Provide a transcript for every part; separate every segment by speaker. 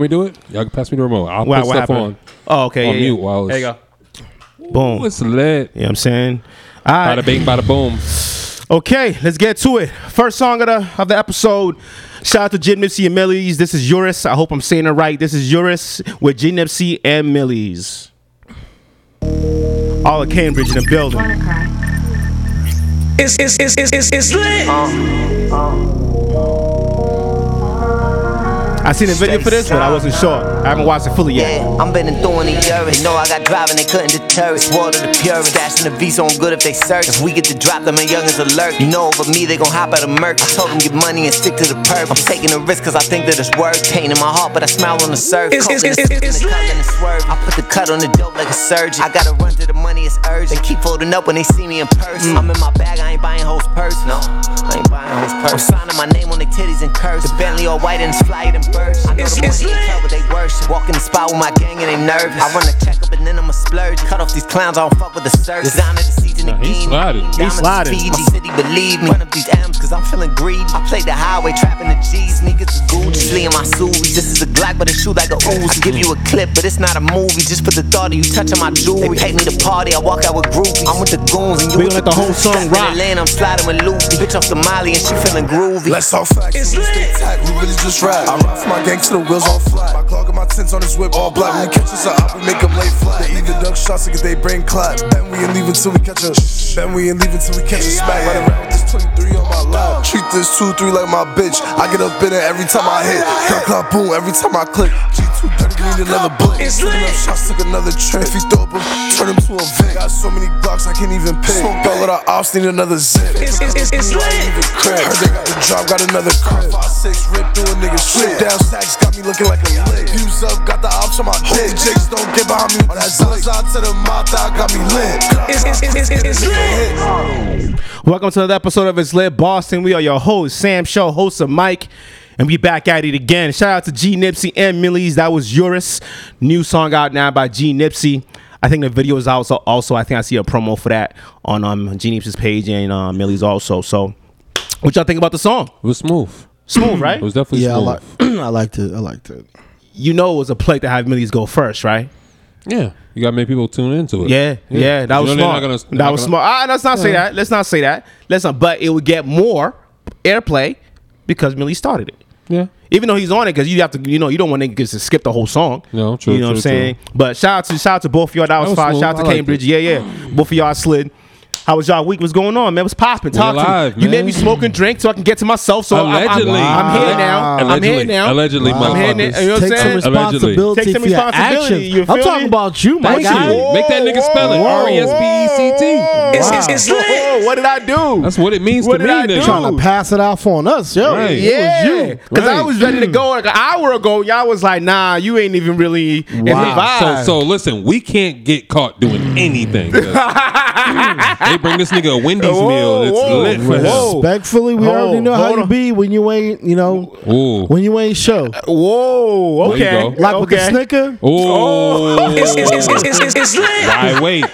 Speaker 1: we do it? Y'all can pass me the remote. I'll
Speaker 2: Why-
Speaker 1: put
Speaker 2: what
Speaker 1: stuff
Speaker 2: happened? Oh, okay.
Speaker 1: on
Speaker 2: yeah,
Speaker 1: mute
Speaker 2: yeah.
Speaker 1: while
Speaker 2: There
Speaker 1: it's-
Speaker 2: you go.
Speaker 1: on.
Speaker 2: Boom.
Speaker 1: What's lit?
Speaker 2: You know what I'm saying? All right.
Speaker 1: Bada bing, bada boom.
Speaker 2: Okay, let's get to it. First song of the of the episode. Shout out to Jim Nipsey and Millie's. This is Uris. I hope I'm saying it right. This is Uris with Jim Nipsey and Millie's. All of Cambridge in the building.
Speaker 3: It's it's it's it's it's, it's lit.
Speaker 2: I seen a video for this, but I wasn't sure. I haven't watched it fully yet.
Speaker 4: Yeah, I'm been doing a year and know I got driving, they couldn't deter it. Water the purest, dashing the V's on good if they search. If we get to drop them and youngins alert, you know over me they gon' hop out of murk. I told them get money and stick to the perp. I'm taking a risk cause I think that it's worth. Pain in my heart, but I smile on the surf.
Speaker 3: It's-
Speaker 4: Coke
Speaker 3: it's-
Speaker 4: in the
Speaker 3: it's- it's
Speaker 4: cup and the swerve. I put the cut on the dope like a surgeon. I gotta run to the money, it's urgent. They keep folding up when they see me in
Speaker 3: Mm.
Speaker 4: person. I'm in my bag, I ain't buying hoes purse. No, I ain't buying hoes purse. I'm signing my name on their titties and curse. The Bentley all white and it's flyer than birds. I know
Speaker 3: It's-
Speaker 4: the
Speaker 3: it's
Speaker 4: money ain't
Speaker 3: lit.
Speaker 4: covered they worse. Walk in the spot with my gang and they nervous. I run a check up and then I'ma splurge. Cut off these clowns, I don't fuck with the surf. Designer the season
Speaker 1: Nah,
Speaker 4: again.
Speaker 1: he sliding. He
Speaker 4: Diamonds is
Speaker 2: sliding.
Speaker 4: Fiji. My city believe me. Run up these M's cause I'm feeling greedy. I played the highway, trapping the G's. Niggas is Gucci. Lee in my Suvi. This is a Glock, but it shoot like a Uzi. I give you a clip, but it's not a movie. Just put the thought of you touching my jewelry. They take me to party, I walk out with groupies. I'm with the goons and you
Speaker 2: We
Speaker 4: with
Speaker 2: gonna let the whole
Speaker 4: goons.
Speaker 2: song
Speaker 4: Stepped in
Speaker 2: rock.
Speaker 4: Atlanta, I'm sliding with Lucy. Bitch off the Molly and she feeling groovy.
Speaker 5: Let's all facts.
Speaker 3: It's
Speaker 5: we stay
Speaker 3: lit.
Speaker 5: tight, we really just ride. I ride for my gang till the wheels all flat. My clog and my tents on this whip all black. When we catch us, I up and make them lay flat. They either duck shots or get they brain clapped. Then we ain't leaving till we catch a. Then we ain't leaving till we catch a smack. Right around with this 23 on my lap. Treat this 2-3 like my bitch. I get up in it every time I hit. Clap, clap, boom, every time I click. G230, we need another blick.
Speaker 3: It's lit.
Speaker 5: Picking up shots, took another trip. If you throw up a, turn him to a Vic. Got so many blocks, I can't even pick. Smoke all of the ops, need another zip.
Speaker 3: It's it's it's, it's lit.
Speaker 5: Crack. Heard they got the drop, got another crack. Five, six, rip through a nigga's shit. Down stacks, got me looking like a lick. Views up, got the ops on my dick. Jakes don't get behind me. On that Zaza to the Mata, got me lit.
Speaker 3: It's it's it's it's, it's, it's lit.
Speaker 2: Welcome to another episode of It's Lit Boston. We are your host, Sam Show, host of Mike, and we back at it again. Shout out to G Nipsey and Millie's. That was Uris. New song out now by G Nipsey. I think the video is out. So also, I think I see a promo for that on um, G Nipsey's page and uh, Millie's also. So, what y'all think about the song?
Speaker 1: It was smooth.
Speaker 2: Smooth,
Speaker 1: It
Speaker 2: right?
Speaker 1: was definitely
Speaker 6: Yeah, I
Speaker 1: smooth.
Speaker 6: like. I liked it. I liked it.
Speaker 2: You know, it was a plate to have Millie's go first, right?
Speaker 1: yeah. You got to make people tune into it.
Speaker 2: Yeah, yeah, that
Speaker 1: You know they're
Speaker 2: was smart.
Speaker 1: not gonna-
Speaker 2: that
Speaker 1: they're not
Speaker 2: was
Speaker 1: gonna-
Speaker 2: smart. Ah, let's not say that. Let's not say that. Let's not. But it would get more airplay because Millie started it.
Speaker 1: Yeah.
Speaker 2: Even though he's on it, because you have to, you know, you don't want niggas to skip the whole song.
Speaker 1: No, true,
Speaker 2: You know what I'm
Speaker 1: true,
Speaker 2: saying? But shout out to shout out to both of y'all. That was,
Speaker 1: was
Speaker 2: fire.
Speaker 1: smooth.
Speaker 2: Shout out
Speaker 1: I
Speaker 2: to
Speaker 1: liked
Speaker 2: Cambridge.
Speaker 1: it.
Speaker 2: Yeah, yeah. Both of y'all slid. How was y'all week? What's going on, man? What's popping? Talk to me.
Speaker 1: alive,
Speaker 2: You made
Speaker 1: man.
Speaker 2: me smoke and drink so I can get to myself. So I'm-
Speaker 1: Allegedly.
Speaker 2: I'm, I'm, here now.
Speaker 1: Allegedly.
Speaker 2: I'm here now.
Speaker 1: Allegedly,
Speaker 2: I'm here now. You know what I'm
Speaker 6: Take some
Speaker 2: saying?
Speaker 6: responsibility
Speaker 2: Take some
Speaker 6: for your
Speaker 2: responsibility,
Speaker 6: actions.
Speaker 2: you
Speaker 6: I'm
Speaker 2: feel
Speaker 6: talking
Speaker 2: me?
Speaker 6: about you, my
Speaker 1: Thank you.
Speaker 6: guy.
Speaker 1: Make that nigga spell it. E
Speaker 2: whoa,
Speaker 1: R-E-S-P-E-C-T.
Speaker 2: whoa,
Speaker 3: It's- it's- it's lit.
Speaker 2: whoa, What did I do?
Speaker 1: That's what it means
Speaker 2: What
Speaker 1: to
Speaker 2: did
Speaker 1: me,
Speaker 2: I do?
Speaker 1: nigga.
Speaker 6: Trying to pass it off on us, yo.
Speaker 1: Right.
Speaker 6: It was
Speaker 2: Yeah,
Speaker 6: you.
Speaker 2: because I
Speaker 1: Right.
Speaker 2: was ready to go like an hour ago. Y'all was like, "Nah, you ain't even really in the
Speaker 1: So,
Speaker 2: vibe."
Speaker 1: so listen, we can't get caught doing anything. 'cause they bring this nigga a Wendy's
Speaker 2: Whoa,
Speaker 1: meal. It's
Speaker 2: whoa,
Speaker 1: lit for
Speaker 2: whoa.
Speaker 6: Respectfully, we
Speaker 2: Hold
Speaker 6: already
Speaker 2: on,
Speaker 6: know how
Speaker 2: hold
Speaker 6: you
Speaker 2: on.
Speaker 6: be when you ain't, you know,
Speaker 1: him. Ooh.
Speaker 6: when you ain't show.
Speaker 2: Whoa,
Speaker 1: There you
Speaker 2: okay,
Speaker 1: go.
Speaker 6: Like with the
Speaker 2: okay.
Speaker 6: snicker.
Speaker 1: Ooh. Oh.
Speaker 3: It's it's it's it's, it's, it's, it's lit.
Speaker 1: I wait.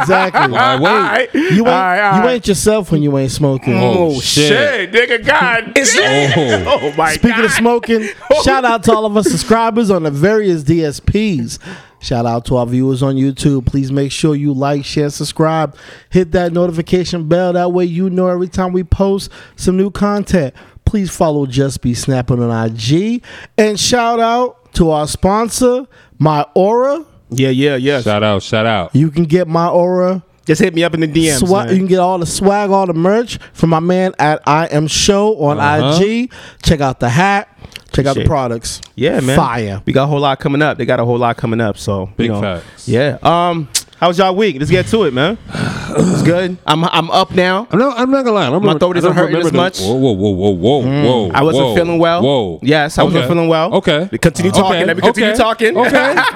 Speaker 6: exactly.
Speaker 1: I wait.
Speaker 2: All right,
Speaker 6: You ain't,
Speaker 2: all right, all
Speaker 6: you
Speaker 2: right.
Speaker 6: ain't yourself when you ain't smoking.
Speaker 1: Oh,
Speaker 2: Oh shit, nigga, God,
Speaker 3: It's lit.
Speaker 1: Oh.
Speaker 2: Oh my
Speaker 6: Speaking
Speaker 2: God.
Speaker 6: of smoking, shout out to all of our subscribers on the various DSPs. Shout out to our viewers on YouTube. Please make sure you like, share, subscribe, hit that notification bell. That way you know every time we post some new content. Please follow Just Be Snapping on IG. And shout out to our sponsor, My Aura.
Speaker 2: yeah, yeah, yeah.
Speaker 1: Shout out, shout out.
Speaker 6: You can get My Aura
Speaker 2: Just hit me up in the DMs.
Speaker 6: Swa-
Speaker 2: man.
Speaker 6: you can get all the swag, all the merch from my man at I Am Show on
Speaker 1: Uh-huh.
Speaker 6: IG. Check out the hat. Check out the
Speaker 2: Shit.
Speaker 6: products.
Speaker 2: Yeah, man.
Speaker 6: Fire.
Speaker 2: We got a whole lot coming up. They got a whole lot coming up. So
Speaker 1: Big
Speaker 2: you know,
Speaker 1: facts.
Speaker 2: Yeah. Um, how was y'all week? Let's get to it, man. It's good. I'm I'm up now.
Speaker 1: I'm not, I'm not gonna lie. I'm
Speaker 2: My
Speaker 1: not-
Speaker 2: throat
Speaker 1: I
Speaker 2: isn't
Speaker 1: don't
Speaker 2: hurting
Speaker 1: remember
Speaker 2: as
Speaker 1: the- Mm. Whoa,
Speaker 2: much.
Speaker 1: whoa, whoa, whoa, whoa, whoa.
Speaker 2: I wasn't
Speaker 1: whoa,
Speaker 2: feeling well.
Speaker 1: Whoa.
Speaker 2: Yes, I wasn't
Speaker 1: Okay.
Speaker 2: feeling well.
Speaker 1: Okay.
Speaker 2: Continue talking.
Speaker 1: Okay. Oh,
Speaker 2: Let me continue
Speaker 1: Okay.
Speaker 2: talking.
Speaker 1: Okay.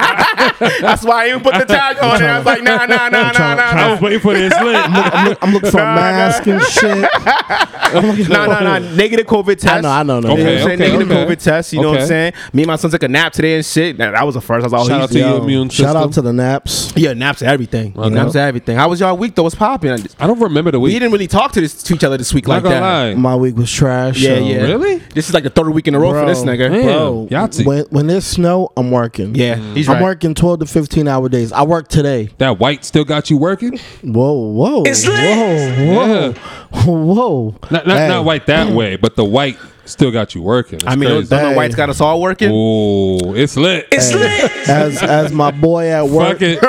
Speaker 2: That's why I even put the tag on it. I was like, nah, nah, nah, nah,
Speaker 1: I
Speaker 2: nah,
Speaker 1: was waiting for this lit.
Speaker 6: I'm, look, I'm looking for a mask and shit. I'm looking for-
Speaker 2: nah, nah, nah. Negative COVID test.
Speaker 6: I know, I know, no.
Speaker 2: You know what
Speaker 1: Okay,
Speaker 2: I'm saying?
Speaker 1: okay,
Speaker 2: Negative
Speaker 1: okay.
Speaker 2: COVID test. You know what
Speaker 1: Okay.
Speaker 2: I'm saying? Me and my son took a nap today and shit. Nah, that was the first. I was like, oh,
Speaker 1: Shout
Speaker 2: he's
Speaker 1: out to your immune
Speaker 6: Shout
Speaker 1: system.
Speaker 6: out to the naps.
Speaker 2: Yeah, naps to everything. Yeah, naps to everything. How was y'all week though? What's popping?
Speaker 1: I don't remember the
Speaker 2: We
Speaker 1: week.
Speaker 2: didn't really talk to this to each other this week
Speaker 1: Not
Speaker 2: like
Speaker 1: gonna
Speaker 2: that.
Speaker 1: lie.
Speaker 6: My week was trash.
Speaker 2: Yeah,
Speaker 6: so-
Speaker 2: yeah.
Speaker 1: Really?
Speaker 2: This is like the third week in a row
Speaker 6: Bro.
Speaker 2: for this nigga.
Speaker 1: Damn.
Speaker 6: Bro,
Speaker 1: Yahtzee.
Speaker 6: when, when there's snow, I'm working.
Speaker 2: Yeah, he's
Speaker 6: I'm
Speaker 2: right.
Speaker 6: working 12 to 15 hour days. I work today.
Speaker 1: That white still got you working?
Speaker 6: Whoa, whoa,
Speaker 3: It's lit.
Speaker 6: whoa, whoa, whoa.
Speaker 1: Not not,
Speaker 6: Hey,
Speaker 1: not white that way, but the white still got you working. It's
Speaker 2: I mean, don't
Speaker 1: crazy.
Speaker 2: don't know
Speaker 6: Hey.
Speaker 2: why it's got us all working.
Speaker 1: oh, it's lit.
Speaker 3: It's lit.
Speaker 6: As as my boy at work,
Speaker 1: Fuck it.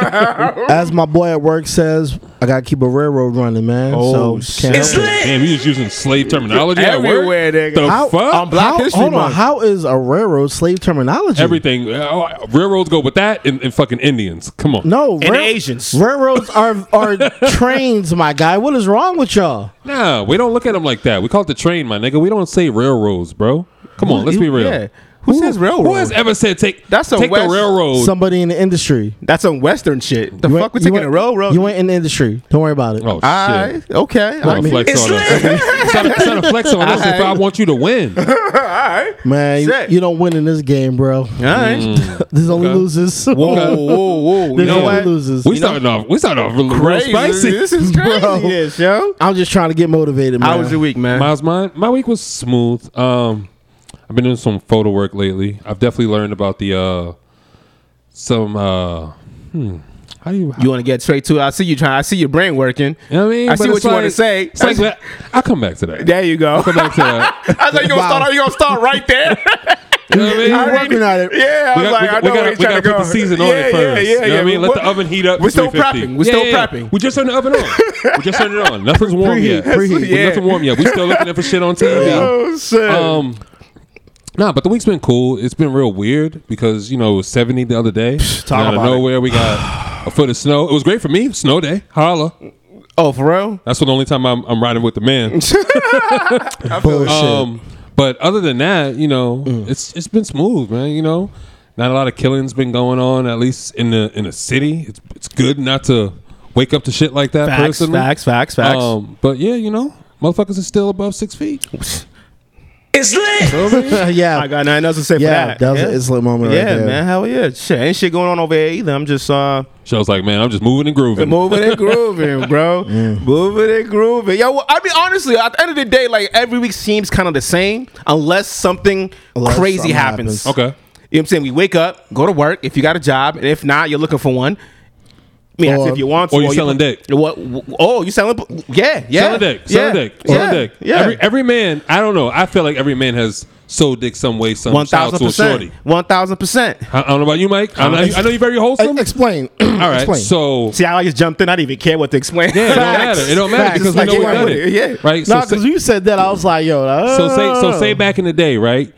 Speaker 6: as my boy at work says, I gotta keep a railroad running, man.
Speaker 2: Oh,
Speaker 6: so can't
Speaker 3: It's
Speaker 6: help it.
Speaker 3: lit.
Speaker 1: Damn, you just using slave terminology at work?
Speaker 2: Everywhere, nigga.
Speaker 1: The
Speaker 6: How-
Speaker 1: fuck?
Speaker 2: I'm black.
Speaker 6: How,
Speaker 2: History
Speaker 6: hold on,
Speaker 2: Month.
Speaker 6: how is a railroad slave terminology?
Speaker 1: Everything. Oh, railroads go with that and, and fucking Indians. Come on.
Speaker 6: no,
Speaker 2: And Asians.
Speaker 6: Railroads are are trains, my guy. What is wrong with y'all?
Speaker 1: Nah, we don't look at them like that. We call it the train, my nigga. We don't say railroads, bro. Come on, let's be real.
Speaker 2: Yeah. Who, says railroad?
Speaker 1: Who has ever said take
Speaker 2: That's a
Speaker 1: take
Speaker 2: West-
Speaker 1: the railroad?
Speaker 6: Somebody in the industry.
Speaker 2: That's some Western shit. The
Speaker 6: You
Speaker 2: fuck,
Speaker 6: ain't-
Speaker 2: we're
Speaker 6: you
Speaker 2: taking
Speaker 6: ain't-
Speaker 2: a railroad.
Speaker 6: You ain't in the industry. Don't worry about it.
Speaker 1: oh shit!
Speaker 2: I, okay. I
Speaker 1: Trying to
Speaker 2: mean,
Speaker 1: flex
Speaker 3: It's
Speaker 1: on us. Trying to- trying to flex on us if I want you to win.
Speaker 6: Man, you,
Speaker 2: Sick.
Speaker 6: you don't win in this game, bro.
Speaker 2: all
Speaker 1: Mm.
Speaker 2: right.
Speaker 6: There's only losers.
Speaker 2: Whoa, whoa, whoa. You
Speaker 6: There's
Speaker 2: know
Speaker 1: what?
Speaker 6: only
Speaker 2: what?
Speaker 6: losers.
Speaker 1: We started off. We started off real, real
Speaker 2: Crazy.
Speaker 1: spicy.
Speaker 2: This is crazy,
Speaker 6: Bro.
Speaker 2: this, yo.
Speaker 6: I'm just trying to get motivated, man.
Speaker 2: How was your week, man?
Speaker 1: Miles, my my week was smooth. Um, I've been doing some photo work lately. I've definitely learned about the uh, some uh, hmm, how do you
Speaker 2: you want to get straight to it? I see you trying. I see your brain working.
Speaker 1: You know what I mean?
Speaker 2: I see
Speaker 1: But
Speaker 2: what
Speaker 1: it's
Speaker 2: you want to
Speaker 1: like-
Speaker 2: say.
Speaker 1: It's like, that- I'll come back to that.
Speaker 2: there you go.
Speaker 1: Come back to that.
Speaker 2: I thought you gonna
Speaker 6: Wow.
Speaker 2: start. You gonna start right there?
Speaker 1: You know what I mean?
Speaker 6: You're working at it.
Speaker 2: Yeah, I
Speaker 1: We got, we, we
Speaker 2: was like, I know
Speaker 1: gotta,
Speaker 2: where
Speaker 1: we
Speaker 2: he's trying
Speaker 1: gotta
Speaker 2: to
Speaker 1: put
Speaker 2: go.
Speaker 1: the season on
Speaker 2: yeah,
Speaker 1: it first.
Speaker 2: Yeah, yeah,
Speaker 1: you know
Speaker 2: yeah.
Speaker 1: what I mean? Let
Speaker 2: What-
Speaker 1: the oven heat up. to
Speaker 2: We're still
Speaker 1: 350.
Speaker 2: prepping. We're still
Speaker 1: Yeah, yeah.
Speaker 2: prepping.
Speaker 1: We just turned the oven on. we just turned it on. Nothing's warm yet.
Speaker 6: Preheat.
Speaker 1: We- Nothing warm yet. We still looking at for shit on TV.
Speaker 2: Oh shit.
Speaker 1: Um, nah, but the week's been cool. It's been real weird because you know it was seventy the other day.
Speaker 2: talk
Speaker 1: And out of
Speaker 2: about it.
Speaker 1: nowhere, we got a foot of snow. It was great for me. Snow day. Holla.
Speaker 2: oh, for real?
Speaker 1: That's the only time I'm, I'm riding with the man.
Speaker 6: bullshit?
Speaker 1: Um, but other than that, you know,
Speaker 2: Mm.
Speaker 1: it's it's been smooth, man. You know, not a lot of killings been going on, at least in the in the city. It's it's good not to wake up to shit like that
Speaker 2: Facts,
Speaker 1: personally.
Speaker 2: facts, facts, facts.
Speaker 1: Um, but yeah, you know, motherfuckers are still above six feet.
Speaker 3: It's lit.
Speaker 6: yeah,
Speaker 2: Um, I got nothing else to say
Speaker 6: yeah.
Speaker 2: for that.
Speaker 6: That was an Islam moment
Speaker 2: yeah,
Speaker 6: right there.
Speaker 2: man. Hell yeah. Shit, ain't shit going on over here either. I'm just uh
Speaker 1: So I was like, man, I'm just moving and grooving.
Speaker 2: moving and grooving, bro. Moving and grooving. Yo, well, I mean, honestly, at the end of the day, like every week seems kind of the same unless something
Speaker 6: Unless
Speaker 2: crazy
Speaker 6: something
Speaker 2: happens.
Speaker 6: happens.
Speaker 1: okay.
Speaker 2: You know what I'm saying? We wake up, go to work. If you got a job, and if not, you're looking for one. I mean, that's
Speaker 6: Or-
Speaker 2: if you want to.
Speaker 1: or you selling dick.
Speaker 2: What? Oh, you selling? Yeah, yeah.
Speaker 1: Sell a dick. Sell
Speaker 2: yeah,
Speaker 1: a dick.
Speaker 2: Yeah,
Speaker 1: Sell a dick.
Speaker 2: Yeah.
Speaker 1: Every every man, I don't know. I feel like every man has sold dick some way, some
Speaker 2: one
Speaker 1: shout out
Speaker 2: thousand
Speaker 1: to a
Speaker 2: percent.
Speaker 1: shorty.
Speaker 2: One thousand percent.
Speaker 1: I, I don't know about you, Mike. I know, you- I know you're very
Speaker 6: Hey,
Speaker 1: wholesome.
Speaker 6: explain.
Speaker 1: All right.
Speaker 6: explain.
Speaker 1: So
Speaker 2: See, how I just jumped in. I didn't even care what to explain.
Speaker 1: Yeah, it don't matter. It don't matter
Speaker 6: Facts.
Speaker 1: because
Speaker 6: Like,
Speaker 1: we know
Speaker 6: yeah,
Speaker 1: what
Speaker 6: yeah,
Speaker 1: it.
Speaker 2: yeah.
Speaker 1: Right. so,
Speaker 6: no, because
Speaker 1: say,
Speaker 6: you said that, I was like, yo. uh,
Speaker 1: so say so say back in the day, right?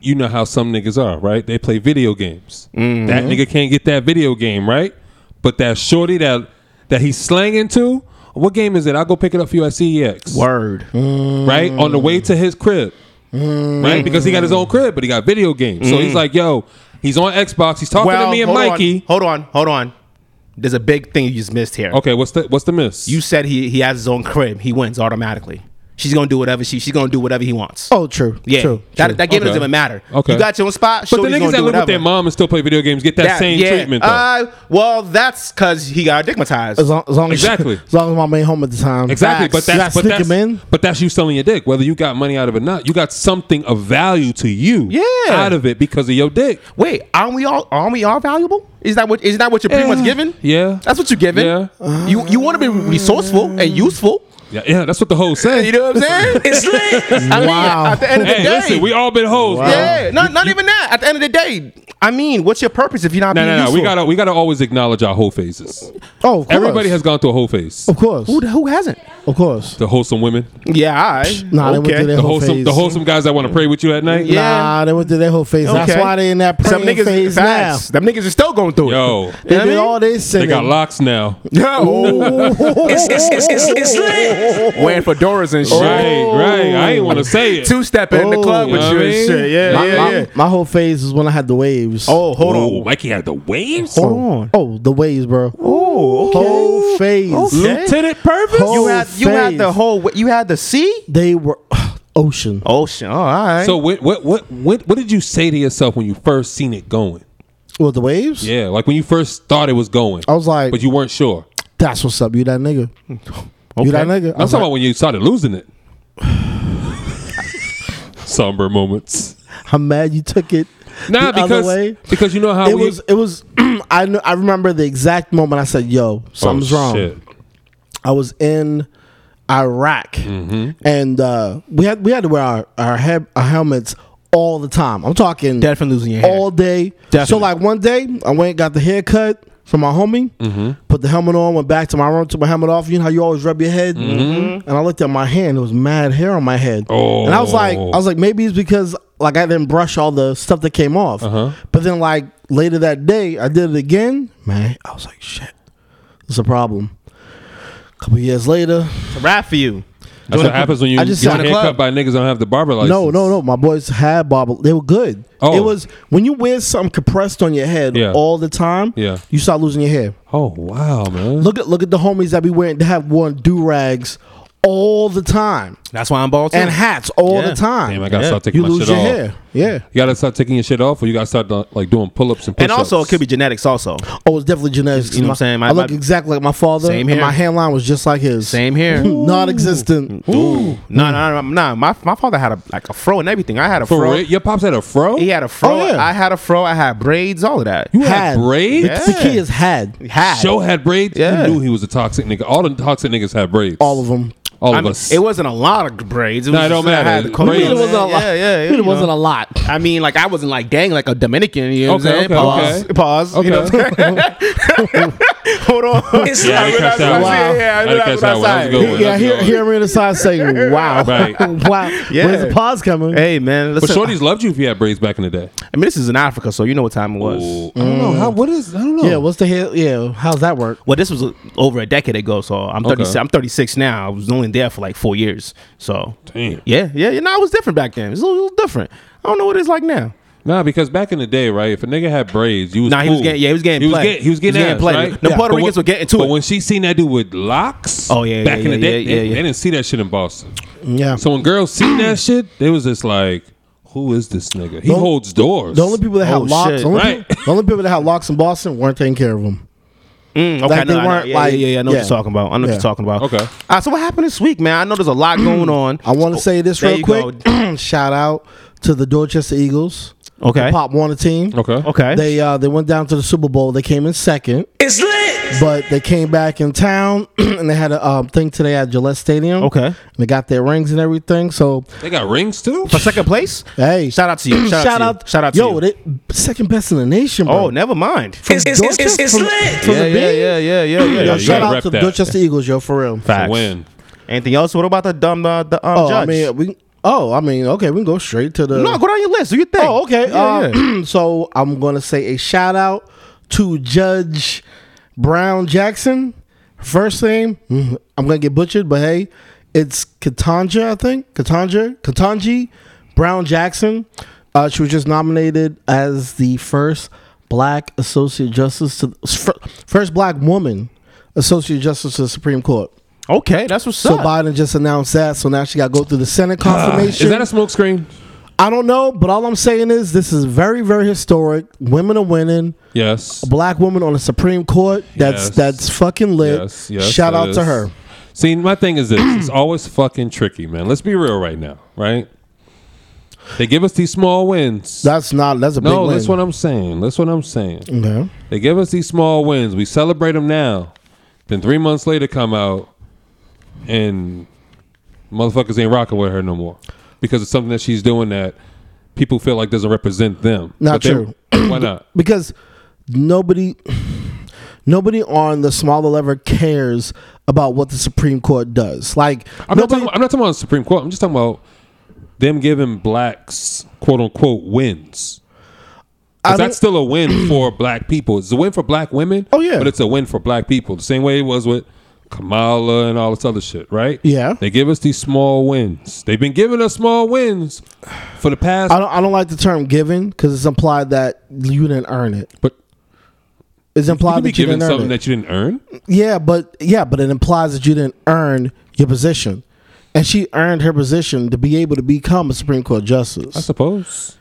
Speaker 1: You know how some niggas are, right? They play video games. That
Speaker 2: Mm-hmm.
Speaker 1: nigga can't get that video game, right? But that shorty that that he's slanging to, what game is it? I'll go pick it up for you at CEX.
Speaker 2: Word.
Speaker 1: Right? On the way to his crib.
Speaker 2: Mm-hmm.
Speaker 1: Right? Because he got his own crib, but he got video games. So he's like, yo, he's on Xbox, he's talking to me and
Speaker 2: hold
Speaker 1: Mikey.
Speaker 2: On, hold on, hold on. There's a big thing you just missed here.
Speaker 1: Okay, what's the what's the miss?
Speaker 2: You said he he has his own crib. He wins automatically. She's gonna do whatever she she's gonna do whatever he wants.
Speaker 6: Oh, true.
Speaker 2: yeah.
Speaker 6: True.
Speaker 2: that
Speaker 6: true.
Speaker 2: that game
Speaker 1: Okay.
Speaker 2: doesn't even matter.
Speaker 1: Okay.
Speaker 2: You got your own spot.
Speaker 1: but the niggas that live with their
Speaker 2: mom.
Speaker 1: mom and still play video games get that,
Speaker 2: That-
Speaker 1: same
Speaker 2: yeah.
Speaker 1: treatment though.
Speaker 2: Uh, well, that's because he got stigmatized.
Speaker 6: As long, as long as
Speaker 1: Exactly.
Speaker 6: as long as my main home at the time.
Speaker 1: Exactly,
Speaker 2: Facts.
Speaker 1: but that's
Speaker 6: You
Speaker 1: but
Speaker 6: gotta sneak
Speaker 1: that's,
Speaker 6: 'em in.
Speaker 1: but that's you selling your dick. Whether you got money out of it or not, you got something of value to you
Speaker 2: Yeah.
Speaker 1: out of it because of your dick.
Speaker 2: Wait, aren't we all aren't we all valuable? Is that what is that what you're pretty
Speaker 1: Yeah.
Speaker 2: much given?
Speaker 1: Yeah.
Speaker 2: that's what you're given.
Speaker 1: Yeah.
Speaker 2: you you want to be resourceful and useful.
Speaker 1: Yeah, yeah that's what the whole
Speaker 2: You
Speaker 1: said.
Speaker 2: know what I'm saying?
Speaker 3: It's lit.
Speaker 2: I mean,
Speaker 6: Wow.
Speaker 2: at the end of the
Speaker 1: Hey,
Speaker 2: day,
Speaker 1: listen, we all been hoes, bro.
Speaker 2: yeah, no, not even that. At the end of the day, I mean, what's your purpose if you're not
Speaker 1: No,
Speaker 2: being
Speaker 1: no, no.
Speaker 2: useful?
Speaker 1: We gotta we gotta always acknowledge our whole faces.
Speaker 6: Oh, of course.
Speaker 1: Everybody has gone through a whole phase.
Speaker 6: Of course.
Speaker 2: who, who hasn't?
Speaker 6: Of course.
Speaker 1: The wholesome women,
Speaker 2: Yeah, I.
Speaker 6: Nah, they went through
Speaker 1: the
Speaker 6: their whole
Speaker 1: wholesome,
Speaker 6: phase.
Speaker 1: the wholesome guys that want to pray with you at night.
Speaker 2: Yeah.
Speaker 6: Nah, they went through their whole phase. That's
Speaker 2: Okay.
Speaker 6: why they in that praying
Speaker 2: Some niggas,
Speaker 6: phase
Speaker 2: facts.
Speaker 6: now.
Speaker 2: Them niggas are still going through
Speaker 1: Yo,
Speaker 2: it.
Speaker 6: They
Speaker 2: You know what I
Speaker 6: did
Speaker 2: mean?
Speaker 6: all this
Speaker 1: they
Speaker 6: singing.
Speaker 1: got locks now.
Speaker 2: Yo,
Speaker 3: It's it's it's it's it's lit.
Speaker 2: wearing fedoras and shit.
Speaker 1: Right, right. I ain't want to say it.
Speaker 2: Two stepping in the
Speaker 6: Oh.
Speaker 2: club with
Speaker 1: You know
Speaker 2: you
Speaker 1: what I
Speaker 2: and
Speaker 1: mean?
Speaker 2: shit. Yeah,
Speaker 6: my,
Speaker 2: yeah,
Speaker 6: my-
Speaker 2: yeah.
Speaker 6: my whole phase was when I had the waves. waves.
Speaker 2: Oh, hold
Speaker 1: Oh,
Speaker 2: on.
Speaker 1: Mikey had the waves.
Speaker 2: Hold on.
Speaker 6: Oh, the waves, bro.
Speaker 2: Oh, okay.
Speaker 6: Whole phase.
Speaker 2: Okay.
Speaker 1: Lieutenant Purvis.
Speaker 6: Whole
Speaker 2: You had you had the
Speaker 6: phase.
Speaker 2: whole you had the sea,
Speaker 6: They were ocean.
Speaker 2: ocean. all right.
Speaker 1: So what, what what what what did you say to yourself when you first seen it going?
Speaker 6: Well, the waves.
Speaker 1: Yeah, like when you first thought it was going.
Speaker 6: I was like,
Speaker 1: but you weren't sure.
Speaker 6: "That's what's up. You that nigga. You that nigga."
Speaker 1: I'm
Speaker 6: I was
Speaker 1: talking
Speaker 6: like,
Speaker 1: about when you started losing it. Somber moments.
Speaker 6: I'm mad you took it.
Speaker 1: Nah,
Speaker 6: the other
Speaker 1: because
Speaker 6: way.
Speaker 1: because you know how
Speaker 6: it
Speaker 1: we, Oh,
Speaker 6: was it was I kn- I remember the exact moment I said, "Yo, something's
Speaker 1: Oh,
Speaker 6: wrong."
Speaker 1: shit.
Speaker 6: I was in Iraq,
Speaker 1: Mm-hmm.
Speaker 6: and uh, we had we had to wear our our, he- our helmets all the time. I'm talking
Speaker 2: Definitely losing your hair.
Speaker 6: all day. So
Speaker 2: Definitely.
Speaker 6: like one day, I went got the haircut from my homie,
Speaker 1: Mm-hmm.
Speaker 6: put the helmet on, went back to my room, took my helmet off. You know how you always rub your head,
Speaker 1: Mm-hmm.
Speaker 6: and I looked at my hand. There was mad hair on my head, and I was like, I
Speaker 1: Oh.
Speaker 6: was like, maybe it's because like I didn't brush all the stuff that came off.
Speaker 1: Uh-huh.
Speaker 6: But then like later that day, I did it again. Man, I was like, shit, it's a problem. A couple years later,
Speaker 2: It's a wrap for you.
Speaker 1: That's what happens when you,
Speaker 6: I just
Speaker 1: you
Speaker 6: said-
Speaker 1: get
Speaker 6: Join the
Speaker 1: haircut
Speaker 6: club.
Speaker 1: by niggas don't have the barber license.
Speaker 6: No, no, no. My boys had bobble. They were good.
Speaker 1: Oh.
Speaker 6: It was when you wear something compressed on your head
Speaker 1: Yeah.
Speaker 6: all the time.
Speaker 1: Yeah.
Speaker 6: You start losing your hair.
Speaker 1: Oh wow, man.
Speaker 6: Look at look at the homies that be wearing. They have worn do rags all the time
Speaker 2: That's why I'm bald too.
Speaker 6: and hats all
Speaker 2: Yeah.
Speaker 6: the time.
Speaker 1: Damn, I gotta
Speaker 2: Yeah.
Speaker 1: start taking
Speaker 6: you
Speaker 1: my
Speaker 6: lose
Speaker 1: shit
Speaker 6: your
Speaker 1: off.
Speaker 6: hair. Yeah.
Speaker 1: You gotta start taking your shit off, or you gotta start uh, like doing pull-ups and push-ups.
Speaker 2: And also, it could be genetics. Also,
Speaker 6: Oh, it's definitely genetics.
Speaker 2: You know what I'm
Speaker 6: My-
Speaker 2: saying? My-
Speaker 6: I look
Speaker 2: my-
Speaker 6: exactly like my father.
Speaker 2: Same
Speaker 6: And
Speaker 2: here.
Speaker 6: my hairline was just like his.
Speaker 2: same here. No,
Speaker 6: Non-existent.
Speaker 2: no, no, no, no. My my father had a like a fro and everything. I had a
Speaker 1: for
Speaker 2: fro.
Speaker 1: real. Your pops had a fro.
Speaker 2: He had a fro.
Speaker 6: Oh, yeah.
Speaker 2: I had a fro. I had braids. All of that.
Speaker 1: You had braids.
Speaker 6: The, the key is had.
Speaker 2: had.
Speaker 1: Show had braids.
Speaker 2: Yeah.
Speaker 1: You knew he was a toxic nigga. All the toxic niggas had braids.
Speaker 6: All of them.
Speaker 1: All
Speaker 2: I
Speaker 1: of
Speaker 2: mean,
Speaker 1: us.
Speaker 2: It wasn't a lot of braids. It was
Speaker 1: Nah, it
Speaker 2: just
Speaker 1: don't
Speaker 2: I had
Speaker 1: matter.
Speaker 2: the
Speaker 1: Braids.
Speaker 2: Yeah,
Speaker 1: It wasn't
Speaker 6: a lot.
Speaker 2: Yeah, yeah.
Speaker 6: It
Speaker 2: you
Speaker 6: wasn't
Speaker 2: know.
Speaker 6: a lot.
Speaker 2: I mean, like I wasn't like dang like a Dominican. You know what I'm
Speaker 1: Okay,
Speaker 2: saying?
Speaker 1: okay,
Speaker 2: pause.
Speaker 1: okay.
Speaker 2: Pause. You know what I'm saying? Hold on.
Speaker 3: It's
Speaker 1: yeah, I
Speaker 3: like
Speaker 1: didn't catch that
Speaker 2: Wow.
Speaker 1: one.
Speaker 2: Yeah,
Speaker 1: I didn't catch that one. That was a good one.
Speaker 6: Yeah,
Speaker 1: That's a
Speaker 6: hear,
Speaker 1: good
Speaker 6: hear me in the side saying, wow.
Speaker 1: Right.
Speaker 6: wow.
Speaker 2: Yeah.
Speaker 6: Where's the pause coming?
Speaker 2: Hey man,
Speaker 1: But
Speaker 2: listen.
Speaker 1: shorties loved you if you had braids back in the day.
Speaker 2: I mean, this is in Africa, so you know what time it was.
Speaker 1: I don't know how. What is? I don't know.
Speaker 6: Mm-hmm. Yeah, what's the hell? Yeah, how's that work?
Speaker 2: Well, this was uh, over a decade ago, so I'm 36.
Speaker 1: Okay.
Speaker 2: I'm 36 now. I was only there for like four years, so
Speaker 1: Damn.
Speaker 2: yeah, yeah, you know, I was different back then. It's a little different. I don't know what it's like now.
Speaker 1: Nah, because back in the day, right? If a nigga had braids, you was
Speaker 2: Nah, he was
Speaker 1: cool.
Speaker 2: getting- yeah, he was getting
Speaker 1: he was
Speaker 2: played.
Speaker 1: getting, he was getting,
Speaker 2: He was getting
Speaker 1: ass,
Speaker 2: played.
Speaker 1: right?
Speaker 2: The
Speaker 1: Yeah.
Speaker 2: Puerto
Speaker 1: But when-
Speaker 2: Ricans were getting to
Speaker 1: but
Speaker 2: it.
Speaker 1: when she seen that dude with locks,
Speaker 2: Oh, yeah,
Speaker 1: back
Speaker 2: yeah,
Speaker 1: in the
Speaker 2: yeah,
Speaker 1: day,
Speaker 2: yeah,
Speaker 1: they,
Speaker 2: yeah, yeah.
Speaker 1: they didn't see that shit in Boston.
Speaker 6: Yeah.
Speaker 1: So when girls seen that shit, they was just like, "Who is this nigga? He
Speaker 6: Don't-
Speaker 1: holds doors."
Speaker 6: the only people that had
Speaker 2: Oh,
Speaker 6: locks,
Speaker 2: shit.
Speaker 6: the only,
Speaker 1: Right.
Speaker 6: people, the only people that had locks in Boston weren't taking care of them.
Speaker 2: Mm, okay,
Speaker 6: Like,
Speaker 2: I know,
Speaker 6: they
Speaker 2: I know.
Speaker 6: weren't,
Speaker 2: yeah,
Speaker 6: like-
Speaker 2: yeah, yeah, I know what
Speaker 6: yeah.
Speaker 2: you're talking about. I know what
Speaker 6: Yeah.
Speaker 2: you're talking about.
Speaker 1: Okay.
Speaker 2: All right, so what happened this week, man? I know there's a lot going on.
Speaker 6: I want to say this
Speaker 2: Oh, There
Speaker 6: real
Speaker 2: you
Speaker 6: quick. Shout out to the Dorchester Eagles.
Speaker 2: Okay.
Speaker 6: The Pop Warner team.
Speaker 1: okay,
Speaker 2: Okay.
Speaker 6: They uh, they went down to the Super Bowl. They came in second,
Speaker 3: It's lit.
Speaker 6: but they came back in town and they had a um, thing today at Gillette Stadium.
Speaker 2: Okay.
Speaker 6: And they got their rings and everything. So
Speaker 1: they got rings too.
Speaker 2: for second place.
Speaker 6: hey,
Speaker 2: Shout out to you. Shout, out, to you. Shout out to
Speaker 6: yo,
Speaker 2: you.
Speaker 6: They, second best in the nation, bro.
Speaker 2: oh, never mind.
Speaker 3: It's it's it's it's, it's lit.
Speaker 6: From the
Speaker 2: yeah,
Speaker 6: beat?
Speaker 2: yeah, yeah, yeah, yeah.
Speaker 1: Yeah,
Speaker 6: Yo,
Speaker 1: you
Speaker 6: shout
Speaker 1: gotta
Speaker 6: out
Speaker 1: rep
Speaker 6: to the
Speaker 1: that.
Speaker 6: Dorchester Eagles, yo, for real.
Speaker 2: Facts.
Speaker 1: Win.
Speaker 2: Anything else? What about the dumb the, the um,
Speaker 6: Oh,
Speaker 2: judge?
Speaker 6: I mean, we. Oh, I mean, okay, we can go straight to the.
Speaker 2: no, go down your list. Do you think?
Speaker 6: Oh, okay.
Speaker 2: Yeah,
Speaker 6: Uh,
Speaker 2: yeah.
Speaker 6: so I'm gonna say a shout out to Judge Brown Jackson. First name, mm, I'm gonna get butchered, but hey, it's Katanja, I think. Katanja, Katanji Brown Jackson. Uh, she was just nominated as the first black associate justice to fir- first black woman associate justice to the Supreme Court.
Speaker 2: okay, that's what's
Speaker 6: So
Speaker 2: up.
Speaker 6: Biden just announced that, so now she got to go through the Senate confirmation.
Speaker 1: Ah, Is that a smoke screen?
Speaker 6: I don't know, but all I'm saying is this is very, very historic. Women are winning.
Speaker 1: Yes.
Speaker 6: Black woman on the Supreme Court. That's
Speaker 1: Yes.
Speaker 6: that's fucking lit.
Speaker 1: Yes, yes.
Speaker 6: Shout
Speaker 1: it
Speaker 6: out
Speaker 1: is.
Speaker 6: to her.
Speaker 1: See, my thing is this: it's always fucking tricky, man. Let's be real right now, right? They give us these small wins.
Speaker 6: That's not that's a big
Speaker 1: no,
Speaker 6: win.
Speaker 1: that's what I'm saying. That's what I'm saying.
Speaker 6: okay.
Speaker 1: They give us these small wins. We celebrate them now. Then three months later, come out and motherfuckers ain't rocking with her no more because it's something that she's doing that people feel like doesn't represent them.
Speaker 6: Not
Speaker 1: they-
Speaker 6: true.
Speaker 1: why not?
Speaker 6: Because nobody nobody on the smaller level cares about what the Supreme Court does. Like
Speaker 1: I'm not,
Speaker 6: nobody,
Speaker 1: talking, I'm not talking about the Supreme Court. I'm just talking about them giving blacks quote unquote wins. 'Cause
Speaker 6: I don't-
Speaker 1: that's still a win for black people. It's a win for black women.
Speaker 6: Oh, yeah.
Speaker 1: but it's a win for black people. The same way it was with Kamala and all this other shit, right?
Speaker 6: Yeah.
Speaker 1: They give us these small wins. They've been giving us small wins for the past
Speaker 6: I don't. I don't like the term "given" because it's implied that you didn't earn it.
Speaker 1: but
Speaker 6: It's implied
Speaker 1: you be
Speaker 6: that you
Speaker 1: given
Speaker 6: didn't earn
Speaker 1: something
Speaker 6: it.
Speaker 1: that you didn't earn?
Speaker 6: yeah, but yeah, but it implies that you didn't earn your position, and she earned her position to be able to become a Supreme Court
Speaker 1: I
Speaker 6: justice.
Speaker 1: suppose.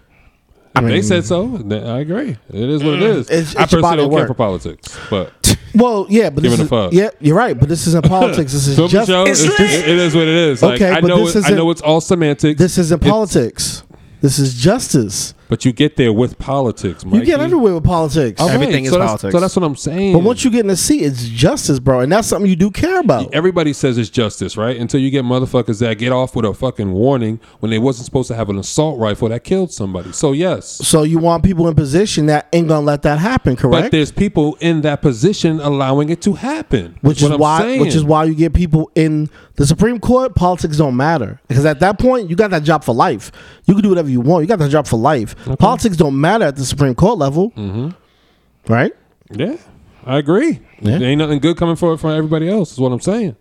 Speaker 1: If they said so, then I agree. It is what it is.
Speaker 6: Mm. It's-
Speaker 1: I
Speaker 6: it's
Speaker 1: personally
Speaker 6: your body
Speaker 1: don't
Speaker 6: of
Speaker 1: care
Speaker 6: work.
Speaker 1: for politics, but
Speaker 6: Well, yeah, but this
Speaker 1: Giving
Speaker 6: is,
Speaker 1: a fuck.
Speaker 6: yeah, you're right. But this isn't politics. This is
Speaker 1: Film
Speaker 6: just
Speaker 1: show,
Speaker 3: It's
Speaker 1: it's,
Speaker 3: lit.
Speaker 1: it it is what it is. Like,
Speaker 6: Okay,
Speaker 1: I
Speaker 6: but
Speaker 1: know,
Speaker 6: this
Speaker 1: it, I
Speaker 6: isn't-
Speaker 1: know it's all semantics.
Speaker 6: this isn't
Speaker 1: It's-
Speaker 6: politics. This is justice.
Speaker 1: But you get there with politics, Mikey.
Speaker 6: You get everywhere with politics.
Speaker 1: All right,
Speaker 2: Everything is
Speaker 1: so that's-
Speaker 2: politics.
Speaker 1: So that's what I'm saying.
Speaker 6: But once you get in the seat, it's justice, bro, and that's something you do care about.
Speaker 1: Everybody says it's justice, right? Until you get motherfuckers that get off with a fucking warning when they wasn't supposed to have an assault rifle that killed somebody. So yes,
Speaker 6: So you want people in position that ain't gonna let that happen,
Speaker 1: but
Speaker 6: correct?
Speaker 1: there's people in that position allowing it to happen,
Speaker 6: which is
Speaker 1: what I'm
Speaker 6: why,
Speaker 1: saying.
Speaker 6: which is why you get people in the Supreme Court. Politics don't matter because at that point you got that job for life. You can do whatever you want. You got that job for life. Politics don't matter at the Supreme Court level,
Speaker 1: Mm.
Speaker 6: right?
Speaker 1: Yeah, I agree.
Speaker 6: Yeah.
Speaker 1: There ain't nothing good coming for from everybody else. Is what I'm saying.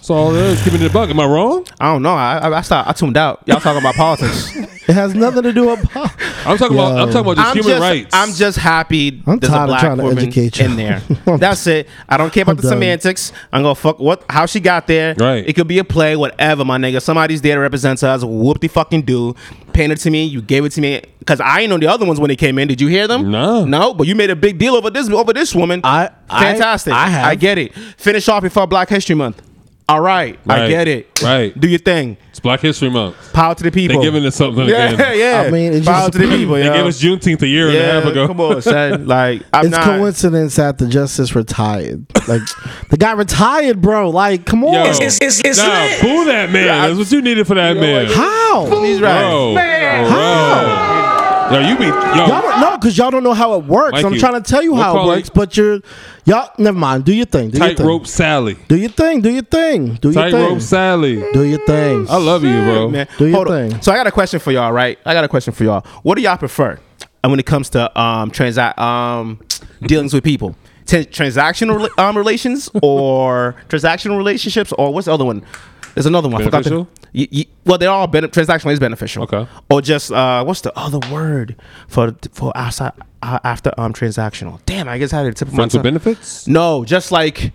Speaker 1: So all it is, keeping it a buck. Am I wrong?
Speaker 2: I don't know. I I, I, stopped, I tuned out. Y'all talking about politics.
Speaker 6: It has nothing to do with. pol-
Speaker 1: I'm talking about. I'm
Speaker 6: Yo.
Speaker 1: talking about just human
Speaker 2: just,
Speaker 1: rights.
Speaker 2: I'm just happy
Speaker 6: I'm
Speaker 2: there's
Speaker 6: tired
Speaker 2: a
Speaker 6: of
Speaker 2: black
Speaker 6: trying to
Speaker 2: woman
Speaker 6: educate you.
Speaker 2: in there. That's it. I don't care about
Speaker 6: I'm
Speaker 2: the
Speaker 6: done.
Speaker 2: semantics. I'm gonna fuck what how she got there.
Speaker 1: Right.
Speaker 2: It could be a play, whatever, my nigga. Somebody's there to represent us. Whoop the fucking do. Paint it to me. You gave it to me because I ain't know the other ones when they came in. Did you hear them?
Speaker 1: No.
Speaker 2: no. But you made a big deal over this over this woman.
Speaker 6: I- I-
Speaker 2: fantastic.
Speaker 6: I have.
Speaker 2: I get it. Finish off before Black History Month. All right, I
Speaker 1: Right.
Speaker 2: get it.
Speaker 1: Right.
Speaker 2: Do your thing.
Speaker 1: it's Black History Month.
Speaker 2: Power to the people.
Speaker 1: giving us something
Speaker 2: Yeah,
Speaker 1: again.
Speaker 2: yeah.
Speaker 6: I mean, it's
Speaker 2: power
Speaker 6: just-
Speaker 2: to the people.
Speaker 1: They
Speaker 2: yo.
Speaker 1: gave us Juneteenth a year and a half ago.
Speaker 2: Come on, son. Like I'm
Speaker 6: it's
Speaker 2: not.
Speaker 6: coincidence that the justice retired. Like the guy retired, bro. Like, come on.
Speaker 1: Yo,
Speaker 3: It's- it's- it's- it's
Speaker 1: nah,
Speaker 3: lit.
Speaker 1: boo that man. That's what you needed for that man.
Speaker 6: How?
Speaker 2: He's right.
Speaker 1: Bro, bro. Yo, you be
Speaker 6: Y'all
Speaker 1: yo.
Speaker 6: don't, no, because y'all don't know how it works. I'm
Speaker 1: Mikey,
Speaker 6: trying to tell you
Speaker 1: we'll
Speaker 6: how it
Speaker 1: probably-
Speaker 6: works, but you're y'all. Never mind. Do your thing. Do your thing.
Speaker 1: Tightrope Sally.
Speaker 6: Do your thing. Do your thing. Do your thing.
Speaker 1: Tightrope Sally.
Speaker 6: Do your thing.
Speaker 1: I love you, bro.
Speaker 2: Man,
Speaker 6: Do your
Speaker 2: hold
Speaker 6: thing.
Speaker 2: on. So I got a question for y'all, right? I got a question for y'all. What do y'all prefer? And when it comes to um transact um dealings with people, Tran- transactional rela- um relations or transactional relationships or what's the other one? There's another one. I
Speaker 1: Beneficial?
Speaker 2: forgot the, y- y- well, they're all bene- transactional is beneficial.
Speaker 1: Okay.
Speaker 2: Or just uh, what's the other word for for outside uh, after um transactional? Damn, I guess I had a tip of my
Speaker 1: Friends with
Speaker 2: tongue.
Speaker 1: benefits.
Speaker 2: No, just like,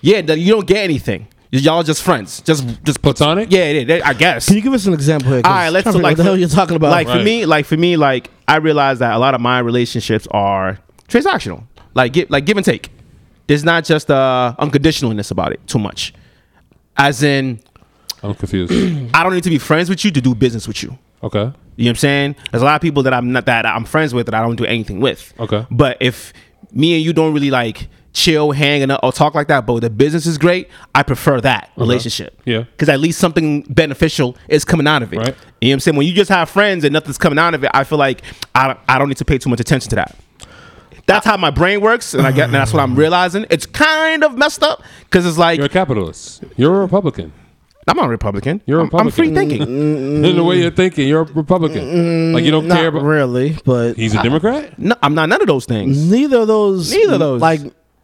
Speaker 2: yeah, that you don't get anything. Y- Y'all just friends. Just, just
Speaker 1: Platonic?
Speaker 2: Yeah, yeah, yeah, I guess.
Speaker 6: Can you give us an example here? 'Cause
Speaker 2: All right, let's
Speaker 6: I'm trying to figure out
Speaker 2: like
Speaker 6: what the hell you're talking about.
Speaker 2: Like for
Speaker 1: Right.
Speaker 2: me, like for me, like I realize that a lot of my relationships are transactional, like give, like give and take. There's not just uh unconditionalness about it too much, as in
Speaker 1: I'm confused.
Speaker 2: I don't need to be friends with you to do business with you.
Speaker 1: okay.
Speaker 2: You know what I'm saying? There's a lot of people that I'm not that I'm friends with that I don't do anything with.
Speaker 1: Okay.
Speaker 2: But if me and you don't really like chill, hang, and uh, or talk like that, but the business is great, I prefer that relationship.
Speaker 1: Yeah.
Speaker 2: Because at least something beneficial is coming out of it.
Speaker 1: Right.
Speaker 2: You know what I'm saying? When you just have friends and nothing's coming out of it, I feel like I don't, I don't need to pay too much attention to that. That's how my brain works, and I get and that's what I'm realizing. It's kind of messed up because it's like
Speaker 1: You're a capitalist. You're a Republican.
Speaker 2: I'm not a Republican.
Speaker 1: You're a
Speaker 2: I'm- I'm free
Speaker 1: Republican.
Speaker 2: thinking.
Speaker 1: In the way you're thinking, you're a Republican. Like you don't
Speaker 6: not
Speaker 1: care about.
Speaker 6: really, but
Speaker 1: He's a Democrat.
Speaker 2: No, I'm not none of those things.
Speaker 6: neither of those.
Speaker 2: Neither of those.
Speaker 6: Like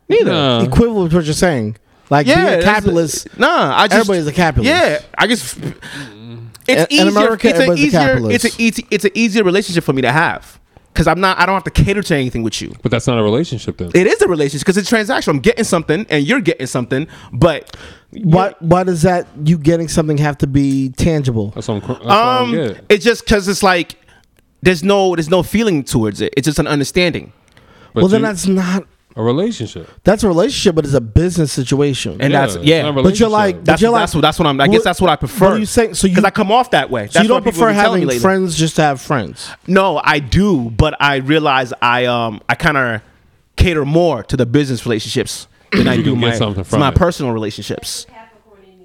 Speaker 2: Neither.
Speaker 1: Nah.
Speaker 6: equivalent to what you're saying. Like being a
Speaker 2: that's-
Speaker 6: capitalist.
Speaker 2: Nah, I just
Speaker 6: everybody's a capitalist.
Speaker 2: Yeah, I just
Speaker 6: In- in
Speaker 2: it's easier.
Speaker 6: America,
Speaker 2: it's an
Speaker 6: everybody's a
Speaker 2: easier.
Speaker 6: capitalist.
Speaker 2: It's an easy. It's an easier relationship for me to have because I'm not. I don't have to cater to anything with you.
Speaker 1: But that's not a relationship then.
Speaker 2: It is a relationship because it's transactional. I'm getting something and you're getting something, but
Speaker 6: Why? Why does that you getting something have to be tangible?
Speaker 1: That's what I'm. cr- That's
Speaker 2: um,
Speaker 1: what I'm getting.
Speaker 2: it's just because it's like there's no there's no feeling towards it. It's just an understanding,
Speaker 1: But
Speaker 6: well, then
Speaker 1: you-
Speaker 6: that's not.
Speaker 1: a relationship.
Speaker 6: That's a relationship, but it's a business situation.
Speaker 2: and that's
Speaker 1: it's
Speaker 2: yeah.
Speaker 1: not a
Speaker 6: But you're like-
Speaker 1: relationship.
Speaker 2: That's,
Speaker 6: you're
Speaker 2: what-
Speaker 6: like-
Speaker 2: that's what that's what I'm. I guess
Speaker 6: What-
Speaker 2: that's what I prefer.
Speaker 6: what are you saying? So you-
Speaker 2: because I come off that way.
Speaker 6: so you
Speaker 2: That's
Speaker 6: don't
Speaker 2: what people
Speaker 6: prefer
Speaker 2: have been telling
Speaker 6: having
Speaker 2: me lately.
Speaker 6: friends just to have friends.
Speaker 2: No, I do, but I realize I um I kind of cater more to the business relationships than I
Speaker 1: You
Speaker 2: do
Speaker 1: can get
Speaker 2: my
Speaker 1: something from
Speaker 2: my
Speaker 1: it.
Speaker 2: personal relationships.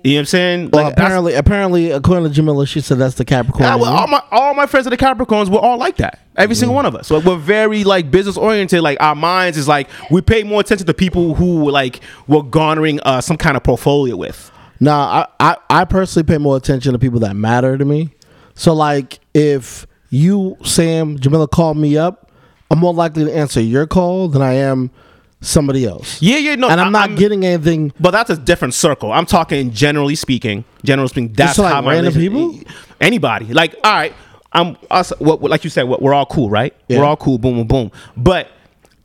Speaker 2: You know what I'm saying?
Speaker 6: Well,
Speaker 2: Like, that's-
Speaker 6: apparently, apparently, according to Jamila, she said that's the Capricorn.
Speaker 2: yeah, well,
Speaker 6: in Mm. you.
Speaker 2: all my all my friends are the Capricorns. We're all like that. Every single one of us. Like we're very like business oriented. Like our minds is like we pay more attention to people who like we're garnering uh, some kind of portfolio with.
Speaker 6: Nah, I, I, I personally pay more attention to people that matter to me. So like if you, Sam, Jamila call me up, I'm more likely to answer your call than I am somebody else.
Speaker 2: Yeah, yeah, no,
Speaker 6: and
Speaker 2: I-
Speaker 6: I'm not
Speaker 2: I'm-
Speaker 6: getting anything.
Speaker 2: But that's a different circle. I'm talking generally speaking. Generally speaking, that's
Speaker 6: to, like,
Speaker 2: how my
Speaker 6: random
Speaker 2: relation-
Speaker 6: people?
Speaker 2: anybody. Like, all right, I'm us. What, what- like you said, what, we're all cool, right?
Speaker 6: Yeah.
Speaker 2: We're all cool. Boom, boom, boom. But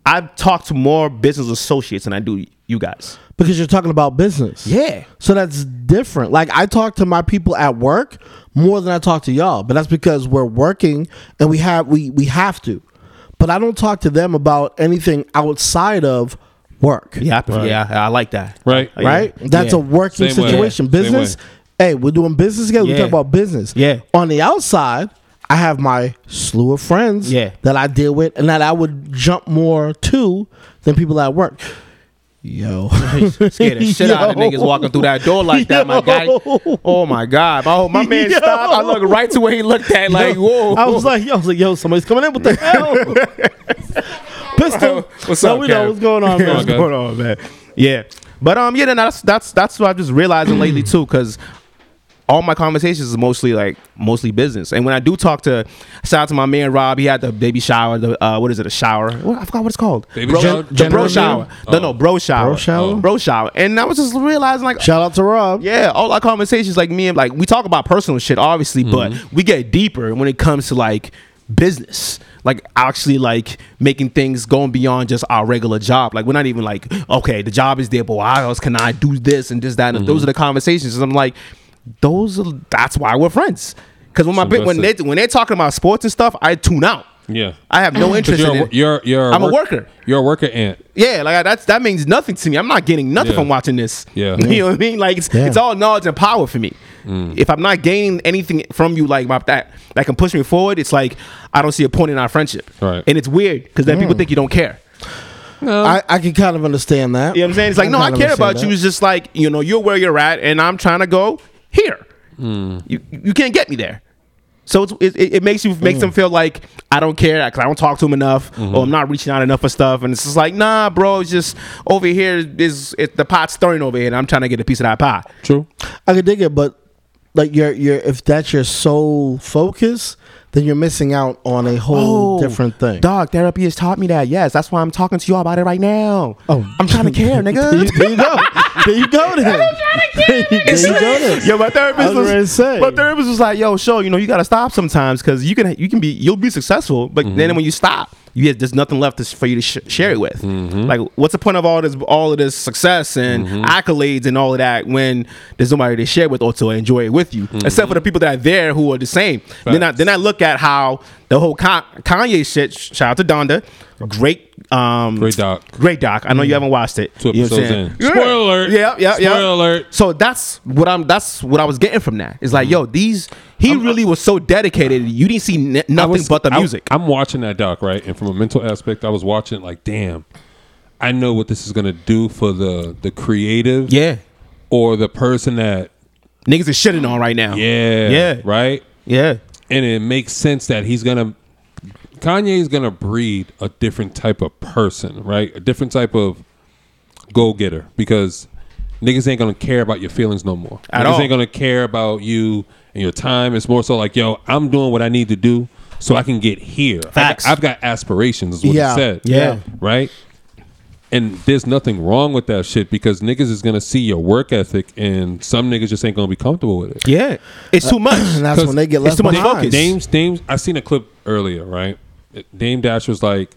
Speaker 2: I've talked to more business associates than I do you guys.
Speaker 6: because you're talking about business.
Speaker 2: Yeah.
Speaker 6: So that's different. Like I talk to my people at work more than I talk to y'all, but that's because we're working and we have we we have to. But I don't talk to them about anything outside of work.
Speaker 2: Yeah, I- yeah, I like that.
Speaker 1: Right.
Speaker 2: Oh, Yeah.
Speaker 6: Right? That's
Speaker 2: Yeah.
Speaker 6: a working
Speaker 1: Same way.
Speaker 6: situation.
Speaker 1: Yeah.
Speaker 6: Business.
Speaker 1: Same way.
Speaker 6: Hey, we're doing business together. We
Speaker 2: Yeah.
Speaker 6: talk about business.
Speaker 2: Yeah.
Speaker 6: On the outside, I have my slew of friends
Speaker 2: Yeah.
Speaker 6: that I deal with and that I would jump more to than people at work. Yo.
Speaker 2: Scared the shit out of
Speaker 6: Yo.
Speaker 2: niggas walking through that door like that, my guy.
Speaker 6: Yo.
Speaker 2: Oh my god, my, my man
Speaker 6: Yo.
Speaker 2: stopped. I looked right to where he looked at, like whoa.
Speaker 6: I was like, yo, I was like, yo, somebody's coming in. What the hell? Pistol.
Speaker 2: What's
Speaker 6: Now
Speaker 2: up,
Speaker 6: we
Speaker 2: Kev?
Speaker 6: know what's going on,
Speaker 2: Yeah,
Speaker 6: man.
Speaker 2: what's going on, man? Yeah, but um, yeah, then that's that's that's what I've just realizing lately too, because all my conversations is mostly like mostly business, and when I do talk to shout out to my man Rob, he had the baby shower, the uh, what is it, a shower? What, I forgot what it's called.
Speaker 1: Baby
Speaker 2: bro,
Speaker 1: shower?
Speaker 2: the bro
Speaker 6: General
Speaker 2: shower. No, no, bro shower,
Speaker 6: Bro shower?
Speaker 2: bro shower, and I was just realizing like.
Speaker 6: Shout out to Rob.
Speaker 2: yeah, all our conversations, like me and like we talk about personal shit, obviously,
Speaker 1: Mm-hmm.
Speaker 2: but we get deeper when it comes to like business, like actually like making things going beyond just our regular job. Like we're not even like, okay, the job is there, but why else can I do this and this that? And
Speaker 1: Mm-hmm.
Speaker 2: those are the conversations. And I'm like, those are that's why we're friends. Because when my
Speaker 1: So
Speaker 2: bit when they
Speaker 1: that's
Speaker 2: when they're talking about sports and stuff, I tune out.
Speaker 1: Yeah.
Speaker 2: I have no
Speaker 1: But
Speaker 2: interest
Speaker 1: you're,
Speaker 2: in
Speaker 1: a-
Speaker 2: it.
Speaker 1: you're, you're
Speaker 2: I'm a worker.
Speaker 1: You're a worker ant.
Speaker 2: Yeah, like I- that's that means nothing to me. I'm not getting nothing
Speaker 1: Yeah.
Speaker 2: from watching this.
Speaker 1: Yeah.
Speaker 2: you know what I mean. Like it's
Speaker 6: Yeah.
Speaker 2: it's all knowledge and power for me.
Speaker 1: Mm.
Speaker 2: If I'm not gaining anything from you, like about that, that can push me forward, it's like I don't see a point in our friendship.
Speaker 1: Right.
Speaker 2: And it's weird because then people think you don't care.
Speaker 6: I, I can kind of understand that.
Speaker 2: You know what I'm saying? It's like no, I
Speaker 6: kind of
Speaker 2: care
Speaker 6: understand
Speaker 2: about you.
Speaker 6: that.
Speaker 2: It's just like you know you're where you're at, and I'm trying to go here.
Speaker 6: Hmm.
Speaker 2: You you can't get me there. So it's, it, it it makes you makes them
Speaker 6: Hmm.
Speaker 2: feel like I don't care because I don't talk to them enough
Speaker 6: Mm-hmm.
Speaker 2: or I'm not reaching out enough for stuff and it's just like nah bro it's just over here is it, the pot's stirring over here and I'm trying to get a piece of that pie
Speaker 1: True.
Speaker 6: I could dig it, but like your your if that's your sole focus, then you're missing out on a whole different thing.
Speaker 2: Oh, dog therapy has taught me that yes that's why I'm talking to you all about it right now
Speaker 6: Oh.
Speaker 2: I'm trying to care
Speaker 6: there,
Speaker 2: nigga
Speaker 6: you, there you go. There you go. Then. there you, there you go. Then.
Speaker 2: Yo, my therapist
Speaker 6: I was ready to say.
Speaker 2: my therapist was like, "Yo, show you know you gotta stop sometimes because you can you can be you'll be successful, but then when you stop, you have, there's nothing left to, sh- for you to sh- share it with. Like, what's the point of all this all of this success and accolades and all of that when there's nobody to share with or to enjoy it with you, except for the people that are there who are the same. Then I then I look at how the whole Con- Kanye shit. sh- Shout out to Donda, great. Um,
Speaker 1: Great doc.
Speaker 2: Great doc. I know you haven't watched it.
Speaker 1: Two
Speaker 2: You know what I'm
Speaker 1: episodes
Speaker 2: saying?
Speaker 1: in. Spoiler alert.
Speaker 2: Yeah, yeah, yeah.
Speaker 1: Spoiler alert.
Speaker 2: So that's what I'm. That's what I was getting from that. It's like, yo, these. He really was so dedicated. You didn't see n-
Speaker 1: I
Speaker 2: nothing
Speaker 1: was-
Speaker 2: but the
Speaker 1: I-
Speaker 2: music.
Speaker 1: I'm watching that doc, right? And from a mental aspect, I was watching it like, damn, I know what this is gonna do for the the creative
Speaker 2: yeah,
Speaker 1: or the person that
Speaker 2: niggas is shitting on right now.
Speaker 1: yeah,
Speaker 2: yeah,
Speaker 1: right?
Speaker 2: yeah.
Speaker 1: And it makes sense that he's gonna Kanye is gonna breed a different type of person, right? A different type of go getter because niggas ain't gonna care about your feelings no more.
Speaker 2: At
Speaker 1: niggas
Speaker 2: all.
Speaker 1: ain't gonna care about you and your time. It's more so like, yo, I'm doing what I need to do so I can get here. I-
Speaker 2: Facts.
Speaker 1: I've got aspirations, is what
Speaker 6: Yeah,
Speaker 1: he said.
Speaker 2: yeah.
Speaker 1: Right? And there's nothing wrong with that shit because niggas is gonna see your work ethic and some niggas just ain't gonna be comfortable with it.
Speaker 2: Yeah, it's
Speaker 1: Uh,
Speaker 2: too much.
Speaker 6: And that's when they get
Speaker 2: It's
Speaker 6: left
Speaker 2: too much
Speaker 6: behind.
Speaker 2: focus.
Speaker 1: Dame's Dame's. I seen a clip earlier, right? Dame Dash was like,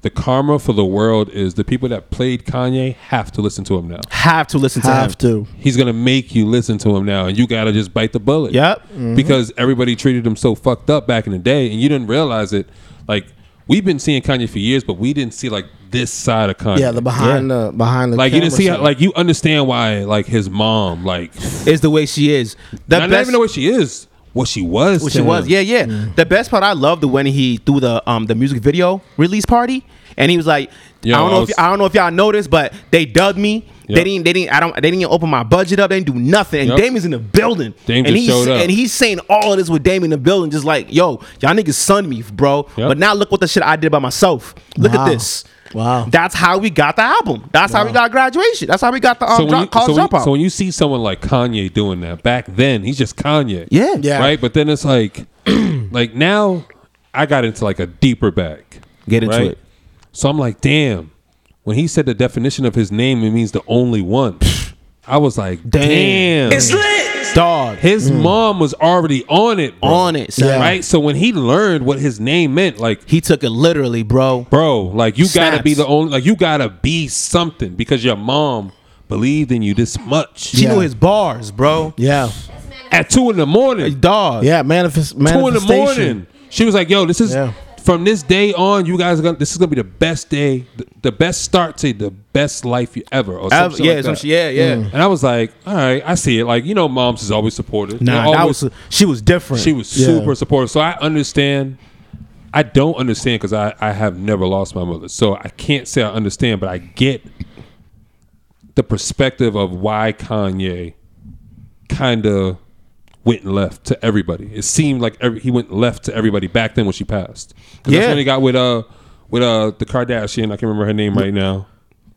Speaker 1: "The karma for the world is the people that played Kanye have to listen to him now.
Speaker 2: have to listen to
Speaker 6: Have
Speaker 2: him.
Speaker 6: to.
Speaker 1: He's gonna make you listen to him now, and you gotta just bite the bullet.
Speaker 2: Yep.
Speaker 1: Because everybody treated him so fucked up back in the day, and you didn't realize it. Like we've been seeing Kanye for years, but we didn't see like this side of Kanye.
Speaker 6: Yeah, the behind the behind the
Speaker 1: like you didn't
Speaker 6: camera
Speaker 1: see
Speaker 6: shit.
Speaker 1: how, like you understand why like his mom like
Speaker 2: Is the way she is. The
Speaker 1: I don't even know what she is, what she was,
Speaker 2: Which
Speaker 1: to
Speaker 2: it was,
Speaker 1: him.
Speaker 2: yeah, yeah.
Speaker 1: Mm.
Speaker 2: The best part I loved the when he threw the um the music video release party, and he was like,
Speaker 1: Yo,
Speaker 2: I don't
Speaker 1: I
Speaker 2: know,
Speaker 1: was-
Speaker 2: if, y- I don't know if y'all noticed, but they dubbed me. They
Speaker 1: Yep.
Speaker 2: didn't, they didn't, I don't, they didn't even open my budget up. They didn't do nothing. And
Speaker 1: Yep.
Speaker 2: Damon's in the building,
Speaker 1: Dame
Speaker 2: and
Speaker 1: just
Speaker 2: he's
Speaker 1: showed up.
Speaker 2: and he's saying all of this with Damon in the building, just like, yo, y'all niggas sunned me, bro.
Speaker 1: Yep.
Speaker 2: But now look what the shit I did by myself. Look
Speaker 6: Wow.
Speaker 2: at this.
Speaker 6: Wow.
Speaker 2: That's how we got the album. That's how we got graduation. That's how we got the um,
Speaker 1: so when,
Speaker 2: drop,
Speaker 1: you, so,
Speaker 2: college
Speaker 1: when you,
Speaker 2: dropout.
Speaker 1: so when you see someone like Kanye doing that back then, he's just Kanye.
Speaker 2: Yeah. Yeah.
Speaker 1: Right. But then it's like, like now, I got into like a deeper bag.
Speaker 2: Get into it.
Speaker 1: So I'm like, damn, when he said the definition of his name, it means the only one. I was like,
Speaker 2: Damn.
Speaker 1: damn.
Speaker 3: It's lit.
Speaker 2: Dog.
Speaker 1: his mom was already on it, bro.
Speaker 2: On it, son.
Speaker 1: right? So when he learned what his name meant, like
Speaker 2: He took it literally, bro.
Speaker 1: bro like you gotta be
Speaker 2: Snaps.
Speaker 1: the only like you gotta be something because your mom believed in you this much
Speaker 2: She
Speaker 6: Yeah.
Speaker 2: knew his bars, bro.
Speaker 6: Yeah.
Speaker 1: at two in the morning
Speaker 2: Dog.
Speaker 6: Yeah. Manifest.
Speaker 1: two in the
Speaker 6: Manifestation.
Speaker 1: morning she was like yo this is
Speaker 6: Yeah.
Speaker 1: from this day on you guys are gonna this is gonna be the best day the, the best start to the best life you ever or
Speaker 2: Ever-
Speaker 1: something
Speaker 2: yeah,
Speaker 1: like
Speaker 2: some
Speaker 1: that.
Speaker 2: shit- yeah, yeah.
Speaker 1: and i was like all right i see it like you know moms is always supportive
Speaker 2: Nah,
Speaker 1: They're
Speaker 2: that
Speaker 1: always-
Speaker 2: was she was different.
Speaker 1: She was
Speaker 6: Yeah.
Speaker 1: super supportive. So I understand. I don't understand because I, I have never lost my mother. So I can't say I understand, but I get the perspective of why Kanye kind of went left to everybody. It seemed like every, he went left to everybody back then when she passed. 'Cause
Speaker 2: Yeah.
Speaker 1: That's when he got with uh with uh the Kardashian. I can't remember her name right now.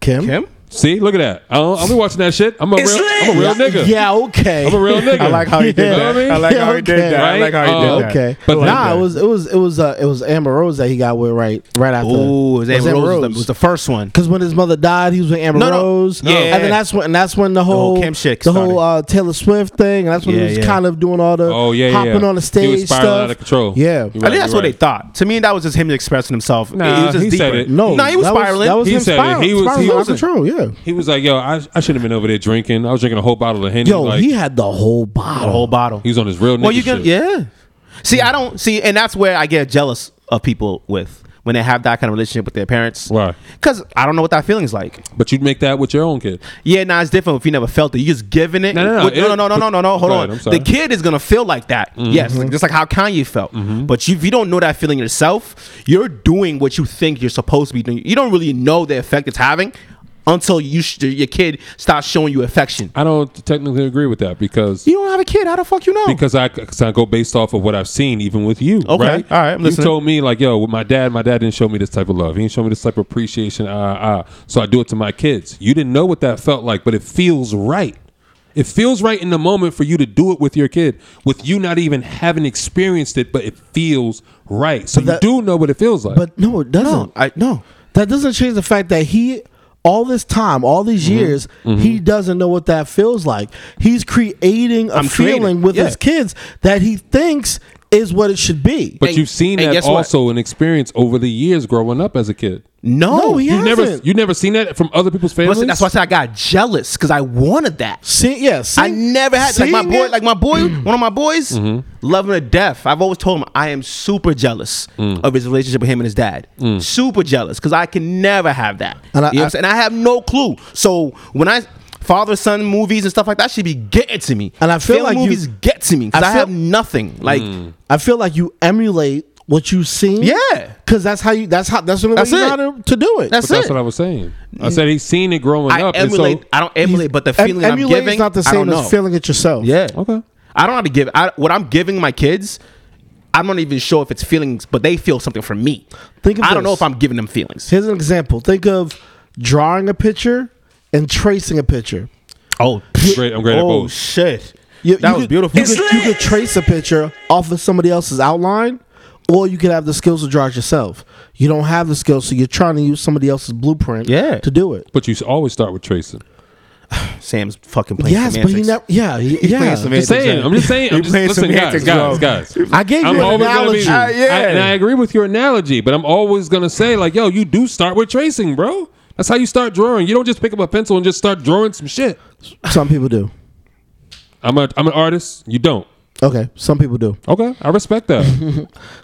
Speaker 6: Kim.
Speaker 2: him.
Speaker 1: See, look at that. I don't, I'll be watching that shit. I'm a real,
Speaker 3: It's
Speaker 1: I'm a
Speaker 3: lit.
Speaker 1: real nigga.
Speaker 6: Yeah. Okay.
Speaker 1: I'm a real nigga.
Speaker 2: I like how he did
Speaker 1: You know
Speaker 2: that.
Speaker 1: what I mean?
Speaker 2: I like how he
Speaker 6: Yeah, Oh,
Speaker 2: did that. I
Speaker 1: okay.
Speaker 2: like how he did
Speaker 1: Right?
Speaker 2: that.
Speaker 6: Okay,
Speaker 1: But like
Speaker 6: nah,
Speaker 1: that.
Speaker 6: it was it was it was uh, it was Amber Rose that he got with right right after.
Speaker 2: Ooh, it was Amber Rose, was the- was the first one.
Speaker 6: Because when his mother died, he was with Amber
Speaker 2: No, no.
Speaker 6: Rose.
Speaker 2: No.
Speaker 6: and then that's when and that's when the
Speaker 2: whole
Speaker 6: whole
Speaker 2: Kim shit
Speaker 6: the whole uh, Taylor Swift thing. And that's when
Speaker 2: Yeah,
Speaker 6: he was
Speaker 2: yeah.
Speaker 6: kind of doing all the
Speaker 1: Oh yeah, yeah,
Speaker 6: hopping
Speaker 1: yeah.
Speaker 6: on the
Speaker 1: He
Speaker 6: stage
Speaker 1: was spiraling
Speaker 6: stuff.
Speaker 1: out of control.
Speaker 6: Yeah,
Speaker 2: I think that's what they thought. To me, that was just him expressing himself.
Speaker 1: Nah,
Speaker 2: it was just
Speaker 1: he
Speaker 2: deeper.
Speaker 1: said it.
Speaker 6: No,
Speaker 2: no, he was
Speaker 6: that
Speaker 2: spiraling.
Speaker 6: that was
Speaker 1: He
Speaker 6: him
Speaker 1: said it.
Speaker 6: spiraling.
Speaker 1: He was-
Speaker 6: spiraling
Speaker 1: he
Speaker 6: out of
Speaker 1: wasn't.
Speaker 6: control. Yeah.
Speaker 1: He was like, "Yo, I, I shouldn't have been over there drinking. I was drinking a whole bottle of Henny.
Speaker 6: Yo,
Speaker 1: like,
Speaker 6: he had the whole bottle.
Speaker 2: the whole bottle.
Speaker 1: he was on his real. Nigga
Speaker 2: well, you can,
Speaker 1: shit.
Speaker 2: yeah. See, I don't see, and that's where I get jealous of people with when they have that kind of relationship with their parents.
Speaker 1: Why?
Speaker 2: Because I don't know what that feeling's like.
Speaker 1: But you'd make that with your own kid.
Speaker 2: Yeah, nah, it's different if you never felt it. You just giving it.
Speaker 1: No, no, no.
Speaker 2: With- no,
Speaker 1: It-
Speaker 2: no, no, no, no, no. Hold
Speaker 1: Go ahead,
Speaker 2: on.
Speaker 1: I'm sorry. Mm-hmm.
Speaker 2: The kid is gonna feel like that. Yes, like- just like how Kanye felt. But you, if you don't know that feeling yourself, you're doing what you think you're supposed to be doing. You don't really know the effect it's having until you sh- your kid starts showing you affection.
Speaker 1: I don't technically agree with that because
Speaker 2: You don't have a kid. How the fuck you know?
Speaker 1: because I because I go based off of what I've seen, even with you.
Speaker 2: Okay,
Speaker 1: right?
Speaker 2: all right, I'm listening.
Speaker 1: You told me like, yo, with my dad, my dad didn't show me this type of love. He didn't show me this type of appreciation. Ah, ah. So I do it to my kids. You didn't know what that felt like, but it feels right. It feels right in the moment for you to do it with your kid, with you not even having experienced it, but it feels right. So
Speaker 6: that-
Speaker 1: you do know what it feels like.
Speaker 6: But no, it doesn't.
Speaker 2: no, I no.
Speaker 6: that doesn't change the fact that he all this time all these years he doesn't know what that feels like he's creating a
Speaker 2: I'm
Speaker 6: feeling
Speaker 2: creating,
Speaker 6: with
Speaker 2: yeah.
Speaker 6: his kids that he thinks is what it should be
Speaker 1: But
Speaker 2: And-
Speaker 1: you've seen
Speaker 2: and
Speaker 1: that
Speaker 2: guess what?
Speaker 1: also and experienced over the years growing up as a kid.
Speaker 2: No,
Speaker 6: No, he
Speaker 1: You
Speaker 6: hasn't.
Speaker 1: never you never seen that from other people's families.
Speaker 2: Listen, that's why I said I got jealous because I wanted that.
Speaker 6: See, yeah, see, Mm.
Speaker 2: I never had like my
Speaker 6: seeing
Speaker 2: boy,
Speaker 6: it-
Speaker 2: like my boy, one of my boys, loving to death. I've always told him I am super jealous of his relationship with him and his dad. Super jealous because I can never have that.
Speaker 6: And I-
Speaker 2: you know what I'm saying? And I have no clue. So when I father son movies and stuff like that should be getting to me.
Speaker 6: And I feel
Speaker 2: Film
Speaker 6: like you-
Speaker 2: movies get to me because
Speaker 6: I
Speaker 2: I,
Speaker 6: feel-
Speaker 2: have nothing. Like
Speaker 6: I feel like you emulate what you've seen.
Speaker 2: Yeah.
Speaker 6: because that's how you. That's how. That's the only
Speaker 2: That's
Speaker 6: way you
Speaker 2: it.
Speaker 6: know how to, to do it.
Speaker 2: that's
Speaker 1: But that's
Speaker 2: it.
Speaker 1: what I was saying. I said he's seen it growing
Speaker 2: I
Speaker 1: up. and so-
Speaker 2: emulate. I don't emulate, but the
Speaker 6: Em-
Speaker 2: feeling I'm
Speaker 6: emulate
Speaker 2: giving
Speaker 6: is not the
Speaker 2: I don't
Speaker 6: same
Speaker 2: know.
Speaker 6: as feeling it yourself.
Speaker 2: Yeah.
Speaker 1: Okay.
Speaker 2: I don't have to give. I, what I'm giving my kids, I'm not even sure if it's feelings, but they feel something from me.
Speaker 6: Think of
Speaker 2: I don't know
Speaker 6: this.
Speaker 2: if I'm giving them feelings.
Speaker 6: Here's an example. Think of drawing a picture and tracing a picture.
Speaker 2: Oh,
Speaker 1: great- I'm great at
Speaker 2: oh
Speaker 1: both.
Speaker 2: shit.
Speaker 6: You,
Speaker 2: that
Speaker 6: you
Speaker 2: was
Speaker 6: could-
Speaker 2: beautiful.
Speaker 6: You could, you could trace a picture off of somebody else's outline, or you could have the skills to draw it yourself. You don't have the skills, so you're trying to use somebody else's blueprint
Speaker 2: Yeah.
Speaker 6: to do it.
Speaker 1: But you s- always start with tracing.
Speaker 2: Sam's fucking playing.
Speaker 6: Yes, but he
Speaker 2: semantics.
Speaker 6: never. Yeah, he- yeah.
Speaker 1: Just
Speaker 2: semantics.
Speaker 1: saying. I'm just saying. I'm just
Speaker 2: playing
Speaker 1: listen, guys,
Speaker 2: semantics,
Speaker 1: guys,
Speaker 2: bro.
Speaker 1: guys.
Speaker 6: I gave
Speaker 1: I'm
Speaker 6: you an
Speaker 1: always gonna be,
Speaker 6: analogy. Uh,
Speaker 2: Ah, yeah.
Speaker 1: I- and I agree with your analogy, but I'm always gonna say like, yo, you do start with tracing, bro. That's how you start drawing. You don't just pick up a pencil and just start drawing some shit.
Speaker 6: Some people do.
Speaker 1: I'm a I'm an artist. You don't.
Speaker 6: Okay, some people do.
Speaker 1: Okay, I respect that.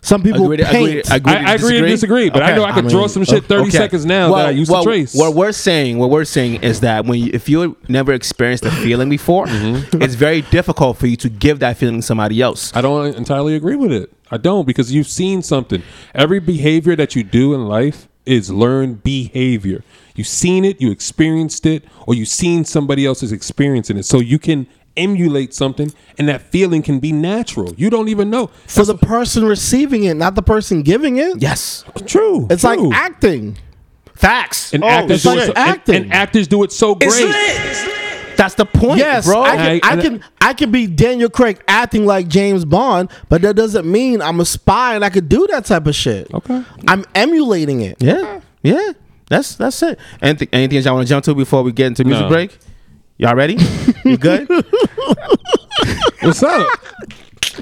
Speaker 6: Some people
Speaker 2: Agree to-
Speaker 6: paint.
Speaker 2: agree to-
Speaker 1: I, I agree and disagree, but I
Speaker 2: Okay.
Speaker 1: know I could
Speaker 6: I
Speaker 1: draw
Speaker 6: mean,
Speaker 1: some shit 30
Speaker 2: Okay.
Speaker 1: seconds now that I used
Speaker 2: well,
Speaker 1: to trace.
Speaker 2: What we're saying, what we're saying is that when you, if you never experienced the feeling before,
Speaker 1: Mm-hmm.
Speaker 2: it's very difficult for you to give that feeling to somebody else.
Speaker 1: I don't entirely agree with it. I don't because you've seen something. Every behavior that you do in life is learned behavior. You've seen it, you experienced it, or you've seen somebody else's experiencing it. So you can emulate something, and that feeling can be natural. You don't even know.
Speaker 6: for the person receiving it, not the person giving it.
Speaker 2: Yes,
Speaker 1: True.
Speaker 6: it's
Speaker 1: true.
Speaker 6: like acting.
Speaker 2: facts.
Speaker 1: and
Speaker 2: Oh,
Speaker 1: actors
Speaker 6: it's
Speaker 1: do
Speaker 6: like
Speaker 1: it. So,
Speaker 6: acting.
Speaker 1: acting. And, and actors do it so great.
Speaker 3: It's lit.
Speaker 2: that's the point,
Speaker 6: Yes,
Speaker 2: bro.
Speaker 6: I can,
Speaker 1: I-
Speaker 6: I,
Speaker 1: and-
Speaker 6: can I can be Daniel Craig acting like James Bond, but that doesn't mean I'm a spy and I could do that type of shit.
Speaker 1: Okay.
Speaker 6: I'm emulating it.
Speaker 2: Yeah, yeah. That's that's it. Anything, anything y'all want to jump to before we get into music
Speaker 1: No.
Speaker 2: break? Y'all ready? you good?
Speaker 1: What's up?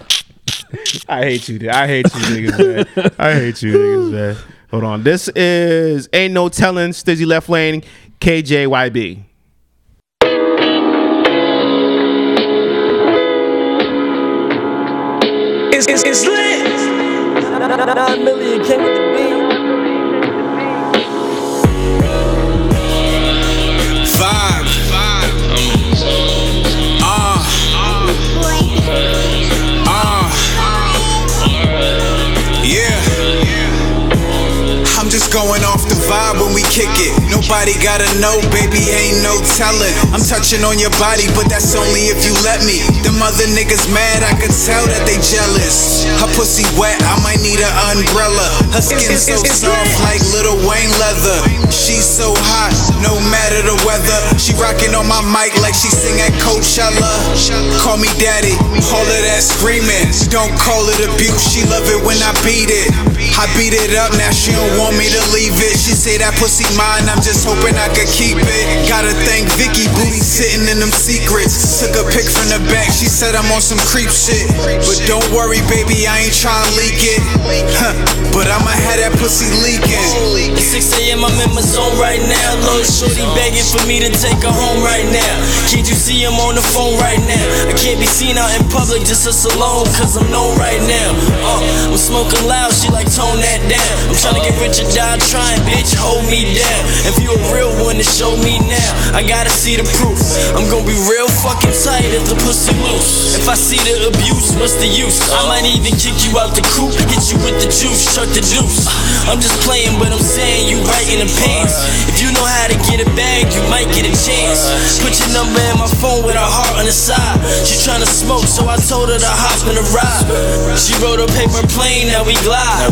Speaker 2: I hate you. dude. I hate you, niggas. Man. I hate you, niggas. Man. Hold on. This is ain't no telling. Stizzy left lane. KJYB.
Speaker 3: It's, it's, it's lit.
Speaker 7: Nine million came with the beat.
Speaker 8: vibe. Ah. Ah. Yeah. I'm just going off the vibe when we kick it. Nobody gotta know, baby, ain't no telling. I'm touching on your body, but that's only if you let me. Them other niggas mad, I can tell that they jealous. Her pussy wet, I might need an umbrella. Her skin so soft, like little Wayne leather. She's so hot, no matter the weather. She rocking on my mic like she sing at Coachella. Call me daddy, all of that screaming. Don't call it abuse, she love it when I beat it. I beat it up, now she don't want me to leave it. She say that pussy mine, I'm just hoping I could keep it. Gotta thank Vicky, booty sitting in them secrets. Took a pic from the back, she said I'm on some creep shit. But don't worry, baby, I ain't tryna leak it. Huh, but I'ma have that pussy leaking.
Speaker 9: It's 6 a.m. I'm in my zone right now. Lil Shorty begging for me to take her home right now. Can't you see I'm on the phone right now? I can't be seen out in public, just us alone, cause I'm known right now. Uh, I'm smoking loud, she like tone that down. I'm tryna get rich or die trying, bitch, hold me down. If you a real one, then show me now. I gotta see the proof. I'm gonna be real fucking tight if the pussy loose. If I see the abuse, what's the use? I might even kick you out the coop, hit you with the juice, chuck the deuce. I'm just playing, but I'm saying you right in the pants. If you know how to get a bag, you might get a chance. Put your number in my phone with her heart on the side. She tryna smoke, so I told her to hop in a ride. She rode a paper plane, now we glide.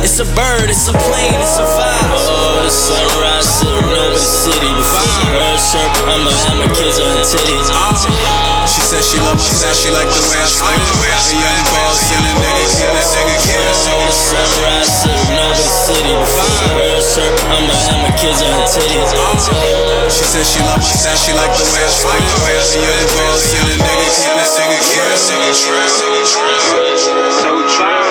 Speaker 9: It's a bird, it's a plane, it's a vibe. Oh, the sunrise, sitting over the city. Before she heard circle, I'ma have my kids on her titties.
Speaker 8: She said she love me, said she like the way I slay. A young boss and a nigga, get that nigga
Speaker 9: the
Speaker 8: kiss.
Speaker 9: sunrise, sitting over the city. Before she heard circle, I'ma have my kids on her titties.
Speaker 8: She said she love me, said she like the way I slay. A young boss and a nigga, get that nigga kiss.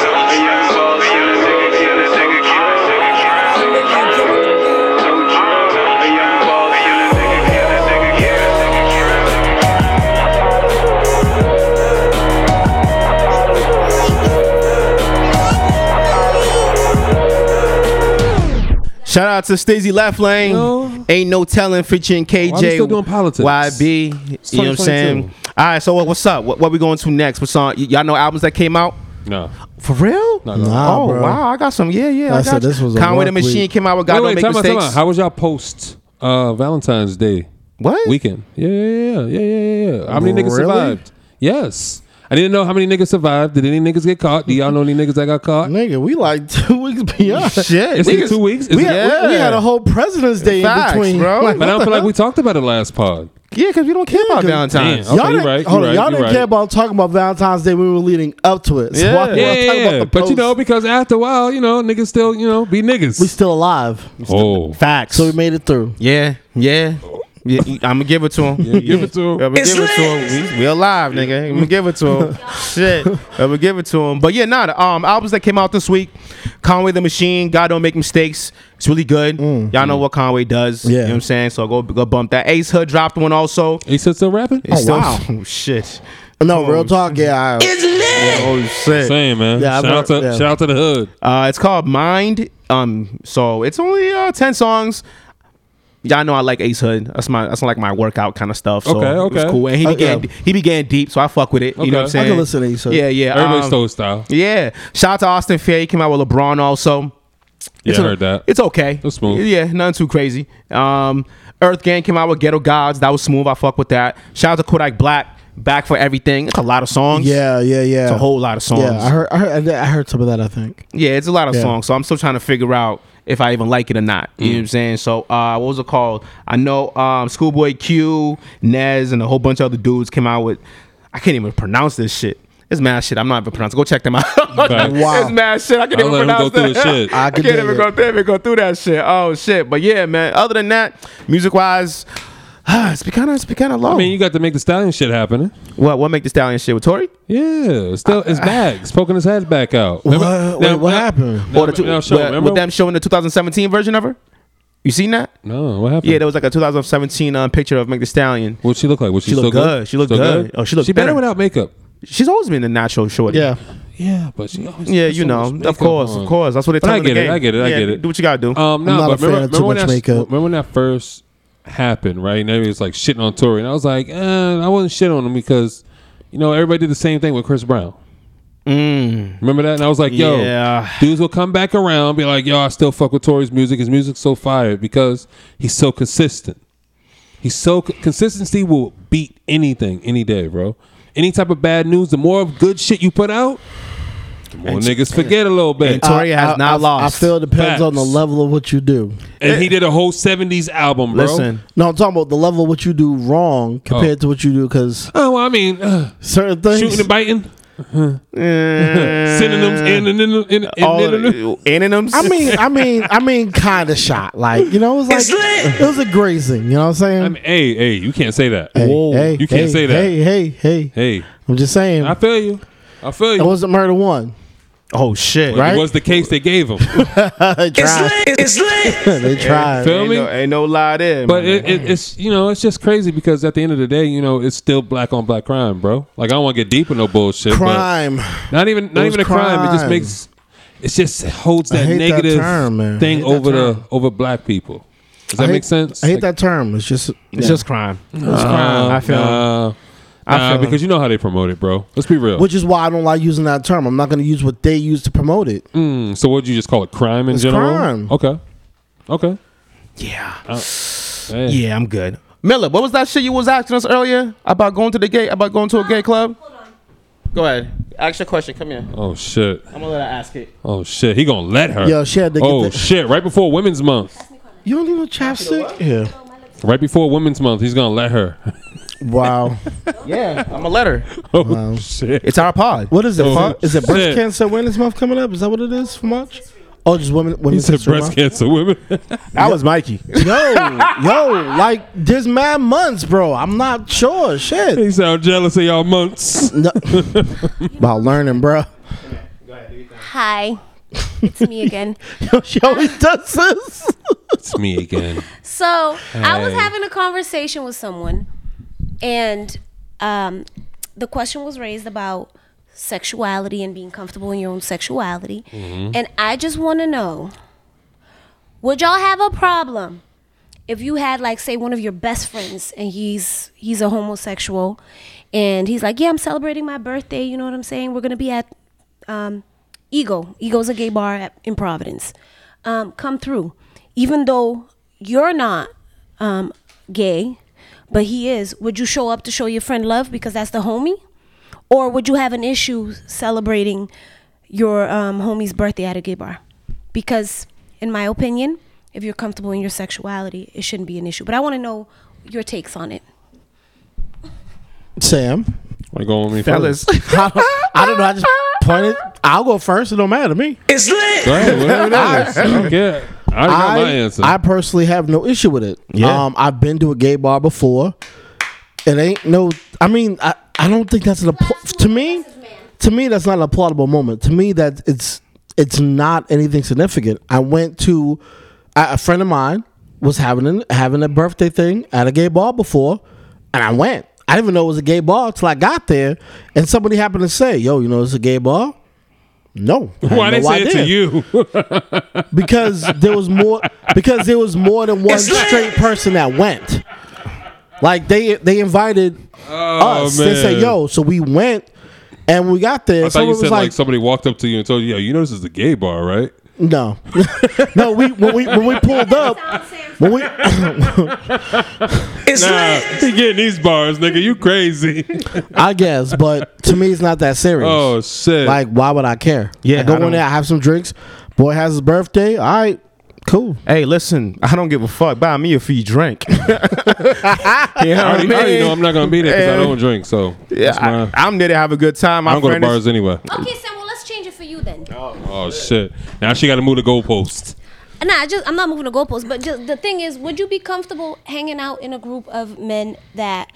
Speaker 2: Shout out to Stizzy Left Lane.
Speaker 1: No.
Speaker 2: Ain't no telling featuring KJ.
Speaker 1: we still doing politics?
Speaker 2: YB. You know what I'm saying?
Speaker 1: 2022.
Speaker 2: All right. So what, what's up? What, what we going to next? What song? Y- y'all know albums that came out
Speaker 1: No.
Speaker 2: for real?
Speaker 1: no.
Speaker 6: Nah,
Speaker 2: oh
Speaker 6: bro.
Speaker 2: wow, I got some. Yeah, yeah. I,
Speaker 6: I
Speaker 2: got
Speaker 6: said
Speaker 2: you.
Speaker 6: this was a
Speaker 2: Conway the
Speaker 6: work
Speaker 2: Machine
Speaker 6: week.
Speaker 2: came out with God
Speaker 1: wait, wait,
Speaker 2: Don't
Speaker 1: time out,
Speaker 2: Make
Speaker 1: time out.
Speaker 2: Mistakes.
Speaker 1: How was y'all post uh, Valentine's Day
Speaker 2: What?
Speaker 1: weekend? Yeah, yeah, yeah, yeah, yeah, yeah. yeah. How many niggas
Speaker 6: Really?
Speaker 1: survived? Yes. I didn't know how many niggas survived. Did any niggas get caught? Do y'all know any niggas that got caught?
Speaker 6: Nigga, we like two weeks beyond.
Speaker 2: Shit.
Speaker 1: It's
Speaker 2: niggas-
Speaker 1: been two weeks. It's
Speaker 6: We,
Speaker 1: been-
Speaker 6: had, we- we had a whole President's Day
Speaker 2: Facts,
Speaker 6: in between,
Speaker 2: bro.
Speaker 1: but I don't feel like we talked about it last pod.
Speaker 2: Yeah, because we don't care about
Speaker 6: 'cause-
Speaker 2: Valentine's.
Speaker 1: Damn. Okay, you
Speaker 6: y'all didn't,
Speaker 1: right, you
Speaker 6: hold on,
Speaker 1: right,
Speaker 6: y'all
Speaker 1: you
Speaker 6: didn't
Speaker 1: right.
Speaker 6: care about talking about Valentine's Day. We were leading up to it. So
Speaker 2: Yeah.
Speaker 6: why do we
Speaker 1: Yeah,
Speaker 6: wanna
Speaker 1: yeah,
Speaker 6: talk about
Speaker 1: yeah.
Speaker 6: the
Speaker 1: but you
Speaker 6: post?
Speaker 1: know, because after a while, you know, niggas still, you know, be niggas.
Speaker 6: we still alive,
Speaker 1: oh,
Speaker 2: Facts.
Speaker 6: so we made it through.
Speaker 2: yeah, yeah. yeah I'm gonna give it to him.
Speaker 1: give it to
Speaker 2: I'm
Speaker 1: him.
Speaker 2: gonna
Speaker 3: It's
Speaker 2: give it to him. We, we alive, nigga. I'm gonna give it to him. Shit. I'm gonna give it to him. But yeah, nah, the um, albums that came out this week Conway the Machine, God Don't Make Mistakes. It's really good. Y'all know what Conway does. You
Speaker 6: Mm. Yeah. Oh,
Speaker 2: know what I'm saying? So go, go bump that. Ace Hood dropped one also.
Speaker 1: He said still rapping.
Speaker 2: It's still-
Speaker 6: wow.
Speaker 2: shit.
Speaker 6: No, real talk. Yeah, I,
Speaker 3: It's lit.
Speaker 2: Oh, shit.
Speaker 1: Same man.
Speaker 6: Yeah, I've
Speaker 1: shout out to
Speaker 6: heard- yeah.
Speaker 1: shout out to the hood.
Speaker 2: Uh, it's called Mind. Um, so it's only uh, ten songs. Y'all know I like Ace Hood. That's my that's like my workout kind of stuff. So
Speaker 1: Okay,
Speaker 2: it was
Speaker 1: okay.
Speaker 2: cool. And he
Speaker 6: Okay.
Speaker 2: began he began deep, so I fuck with it. You know what I'm
Speaker 1: Okay.
Speaker 2: saying?
Speaker 1: I
Speaker 6: Uh, can listen to Ace Hood.
Speaker 2: Yeah, yeah.
Speaker 1: Everybody's
Speaker 2: um,
Speaker 1: stole style.
Speaker 2: Yeah. Shout out to Austin Fair. He came out with LeBron also.
Speaker 1: Yeah,
Speaker 2: It's
Speaker 1: I
Speaker 2: o-
Speaker 1: heard that.
Speaker 2: It's okay.
Speaker 1: was smooth.
Speaker 2: Yeah, nothing too crazy. Um, Earth Gang came out with Ghetto Gods. That was smooth. I fuck with that. Shout out to Kodak Black. Back for everything. It's a lot of songs.
Speaker 6: yeah, yeah, yeah.
Speaker 2: It's a whole lot of songs.
Speaker 6: Yeah, I heard, I heard, I heard some of that. I think.
Speaker 2: Yeah, it's a lot of
Speaker 6: Yeah.
Speaker 2: songs, so I'm still trying to figure out if I even like it or not. You know
Speaker 1: Mm.
Speaker 2: what I'm saying? So, uh, what was it called? I know um, Schoolboy Q, Nez, and a whole bunch of other dudes came out with. I can't even pronounce this shit. It's mad shit. I'm not even pronouncing. Go check them out.
Speaker 1: Wow.
Speaker 2: It's mad shit. I can't
Speaker 1: I'll
Speaker 2: even
Speaker 1: let 'em go
Speaker 2: pronounce
Speaker 1: through
Speaker 2: that.
Speaker 1: the shit.
Speaker 6: I
Speaker 2: I
Speaker 6: can
Speaker 2: can't
Speaker 6: dig
Speaker 2: even
Speaker 6: it.
Speaker 2: go through, even go through that shit. Oh shit. But yeah, man. Other than that, music wise, it's been kind of it's been kind of low.
Speaker 1: I mean, you got to make the stallion shit happen. eh?
Speaker 2: what what make the stallion shit with Tory?
Speaker 1: Yeah, it's still it's back. It's poking his head back out.
Speaker 6: What- wait, what happened?
Speaker 1: Now,
Speaker 2: or the two,
Speaker 1: now show,
Speaker 2: with-
Speaker 1: remember?
Speaker 2: with them showing the 2017 version of her? You seen that?
Speaker 1: no, what happened?
Speaker 2: Yeah, there was like a 2017 um, picture of Meg the Stallion.
Speaker 1: What she look like? Was she,
Speaker 2: She
Speaker 1: still
Speaker 2: look good. She look
Speaker 1: Still
Speaker 2: good. Oh, she look
Speaker 1: she better
Speaker 2: better.
Speaker 1: without makeup.
Speaker 2: She's always been a natural shorty.
Speaker 6: Yeah.
Speaker 1: Yeah, but she always
Speaker 2: Yeah,
Speaker 1: puts
Speaker 2: you
Speaker 1: so much
Speaker 2: know, of
Speaker 1: makeup
Speaker 2: course,
Speaker 1: on.
Speaker 2: of course. That's what they
Speaker 1: But
Speaker 2: tell
Speaker 1: I
Speaker 2: in the
Speaker 1: get it,
Speaker 2: game.
Speaker 1: I get it, I
Speaker 2: Yeah,
Speaker 1: get it.
Speaker 2: Do what you gotta do.
Speaker 1: Um, no,
Speaker 6: not a
Speaker 1: but
Speaker 6: fan
Speaker 1: remember,
Speaker 6: of too
Speaker 1: remember when
Speaker 6: much
Speaker 1: that,
Speaker 6: makeup.
Speaker 1: remember when that first happened, right? And everybody was like shitting on Tory, and I was like, eh, I wasn't shit on him because you know everybody did the same thing with Chris Brown.
Speaker 6: Mm.
Speaker 1: Remember that? And I was like, yo,
Speaker 2: Yeah.
Speaker 1: dudes will come back around, and be like, yo, I still fuck with Tory's music. His music's so fire because he's so consistent. He's so consistency will beat anything any day, bro. Any type of bad news, the more of good shit you put out, the more niggas forget a little bit.
Speaker 2: and Tory has
Speaker 6: I,
Speaker 2: not
Speaker 6: I,
Speaker 2: lost.
Speaker 6: I feel it depends on the
Speaker 1: Facts.
Speaker 6: level of what you do.
Speaker 1: and he did a whole '70s album, bro.
Speaker 2: Listen,
Speaker 6: No, I'm talking about the level of what you do wrong compared
Speaker 1: Oh.
Speaker 6: to what you do because
Speaker 1: Oh, well, I mean, ugh,
Speaker 6: certain things.
Speaker 1: shooting and biting,
Speaker 6: Uh,
Speaker 2: eh,
Speaker 1: synonyms, and and and and
Speaker 2: all
Speaker 1: and
Speaker 2: anonyms.
Speaker 6: I mean, I mean, I mean, kind of shot. Like you know, it was like
Speaker 3: It's lit.
Speaker 6: it was a grazing. You know what I'm saying?
Speaker 1: I mean, hey, hey, you can't say that.
Speaker 6: hey,
Speaker 1: Whoa,
Speaker 6: hey,
Speaker 1: you can't
Speaker 6: hey,
Speaker 1: say that.
Speaker 6: Hey, hey, hey.
Speaker 1: Hey,
Speaker 6: I'm just saying,
Speaker 1: I feel you. I feel
Speaker 6: it
Speaker 1: you.
Speaker 6: wasn't murder one.
Speaker 2: oh shit!
Speaker 6: Right?
Speaker 1: It was the case they gave him,
Speaker 6: they tried.
Speaker 3: It's lit.
Speaker 6: they tried.
Speaker 1: feel
Speaker 2: Ain't
Speaker 1: me?
Speaker 2: no, ain't no lie there.
Speaker 1: but
Speaker 2: man.
Speaker 1: it, it, it's you know it's just crazy because at the end of the day, you know it's still black on black crime, bro. Like I don't want to get deep in no bullshit. but
Speaker 6: Crime.
Speaker 1: not even not
Speaker 6: was
Speaker 1: even a crime. It just
Speaker 6: crime.
Speaker 1: makes it just holds that
Speaker 6: hate that
Speaker 1: negative
Speaker 6: term, man. I
Speaker 1: thing
Speaker 6: hate that
Speaker 1: over the
Speaker 6: term.
Speaker 1: over black people. Does that
Speaker 6: I hate-
Speaker 1: make sense?
Speaker 6: I hate
Speaker 1: Like,
Speaker 6: that term. It's just
Speaker 2: it's
Speaker 6: yeah.
Speaker 2: just crime.
Speaker 1: it's crime.
Speaker 2: I feel him.
Speaker 1: Uh, Nah. Nah,
Speaker 2: feel him.
Speaker 1: because you know how they promote it, bro. Let's be real.
Speaker 6: which is why I don't like using that term. I'm not going to use what they use to promote it.
Speaker 1: Mm, so what'd you just call it? Crime in
Speaker 6: It's
Speaker 1: general?
Speaker 6: crime.
Speaker 1: Okay. Okay. Uh,
Speaker 2: Yeah,
Speaker 1: Hey.
Speaker 2: yeah, I'm good. Miller, what was that shit you was asking us earlier about going to the gay, about going to a gay club? Go ahead, ask your question. Come here. I'm
Speaker 1: Oh shit.
Speaker 2: gonna let her ask it.
Speaker 1: Oh shit. He gonna let her.
Speaker 6: Yo, she had to get
Speaker 1: oh
Speaker 6: the-
Speaker 1: shit. Right before Women's Month.
Speaker 6: You don't need no chapstick. Yeah.
Speaker 1: Right before Women's Month, he's gonna let her.
Speaker 6: Wow.
Speaker 2: Yeah, I'm gonna let her.
Speaker 1: oh shit.
Speaker 2: It's our pod.
Speaker 6: What is it? Mar- Is it breast
Speaker 1: Oh, shit.
Speaker 6: cancer awareness month coming up? Is that what it is for March? Oh, just women.
Speaker 1: He
Speaker 6: Women's
Speaker 1: said
Speaker 6: history
Speaker 1: breast
Speaker 6: month.
Speaker 1: cancer women.
Speaker 2: That was Mikey.
Speaker 6: Yo, yo, like there's mad months, bro. I'm not sure. Shit.
Speaker 1: he sound jealous of y'all months.
Speaker 6: No. About learning, bro.
Speaker 9: Hi. It's me again.
Speaker 6: Yo, she always does this.
Speaker 1: it's me again.
Speaker 9: So I was
Speaker 1: Hey.
Speaker 9: having a conversation with someone, and um, the question was raised about sexuality and being comfortable in your own sexuality. And I just want to know would y'all have a problem if you had like say one of your best friends and he's he's a homosexual and he's like yeah i'm celebrating my birthday you know what i'm saying we're gonna be at um, Ego. Ego's a gay bar at, in Providence. Um, come through. Even though you're not um, gay, but he is, would you show up to show your friend love because that's the homie? Or would you have an issue celebrating your um, homie's birthday at a gay bar? Because, in my opinion, if you're comfortable in your sexuality, it shouldn't be an issue. But I want to know your takes on it.
Speaker 6: Sam,
Speaker 1: Wanna go with me
Speaker 2: Fellas,
Speaker 1: first?
Speaker 6: I don't, I don't know. I just pointed. I'll go first. It don't matter to me.
Speaker 3: It's lit.
Speaker 1: Go ahead, whatever it is. I don't care. I already got my answer.
Speaker 6: I personally have no issue with it.
Speaker 2: Yeah.
Speaker 6: Um, I've been to a gay bar before. It ain't no. I mean, I, I don't think that's an appla- to me. To me, that's not an applaudable moment. To me, that it's it's not anything significant. I went to a, a friend of mine was having an, having a birthday thing at a gay bar before, and I went. I didn't even know it was a gay bar till I got there, and somebody happened to say, "Yo, you know, it's a gay bar." No, I had
Speaker 1: Why they
Speaker 6: no
Speaker 1: say it to
Speaker 6: idea
Speaker 1: you?
Speaker 6: because there was more because there was more than one
Speaker 3: It's lit.
Speaker 6: straight person that went. Like they they invited
Speaker 1: Oh,
Speaker 6: us. They said,
Speaker 1: man.
Speaker 6: "Yo," so we went, and we got there.
Speaker 1: I thought
Speaker 6: Someone
Speaker 1: you
Speaker 6: was
Speaker 1: said like,
Speaker 6: like,
Speaker 1: somebody walked up to you and told you, "Yo, you know this is a gay bar, right?"
Speaker 6: "No, no." We when we when we pulled up, when we
Speaker 3: It's
Speaker 1: Nah,
Speaker 3: lit.
Speaker 1: he getting these bars, nigga. You crazy?
Speaker 6: I guess, but to me, it's not that serious.
Speaker 1: oh shit!
Speaker 6: Like, why would I care?
Speaker 2: Yeah,
Speaker 6: I go
Speaker 2: I don't-
Speaker 6: in there, I have some drinks. Boy has his birthday. All right, Cool.
Speaker 2: Hey, listen, I don't give a fuck. Buy me a free drink. you know
Speaker 1: I already, I already know I'm not gonna be there because I
Speaker 2: Yeah.
Speaker 1: don't drink. So that's my-
Speaker 2: Yeah, I, am there to have a good time. My
Speaker 1: I don't go to
Speaker 2: friend is-
Speaker 1: bars anyway.
Speaker 9: Okay, Sam. Well, let's change it for you then.
Speaker 1: Oh shit! Now she got to move the goalpost.
Speaker 9: Nah, I just I'm not moving the goalposts. But just, the thing is, would you be comfortable hanging out in a group of men that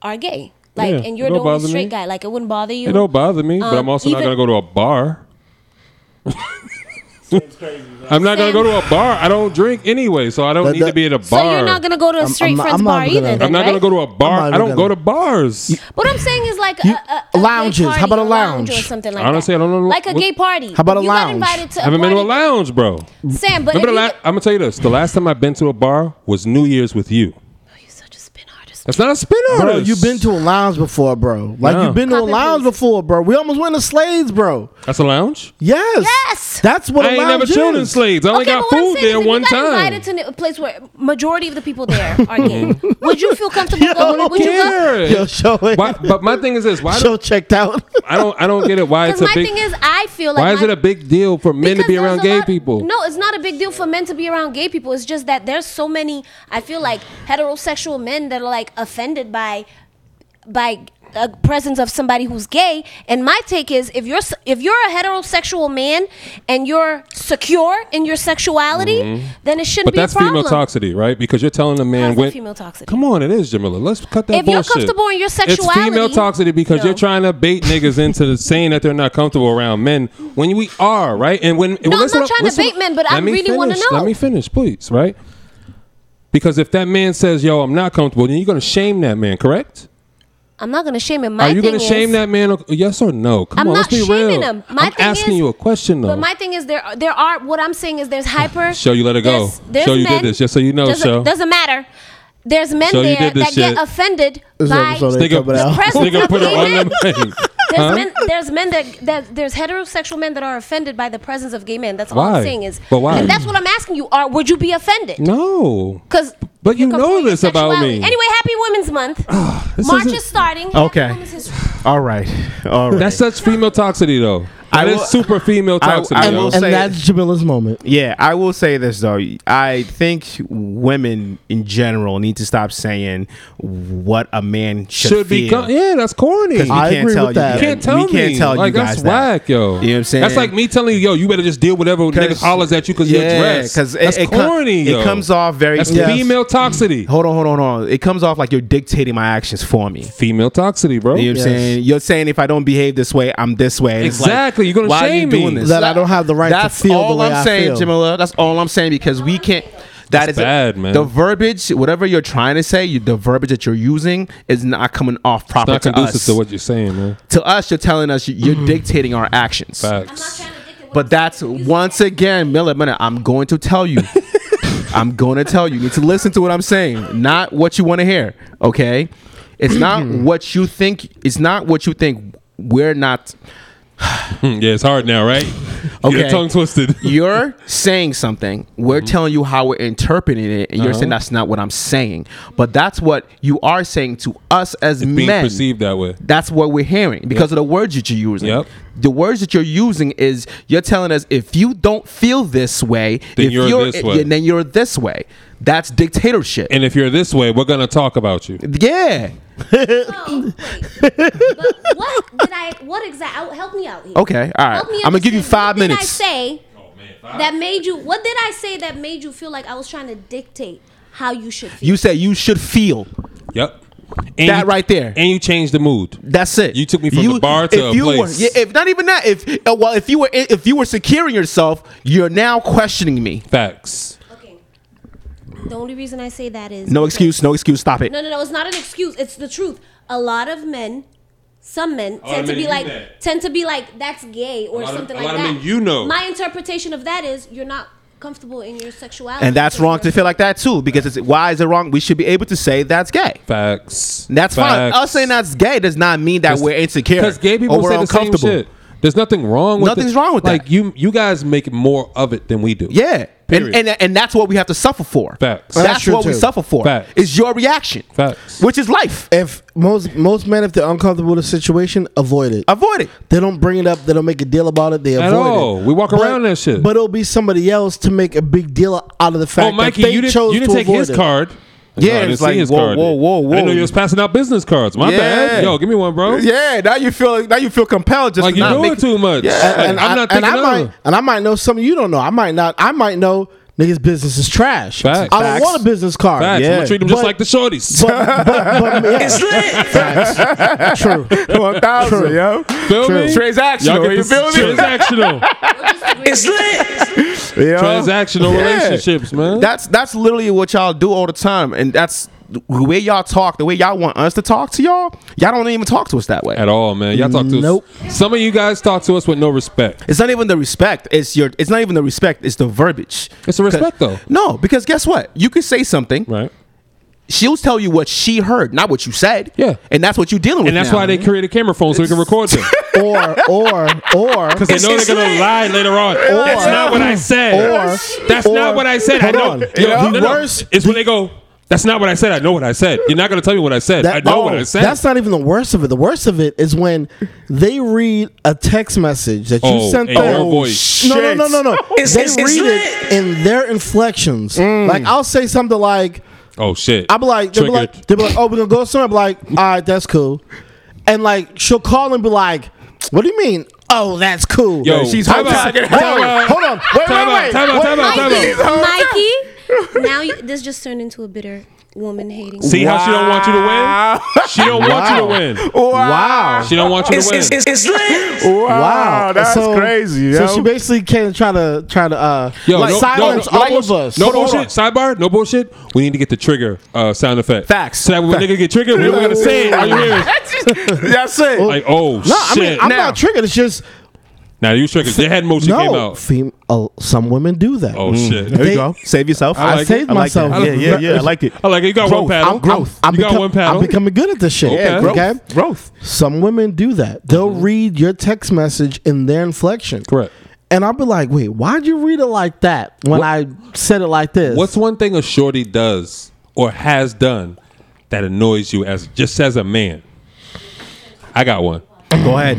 Speaker 9: are gay? Like,
Speaker 1: Yeah,
Speaker 9: and you're
Speaker 1: it
Speaker 9: the
Speaker 1: don't
Speaker 9: only
Speaker 1: bother
Speaker 9: straight
Speaker 1: me.
Speaker 9: guy. Like, it wouldn't bother you.
Speaker 1: It don't bother me, but
Speaker 9: Um,
Speaker 1: I'm also not
Speaker 9: even-
Speaker 1: gonna go to a bar. I'm not gonna go to a bar. I don't drink anyway, so I don't
Speaker 6: That-
Speaker 1: need to
Speaker 6: that-
Speaker 1: be at a bar.
Speaker 9: So you're not gonna go to a
Speaker 6: I'm-
Speaker 9: straight
Speaker 6: I'm not-
Speaker 9: friend's
Speaker 6: I'm not
Speaker 9: bar
Speaker 6: gonna-
Speaker 9: either.
Speaker 6: I'm
Speaker 9: then,
Speaker 1: I'm not gonna
Speaker 9: right?
Speaker 1: go to a bar.
Speaker 6: not
Speaker 1: I
Speaker 6: even
Speaker 1: don't go
Speaker 6: gonna-
Speaker 1: to bars.
Speaker 9: What I'm saying is like uh, a, a, a
Speaker 6: Lounges.
Speaker 9: Gay party,
Speaker 6: How about a
Speaker 9: or
Speaker 6: lounge?
Speaker 9: something like
Speaker 1: Honestly,
Speaker 9: that?
Speaker 1: I don't know
Speaker 9: Like a
Speaker 1: what-
Speaker 9: gay party.
Speaker 6: How about a
Speaker 9: you
Speaker 6: lounge?
Speaker 9: Got invited to
Speaker 1: I haven't been
Speaker 9: party.
Speaker 1: to a lounge, bro.
Speaker 9: Sam, but
Speaker 1: Remember the
Speaker 9: if you
Speaker 1: last?
Speaker 9: get-
Speaker 1: I'm gonna tell you this. The last time I've been to a bar was New Year's with you.
Speaker 9: Oh, you're such a spin artist.
Speaker 1: That's not a spin artist.
Speaker 6: Bro, you've been to a lounge before, bro. Like
Speaker 1: No.
Speaker 6: you've been to a
Speaker 9: Copy,
Speaker 6: lounge
Speaker 9: please.
Speaker 6: before, bro. We almost went to Slades, bro.
Speaker 1: That's a lounge.
Speaker 6: Yes.
Speaker 9: Yes!
Speaker 6: That's what a
Speaker 1: I ain't never
Speaker 6: lounge
Speaker 1: chilled in
Speaker 6: is.
Speaker 1: Slades. I only got
Speaker 9: but what I'm
Speaker 1: food
Speaker 9: saying
Speaker 1: there
Speaker 9: is if you
Speaker 1: one
Speaker 9: got
Speaker 1: time.
Speaker 9: Invited to a place where majority of the people there are gay. would you feel comfortable going? Would you go?
Speaker 1: Yeah.
Speaker 6: Yo, show it.
Speaker 1: Why, but my thing is this: why do,
Speaker 6: show checked out.
Speaker 1: I don't I don't get it? Why it's
Speaker 9: Because
Speaker 1: a
Speaker 9: my
Speaker 1: big?
Speaker 9: thing is, I feel like
Speaker 1: why is
Speaker 9: my-
Speaker 1: it a big deal for men to
Speaker 9: Because
Speaker 1: be
Speaker 9: there's
Speaker 1: around
Speaker 9: a
Speaker 1: gay
Speaker 9: lot-
Speaker 1: people?
Speaker 9: No, it's not a big deal for men to be around gay people. It's just that there's so many. I feel like heterosexual men that are like offended by, by a presence of somebody who's gay. And my take is, if you're s- if you're a heterosexual man and you're secure in your sexuality, then it shouldn't
Speaker 1: Mm-hmm. But
Speaker 9: be
Speaker 1: that's
Speaker 9: a problem.
Speaker 1: female toxicity, right? Because you're telling a man
Speaker 9: How's that
Speaker 1: when
Speaker 9: female toxicity?
Speaker 1: Come on, it is Jamila. Let's cut that
Speaker 9: If you're
Speaker 1: bullshit.
Speaker 9: comfortable in your
Speaker 1: it's female
Speaker 9: sexuality-
Speaker 1: toxicity because
Speaker 9: No.
Speaker 1: you're trying to bait niggas into the- saying that they're not comfortable around men when we are, right? And when
Speaker 9: I'm
Speaker 1: listen
Speaker 9: not
Speaker 1: up,
Speaker 9: trying to
Speaker 1: listen
Speaker 9: bait
Speaker 1: up.
Speaker 9: men, but I
Speaker 1: Let me
Speaker 9: really wanna
Speaker 1: finish.
Speaker 9: know.
Speaker 1: Let me finish, please, right? Because if that man says, "Yo, I'm not comfortable," then you're gonna shame that man, correct?
Speaker 9: I'm not gonna shame him. My
Speaker 1: are you
Speaker 9: thing
Speaker 1: gonna shame
Speaker 9: is-
Speaker 1: that man? or- Yes or no? Come
Speaker 9: I'm
Speaker 1: on,
Speaker 9: not
Speaker 1: let's be real.
Speaker 9: shaming him. My
Speaker 1: I'm
Speaker 9: thing
Speaker 1: asking
Speaker 9: is-
Speaker 1: you a question though.
Speaker 9: But my thing is there are- there are what I'm saying is there's hyper.
Speaker 1: Show you let it go.
Speaker 9: there's- there's
Speaker 1: Show you did
Speaker 9: men-
Speaker 1: this, just so you know,
Speaker 9: Doesn't,
Speaker 1: show.
Speaker 9: doesn't matter. There's men
Speaker 1: Show you
Speaker 9: there
Speaker 1: did
Speaker 9: that
Speaker 1: this shit.
Speaker 9: get offended
Speaker 6: This
Speaker 9: by.
Speaker 6: episode ain't
Speaker 1: Nigga-
Speaker 6: coming
Speaker 9: the
Speaker 6: out.
Speaker 9: press-
Speaker 1: Nigga put her on
Speaker 9: Amen.
Speaker 1: the mic.
Speaker 9: There's
Speaker 1: Huh?
Speaker 9: men. There's men that, that there's heterosexual men that are offended by the presence of gay men. That's all
Speaker 1: Why?
Speaker 9: I'm saying is.
Speaker 1: But why?
Speaker 9: And that's what I'm asking you. Are would you be offended?
Speaker 1: No.
Speaker 9: Because.
Speaker 1: But you know this about me.
Speaker 9: Anyway, Happy Women's Month. March
Speaker 1: isn't-
Speaker 9: is starting. Happy
Speaker 2: Okay.
Speaker 9: Women's History.
Speaker 2: All right. All right.
Speaker 1: That's such female toxicity, though.
Speaker 2: I
Speaker 1: That is
Speaker 2: will-
Speaker 1: super female
Speaker 2: I-
Speaker 1: toxicity.
Speaker 2: I
Speaker 1: yo.
Speaker 2: will
Speaker 6: and
Speaker 2: say-
Speaker 6: that's Jamila's moment.
Speaker 2: Yeah, I will say this though. I think women in general need to stop saying what a man should,
Speaker 1: should be.
Speaker 2: feel.
Speaker 1: co- yeah, that's corny.
Speaker 2: Because we
Speaker 1: You
Speaker 6: I
Speaker 2: can't
Speaker 6: agree
Speaker 2: tell
Speaker 6: with
Speaker 2: you.
Speaker 6: that.
Speaker 2: guys-
Speaker 1: can't tell
Speaker 2: we can't
Speaker 1: me.
Speaker 2: tell
Speaker 1: like
Speaker 2: you guys
Speaker 1: that's
Speaker 2: that.
Speaker 1: whack, yo.
Speaker 2: You know what I'm saying?
Speaker 1: That's like me telling you, yo, you better just deal whatever niggas hollers at you because
Speaker 2: yeah,
Speaker 1: you're dressed.
Speaker 2: 'cause it-
Speaker 1: that's
Speaker 2: it com-
Speaker 1: corny. yo.
Speaker 2: It comes off very.
Speaker 1: That's
Speaker 2: Yeah.
Speaker 1: female toxicity.
Speaker 2: Hold on, hold on, hold on. It comes off like you're dictating my actions for me.
Speaker 1: Female toxicity, bro.
Speaker 2: You know what I'm
Speaker 6: Yes.
Speaker 2: saying? You're saying if I don't behave this way, I'm this way. And it's like,
Speaker 1: Exactly. You're gonna
Speaker 2: why
Speaker 1: shame
Speaker 2: are you doing
Speaker 1: me.
Speaker 2: this?
Speaker 6: That I don't have the right to
Speaker 2: That's
Speaker 6: feel the
Speaker 2: all
Speaker 6: way
Speaker 2: I'm
Speaker 6: I
Speaker 2: saying,
Speaker 6: feel.
Speaker 2: Jamila. That's all I'm saying because we can't. That
Speaker 1: That's
Speaker 2: is a-
Speaker 1: bad, man.
Speaker 2: The verbiage, whatever you're trying to say, you, the verbiage that you're using is not coming off
Speaker 1: It's
Speaker 2: proper
Speaker 1: not
Speaker 2: to
Speaker 1: conducive
Speaker 2: us.
Speaker 1: to what you're saying, man.
Speaker 2: to us, you're telling us you- you're dictating our actions.
Speaker 9: I'm not
Speaker 1: Facts.
Speaker 9: trying to dictate what
Speaker 2: But that's once again, Miller, Miller, I'm going to tell you. I'm going to tell you. You need to listen to what I'm saying, not what you want to hear. Okay? It's not what you think. It's not what you think. We're not.
Speaker 1: Hmm, yeah, it's hard now, right?
Speaker 2: Okay.
Speaker 1: Your tongue twisted.
Speaker 2: You're saying something. We're
Speaker 1: Mm-hmm.
Speaker 2: telling you how we're interpreting it, and you're saying
Speaker 1: Uh-huh.
Speaker 2: that's not what I'm saying. But that's what you are saying to us as
Speaker 1: Being
Speaker 2: men.
Speaker 1: perceived that way.
Speaker 2: That's what we're hearing because of the words that you're using.
Speaker 1: Yep.
Speaker 2: The words that you're using is you're telling us if you don't feel this way,
Speaker 1: Then
Speaker 2: if
Speaker 1: you're this way.
Speaker 2: then you're this way. That's dictatorship.
Speaker 1: And if you're this way, we're gonna talk about you.
Speaker 2: yeah.
Speaker 9: Oh, wait. but what did I? What exactly? Help me out here.
Speaker 2: Okay. All right.
Speaker 9: Help me
Speaker 2: I'm gonna give you
Speaker 9: understand.
Speaker 2: five
Speaker 9: what
Speaker 2: minutes.
Speaker 9: Did I say
Speaker 1: Oh,
Speaker 9: that made you? What did I say that made you feel like I was trying to dictate how you should feel?
Speaker 2: You said you should feel.
Speaker 1: Yep. And
Speaker 2: That
Speaker 1: you-
Speaker 2: right there.
Speaker 1: And you change the mood.
Speaker 2: That's it.
Speaker 1: You took me from the bar to
Speaker 2: if
Speaker 1: a
Speaker 2: you were-
Speaker 1: place.
Speaker 2: yeah, if not even that, if uh, well, if you were if you were securing yourself, you're now questioning me.
Speaker 1: Facts.
Speaker 9: okay. The only reason I say that is
Speaker 2: No
Speaker 9: because-
Speaker 2: excuse. No excuse. Stop it.
Speaker 9: No, no, no. It's not an excuse. It's the truth. A lot of men. Some men
Speaker 1: lot
Speaker 9: tend
Speaker 1: of
Speaker 9: to
Speaker 1: men
Speaker 9: be
Speaker 1: do
Speaker 9: like
Speaker 1: that.
Speaker 9: tend to be like that's gay or
Speaker 1: lot of-
Speaker 9: something
Speaker 1: a
Speaker 9: like
Speaker 1: lot of
Speaker 9: that.
Speaker 1: men you know.
Speaker 9: My interpretation of that is you're not comfortable in your sexuality,
Speaker 2: And that's
Speaker 9: so
Speaker 2: wrong
Speaker 9: you're-
Speaker 2: to feel like that too, because it's, why is it wrong? We should be able to say that's gay.
Speaker 1: Facts.
Speaker 2: That's fine.
Speaker 1: Facts.
Speaker 2: Us saying that's gay does not mean that we're insecure.
Speaker 1: Because gay people
Speaker 2: or we're
Speaker 1: say the same shit. There's nothing wrong with
Speaker 2: Nothing's
Speaker 1: it.
Speaker 2: wrong with that.
Speaker 1: Like you you guys make more of it than we do.
Speaker 2: Yeah. And,
Speaker 1: Period.
Speaker 2: and and that's what we have to suffer for.
Speaker 1: Facts.
Speaker 2: That's,
Speaker 6: That's true,
Speaker 2: what we
Speaker 6: too.
Speaker 2: suffer for.
Speaker 1: Facts.
Speaker 2: Is your reaction,
Speaker 1: Facts.
Speaker 2: which is life.
Speaker 6: If most most men, if they're uncomfortable with a situation, avoid it.
Speaker 2: Avoid it.
Speaker 6: They don't bring it up. They don't make a deal about it. They avoid
Speaker 1: At all.
Speaker 6: it.
Speaker 1: We walk
Speaker 6: But-
Speaker 1: around that shit.
Speaker 6: But it'll be somebody else to make a big deal out of the fact
Speaker 1: Oh, Mikey,
Speaker 6: that they
Speaker 1: you didn't,
Speaker 6: chose
Speaker 1: you didn't
Speaker 6: to
Speaker 1: take
Speaker 6: avoid
Speaker 1: his
Speaker 6: it.
Speaker 1: card.
Speaker 2: Yeah,
Speaker 1: I didn't
Speaker 2: it's
Speaker 1: see
Speaker 2: like, whoa, whoa, whoa,
Speaker 1: I didn't know
Speaker 2: whoa.
Speaker 1: you was passing out business cards. My
Speaker 2: Yeah.
Speaker 1: bad. Yo, give me one, bro.
Speaker 2: Yeah, now you feel now you feel compelled just
Speaker 1: Like
Speaker 2: to
Speaker 1: you're
Speaker 2: not
Speaker 1: doing
Speaker 2: make
Speaker 1: too much.
Speaker 2: Yeah.
Speaker 1: Like, I'm
Speaker 6: I-
Speaker 1: not
Speaker 6: and
Speaker 1: thinking
Speaker 6: I might
Speaker 1: of.
Speaker 6: and I might know something you don't know. I might not. I might know niggas' business is trash.
Speaker 1: Facts.
Speaker 6: I don't
Speaker 1: Facts.
Speaker 6: want a business card.
Speaker 1: Facts. I'm
Speaker 6: Yeah.
Speaker 1: gonna treat them just
Speaker 6: But-
Speaker 1: like the shorties.
Speaker 6: But, but, but, yeah. Facts. True.
Speaker 2: one thousand,
Speaker 6: True.
Speaker 2: yo.
Speaker 1: Feel me?
Speaker 2: Transactional,
Speaker 1: Y'all get
Speaker 2: you
Speaker 1: this-
Speaker 2: feel me?
Speaker 1: Transactional.
Speaker 3: It's lit.
Speaker 2: Yo.
Speaker 1: transactional
Speaker 2: Yeah.
Speaker 1: relationships, man.
Speaker 2: That's that's literally what y'all do all the time, and that's the way y'all talk. The way y'all want us to talk to y'all, y'all don't even talk to us that way.
Speaker 1: at all, man. Y'all talk to
Speaker 6: Nope.
Speaker 1: us. Some of you guys talk to us with no respect.
Speaker 2: It's not even the respect. It's your. It's not even the respect. It's the verbiage.
Speaker 1: It's the respect, though.
Speaker 2: No, because guess what? You could say something.
Speaker 1: Right.
Speaker 2: She'll tell you what she heard, not what you said.
Speaker 1: Yeah.
Speaker 2: and that's what you're dealing with.
Speaker 1: And that's
Speaker 2: now.
Speaker 1: why they created camera phones so we can record them.
Speaker 6: Or or or
Speaker 1: Because they know they're gonna lie later on. that's not what I said.
Speaker 6: Or-
Speaker 1: that's not what I said. I
Speaker 6: Hold
Speaker 1: know.
Speaker 6: on.
Speaker 1: Yo,
Speaker 6: You know,
Speaker 1: no, no,
Speaker 6: worse-
Speaker 1: It's when they go. That's not what I said. I know what I said. You're not gonna tell me what I said. I
Speaker 6: That-
Speaker 1: know
Speaker 6: oh,
Speaker 1: what I said.
Speaker 6: That's not even the worst of it. The worst of it is when they read a text message that you
Speaker 1: Oh,
Speaker 6: sent
Speaker 1: in
Speaker 6: them.
Speaker 1: your voice.
Speaker 6: No, no, no, no, no.
Speaker 3: It's-
Speaker 6: they
Speaker 3: it's- it's
Speaker 6: read
Speaker 3: lit. Mm.
Speaker 6: it in their inflections. Like I'll say something like,
Speaker 1: oh shit.
Speaker 6: "I'll be like, they'll be
Speaker 1: Triggered.
Speaker 6: like, they'll be like, oh, we're gonna go somewhere." I'm like, "All right, that's cool," and like she'll call and be like, "What do you mean?" Oh, that's cool.
Speaker 1: Yo,
Speaker 2: she's
Speaker 1: time
Speaker 2: hoping-
Speaker 1: out,
Speaker 2: Hold
Speaker 1: time
Speaker 2: on,
Speaker 1: out,
Speaker 6: hold on. Wait,
Speaker 1: time
Speaker 6: wait,
Speaker 1: out,
Speaker 6: wait.
Speaker 1: Time out.
Speaker 6: Wait,
Speaker 1: Time out. Time out.
Speaker 9: Mikey, now you, this just turned into a bitter woman hating.
Speaker 1: See how she don't want you to win? She don't want you to win.
Speaker 2: Wow.
Speaker 1: She don't want you to
Speaker 3: It's,
Speaker 1: win.
Speaker 3: it's, it's, it's lit.
Speaker 2: Wow. That's crazy.
Speaker 6: So
Speaker 2: yo.
Speaker 6: she basically came to try to try to uh like, silence all
Speaker 1: bullshit-
Speaker 6: of us.
Speaker 1: No
Speaker 6: Hold on,
Speaker 1: bullshit.
Speaker 6: hold on.
Speaker 1: Sidebar. No bullshit. We need to get the trigger uh, sound effect.
Speaker 2: Facts.
Speaker 1: So that when
Speaker 2: Facts.
Speaker 1: nigga get triggered, we don't gotta say it. All you hear is
Speaker 2: that's it.
Speaker 1: like, oh
Speaker 6: No, I
Speaker 1: shit.
Speaker 6: mean I'm
Speaker 2: Now-
Speaker 6: not triggered. It's just
Speaker 1: now you triggered. Your head motion came
Speaker 6: no. Mm.
Speaker 1: out.
Speaker 6: Fem- uh, some women do that.
Speaker 1: Oh shit.
Speaker 2: there
Speaker 6: they-
Speaker 2: you go. Save yourself.
Speaker 6: I like saved it. I like myself.
Speaker 2: yeah,
Speaker 6: that.
Speaker 2: yeah, yeah. I like it.
Speaker 1: I like it. You got one
Speaker 2: Growth.
Speaker 1: paddle.
Speaker 6: I'm, growth. I'm,
Speaker 1: you got
Speaker 6: become-
Speaker 1: one paddle.
Speaker 6: I'm becoming good at this shit.
Speaker 1: Yeah,
Speaker 6: okay.
Speaker 1: growth.
Speaker 2: Growth.
Speaker 6: Some women do that. They'll
Speaker 2: Mm-hmm.
Speaker 6: read your text message in their inflection.
Speaker 1: Correct.
Speaker 6: And I'll be like, wait, why'd you read it like that when I said it like this?
Speaker 1: What's one thing a shorty does or has done that annoys you as just as a man? I got one.
Speaker 2: Go ahead.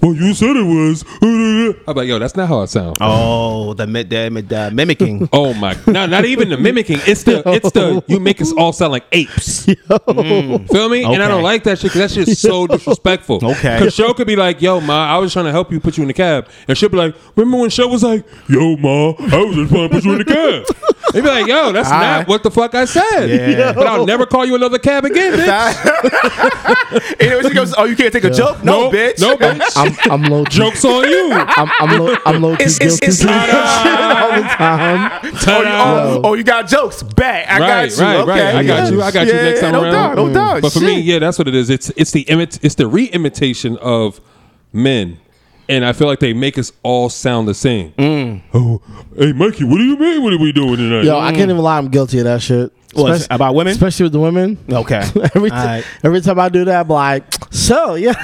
Speaker 1: Well, you said it was. I'm like, yo, that's not how it sounds.
Speaker 2: Oh, the, mid- the, mid- the mimicking.
Speaker 1: Oh my! No, not even the mimicking. It's the it's the you make us all sound like apes. Mm. Feel me? And I
Speaker 2: Okay.
Speaker 1: don't like that shit because that shit's so disrespectful.
Speaker 2: Okay.
Speaker 1: Because Show could be like, "Yo, ma, I was trying to help you put you in the cab," and she'll be like, "Remember when Show was like, yo, ma, I was just trying to put you in the cab." They'd be like, "Yo, that's
Speaker 2: right.
Speaker 1: not what the fuck I said."
Speaker 2: Yeah.
Speaker 1: But I'll never call you another cab again, bitch.
Speaker 2: Anyway, she goes, "Oh, you can't take a joke? No, bitch. Oh,
Speaker 1: No, bitch.
Speaker 6: I'm, I'm low key.
Speaker 1: Jokes on you.
Speaker 6: I'm, I'm low. I'm low key
Speaker 3: It's-
Speaker 6: guilty
Speaker 3: it's- it's uh,
Speaker 6: to that
Speaker 1: Ta-da.
Speaker 6: shit all the time.
Speaker 2: Oh, you,
Speaker 1: Ta-da.
Speaker 2: oh, oh, you got jokes. Bet.
Speaker 1: right,
Speaker 2: I got you.
Speaker 1: right,
Speaker 2: okay.
Speaker 1: right. I got you. I got you
Speaker 2: Yeah,
Speaker 1: next time
Speaker 2: no
Speaker 1: around. Mm.
Speaker 2: Doubt, no doubt.
Speaker 1: But for me,
Speaker 2: Shit.
Speaker 1: yeah, that's what it is. It's it's the imit it's the re-imitation of men. And I feel like they make us all sound the same.
Speaker 2: Mm.
Speaker 1: Oh, hey Mikey, what do you mean? What are we doing tonight?
Speaker 6: Yo, I can't even lie. I'm guilty of that shit.
Speaker 2: Mm. What,
Speaker 6: Especially-
Speaker 2: about women?
Speaker 6: especially with the women.
Speaker 2: Okay.
Speaker 6: every, ti-
Speaker 2: All right.
Speaker 6: every time I do that, I'm like, so yeah.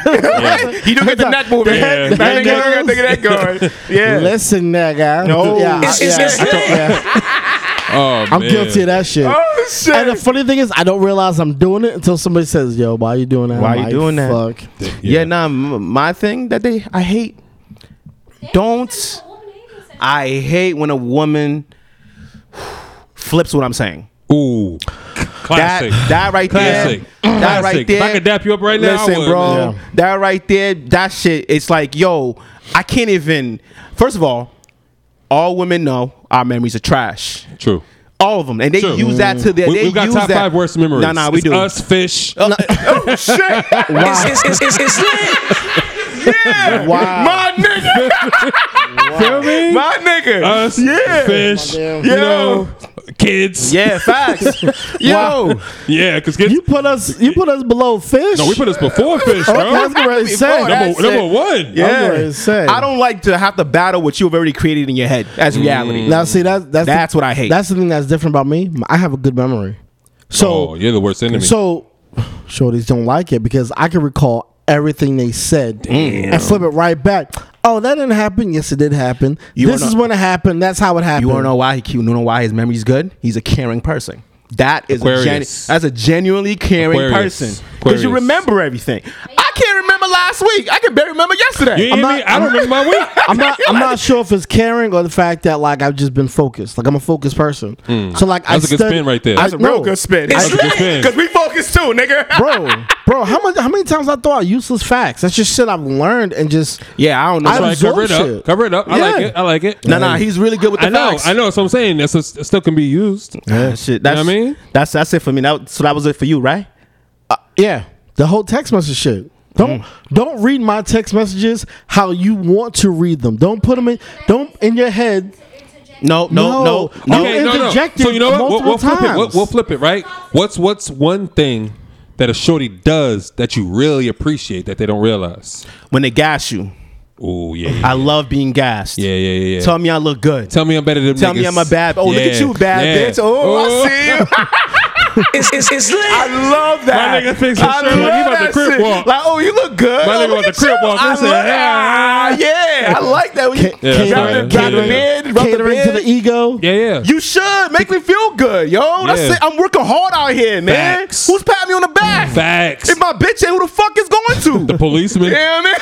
Speaker 2: You do get the neck movement.
Speaker 1: Yeah.
Speaker 2: I think I think of that going. Yeah.
Speaker 6: Listen, that guy.
Speaker 2: No.
Speaker 6: yeah,
Speaker 3: It's- it's-
Speaker 6: yeah,
Speaker 3: it's
Speaker 6: I don't- yeah.
Speaker 1: oh,
Speaker 6: I'm guilty of that shit.
Speaker 2: oh shit.
Speaker 6: And the funny thing is, I don't realize I'm doing it until somebody says, "Yo, why you doing that?
Speaker 2: Why
Speaker 6: I'm
Speaker 2: you
Speaker 6: like,
Speaker 2: doing that?
Speaker 6: Fuck.
Speaker 2: yeah. Nah. m- My thing that they I hate. Don't. I hate when a woman flips what I'm saying.
Speaker 1: Ooh. Classic.
Speaker 2: That that right
Speaker 1: Classic.
Speaker 2: there. That
Speaker 1: Classic.
Speaker 2: right
Speaker 1: If
Speaker 2: there.
Speaker 1: I could dap you up right now, I
Speaker 2: Listen,
Speaker 1: would,
Speaker 2: bro.
Speaker 6: man.
Speaker 2: Um, That right there. That shit. It's like, yo, I can't even. First of all, all women know our memories are trash.
Speaker 1: True.
Speaker 2: All of them, and they
Speaker 1: True.
Speaker 2: use that to their.
Speaker 1: We,
Speaker 2: they
Speaker 1: have got
Speaker 2: use
Speaker 1: top
Speaker 2: that.
Speaker 1: five worst memories.
Speaker 2: No, no, we
Speaker 1: It's
Speaker 2: do.
Speaker 1: Us fish.
Speaker 2: oh shit!
Speaker 3: It's, it's, it's, it's, it's lit.
Speaker 2: Yeah,
Speaker 6: Wow.
Speaker 2: my nigga,
Speaker 1: Feel me?
Speaker 2: Ah. my nigga.
Speaker 1: Us
Speaker 2: yeah,
Speaker 1: fish.
Speaker 6: Goddamn.
Speaker 1: You know, kids.
Speaker 2: yeah, facts. Yo,
Speaker 1: Yeah, because kids
Speaker 6: You put us, you put us below fish.
Speaker 1: No, we put us before fish, bro.
Speaker 6: Okay, I was gonna really say.
Speaker 2: Before that
Speaker 1: number,
Speaker 2: shit.
Speaker 1: number one.
Speaker 6: I was gonna say.
Speaker 2: I don't like to have to battle what you've already created in your head as reality.
Speaker 6: Now see that that's
Speaker 2: That's
Speaker 6: the-
Speaker 2: what I hate.
Speaker 6: That's the thing that's different about me. I have a good memory. So
Speaker 1: oh, you're the worst enemy.
Speaker 6: so shorties don't like it because I can recall everything they said and flip it right back. Oh, that didn't happen. Yes, it did happen.
Speaker 2: You
Speaker 6: this
Speaker 2: wanna-
Speaker 6: is when it happened. That's how it happened.
Speaker 2: You want to know why he cute? You want to know why his memory's good? He's a caring person. That is a genu-
Speaker 1: Aquarius.
Speaker 2: that's a genuinely caring
Speaker 1: Aquarius.
Speaker 2: person because you
Speaker 1: Aquarius.
Speaker 2: remember everything. I can't remember last week. I can barely remember yesterday.
Speaker 1: You hear
Speaker 6: not-
Speaker 1: me? I don't remember my week.
Speaker 6: I'm not. I'm not sure if it's caring or the fact that like I've just been focused. Like I'm a focused person. So like I
Speaker 1: Mm. That's a good
Speaker 6: stud-
Speaker 1: spin right there.
Speaker 6: I-
Speaker 2: That's a real
Speaker 6: no.
Speaker 2: good spin.
Speaker 1: That's a good spin.
Speaker 2: Because we focus too, nigga.
Speaker 6: bro, bro. How much? How many times I throw out useless facts? That's just shit I've learned and just.
Speaker 2: Yeah, I don't know.
Speaker 6: I
Speaker 1: All right, cover it up.
Speaker 6: shit.
Speaker 1: Cover it up. I like
Speaker 6: Yeah.
Speaker 1: it. I like it.
Speaker 2: No, no, he's really good with the
Speaker 1: I know.
Speaker 2: facts.
Speaker 1: I know. So I'm saying that's it still can be used.
Speaker 2: Ah, shit,
Speaker 1: know what
Speaker 2: that's
Speaker 1: I mean?
Speaker 2: that's that's it for me. That, so that was it for you, right?
Speaker 6: Yeah, the whole text message shit. Don't don't read my text messages how you want to read them. Don't put them in. Don't in your head.
Speaker 2: No, no, no, no.
Speaker 6: No. Okay, interjected
Speaker 1: So you know what? We'll,
Speaker 6: multiple
Speaker 1: we'll flip it. We'll,
Speaker 6: times.
Speaker 1: we'll flip it. Right? What's what's one thing that a shorty does that you really appreciate that they don't realize?
Speaker 2: When they gas you,
Speaker 1: Oh yeah.
Speaker 2: I love being gassed.
Speaker 1: yeah, yeah, yeah, yeah.
Speaker 2: Tell me I look good.
Speaker 1: Tell me I'm better than.
Speaker 2: Tell me
Speaker 1: niggas.
Speaker 2: I'm a bad. Oh, look at
Speaker 1: Yeah,
Speaker 2: you, bad
Speaker 1: yeah.
Speaker 2: bitch. Oh, I see you.
Speaker 3: It's it's it's
Speaker 2: I
Speaker 3: lit.
Speaker 2: love that.
Speaker 1: My nigga thinks his
Speaker 2: I
Speaker 1: shirt like he
Speaker 2: love
Speaker 1: about to
Speaker 2: that
Speaker 1: crip
Speaker 2: shit.
Speaker 1: walk.
Speaker 2: Like, oh, you look good.
Speaker 1: My
Speaker 2: oh,
Speaker 1: nigga
Speaker 2: look
Speaker 1: about
Speaker 2: at
Speaker 1: to crip
Speaker 2: you.
Speaker 1: walk. "Ah."
Speaker 2: I
Speaker 1: They say,
Speaker 2: love that. Yeah, I like that. When you
Speaker 1: Yeah, that's
Speaker 2: drop
Speaker 1: right.
Speaker 2: the, drop the
Speaker 1: Catering-
Speaker 2: beard, drop the
Speaker 6: Catering to the
Speaker 2: beard.
Speaker 6: ego.
Speaker 1: Yeah, yeah.
Speaker 2: You should make me feel good, yo. That's
Speaker 1: Yeah.
Speaker 2: it. I'm working hard out here, man.
Speaker 1: Facts.
Speaker 2: Who's patting me on the back?
Speaker 1: facts.
Speaker 2: If my bitch ain't, who the fuck is going to?
Speaker 1: the policeman.
Speaker 2: You know what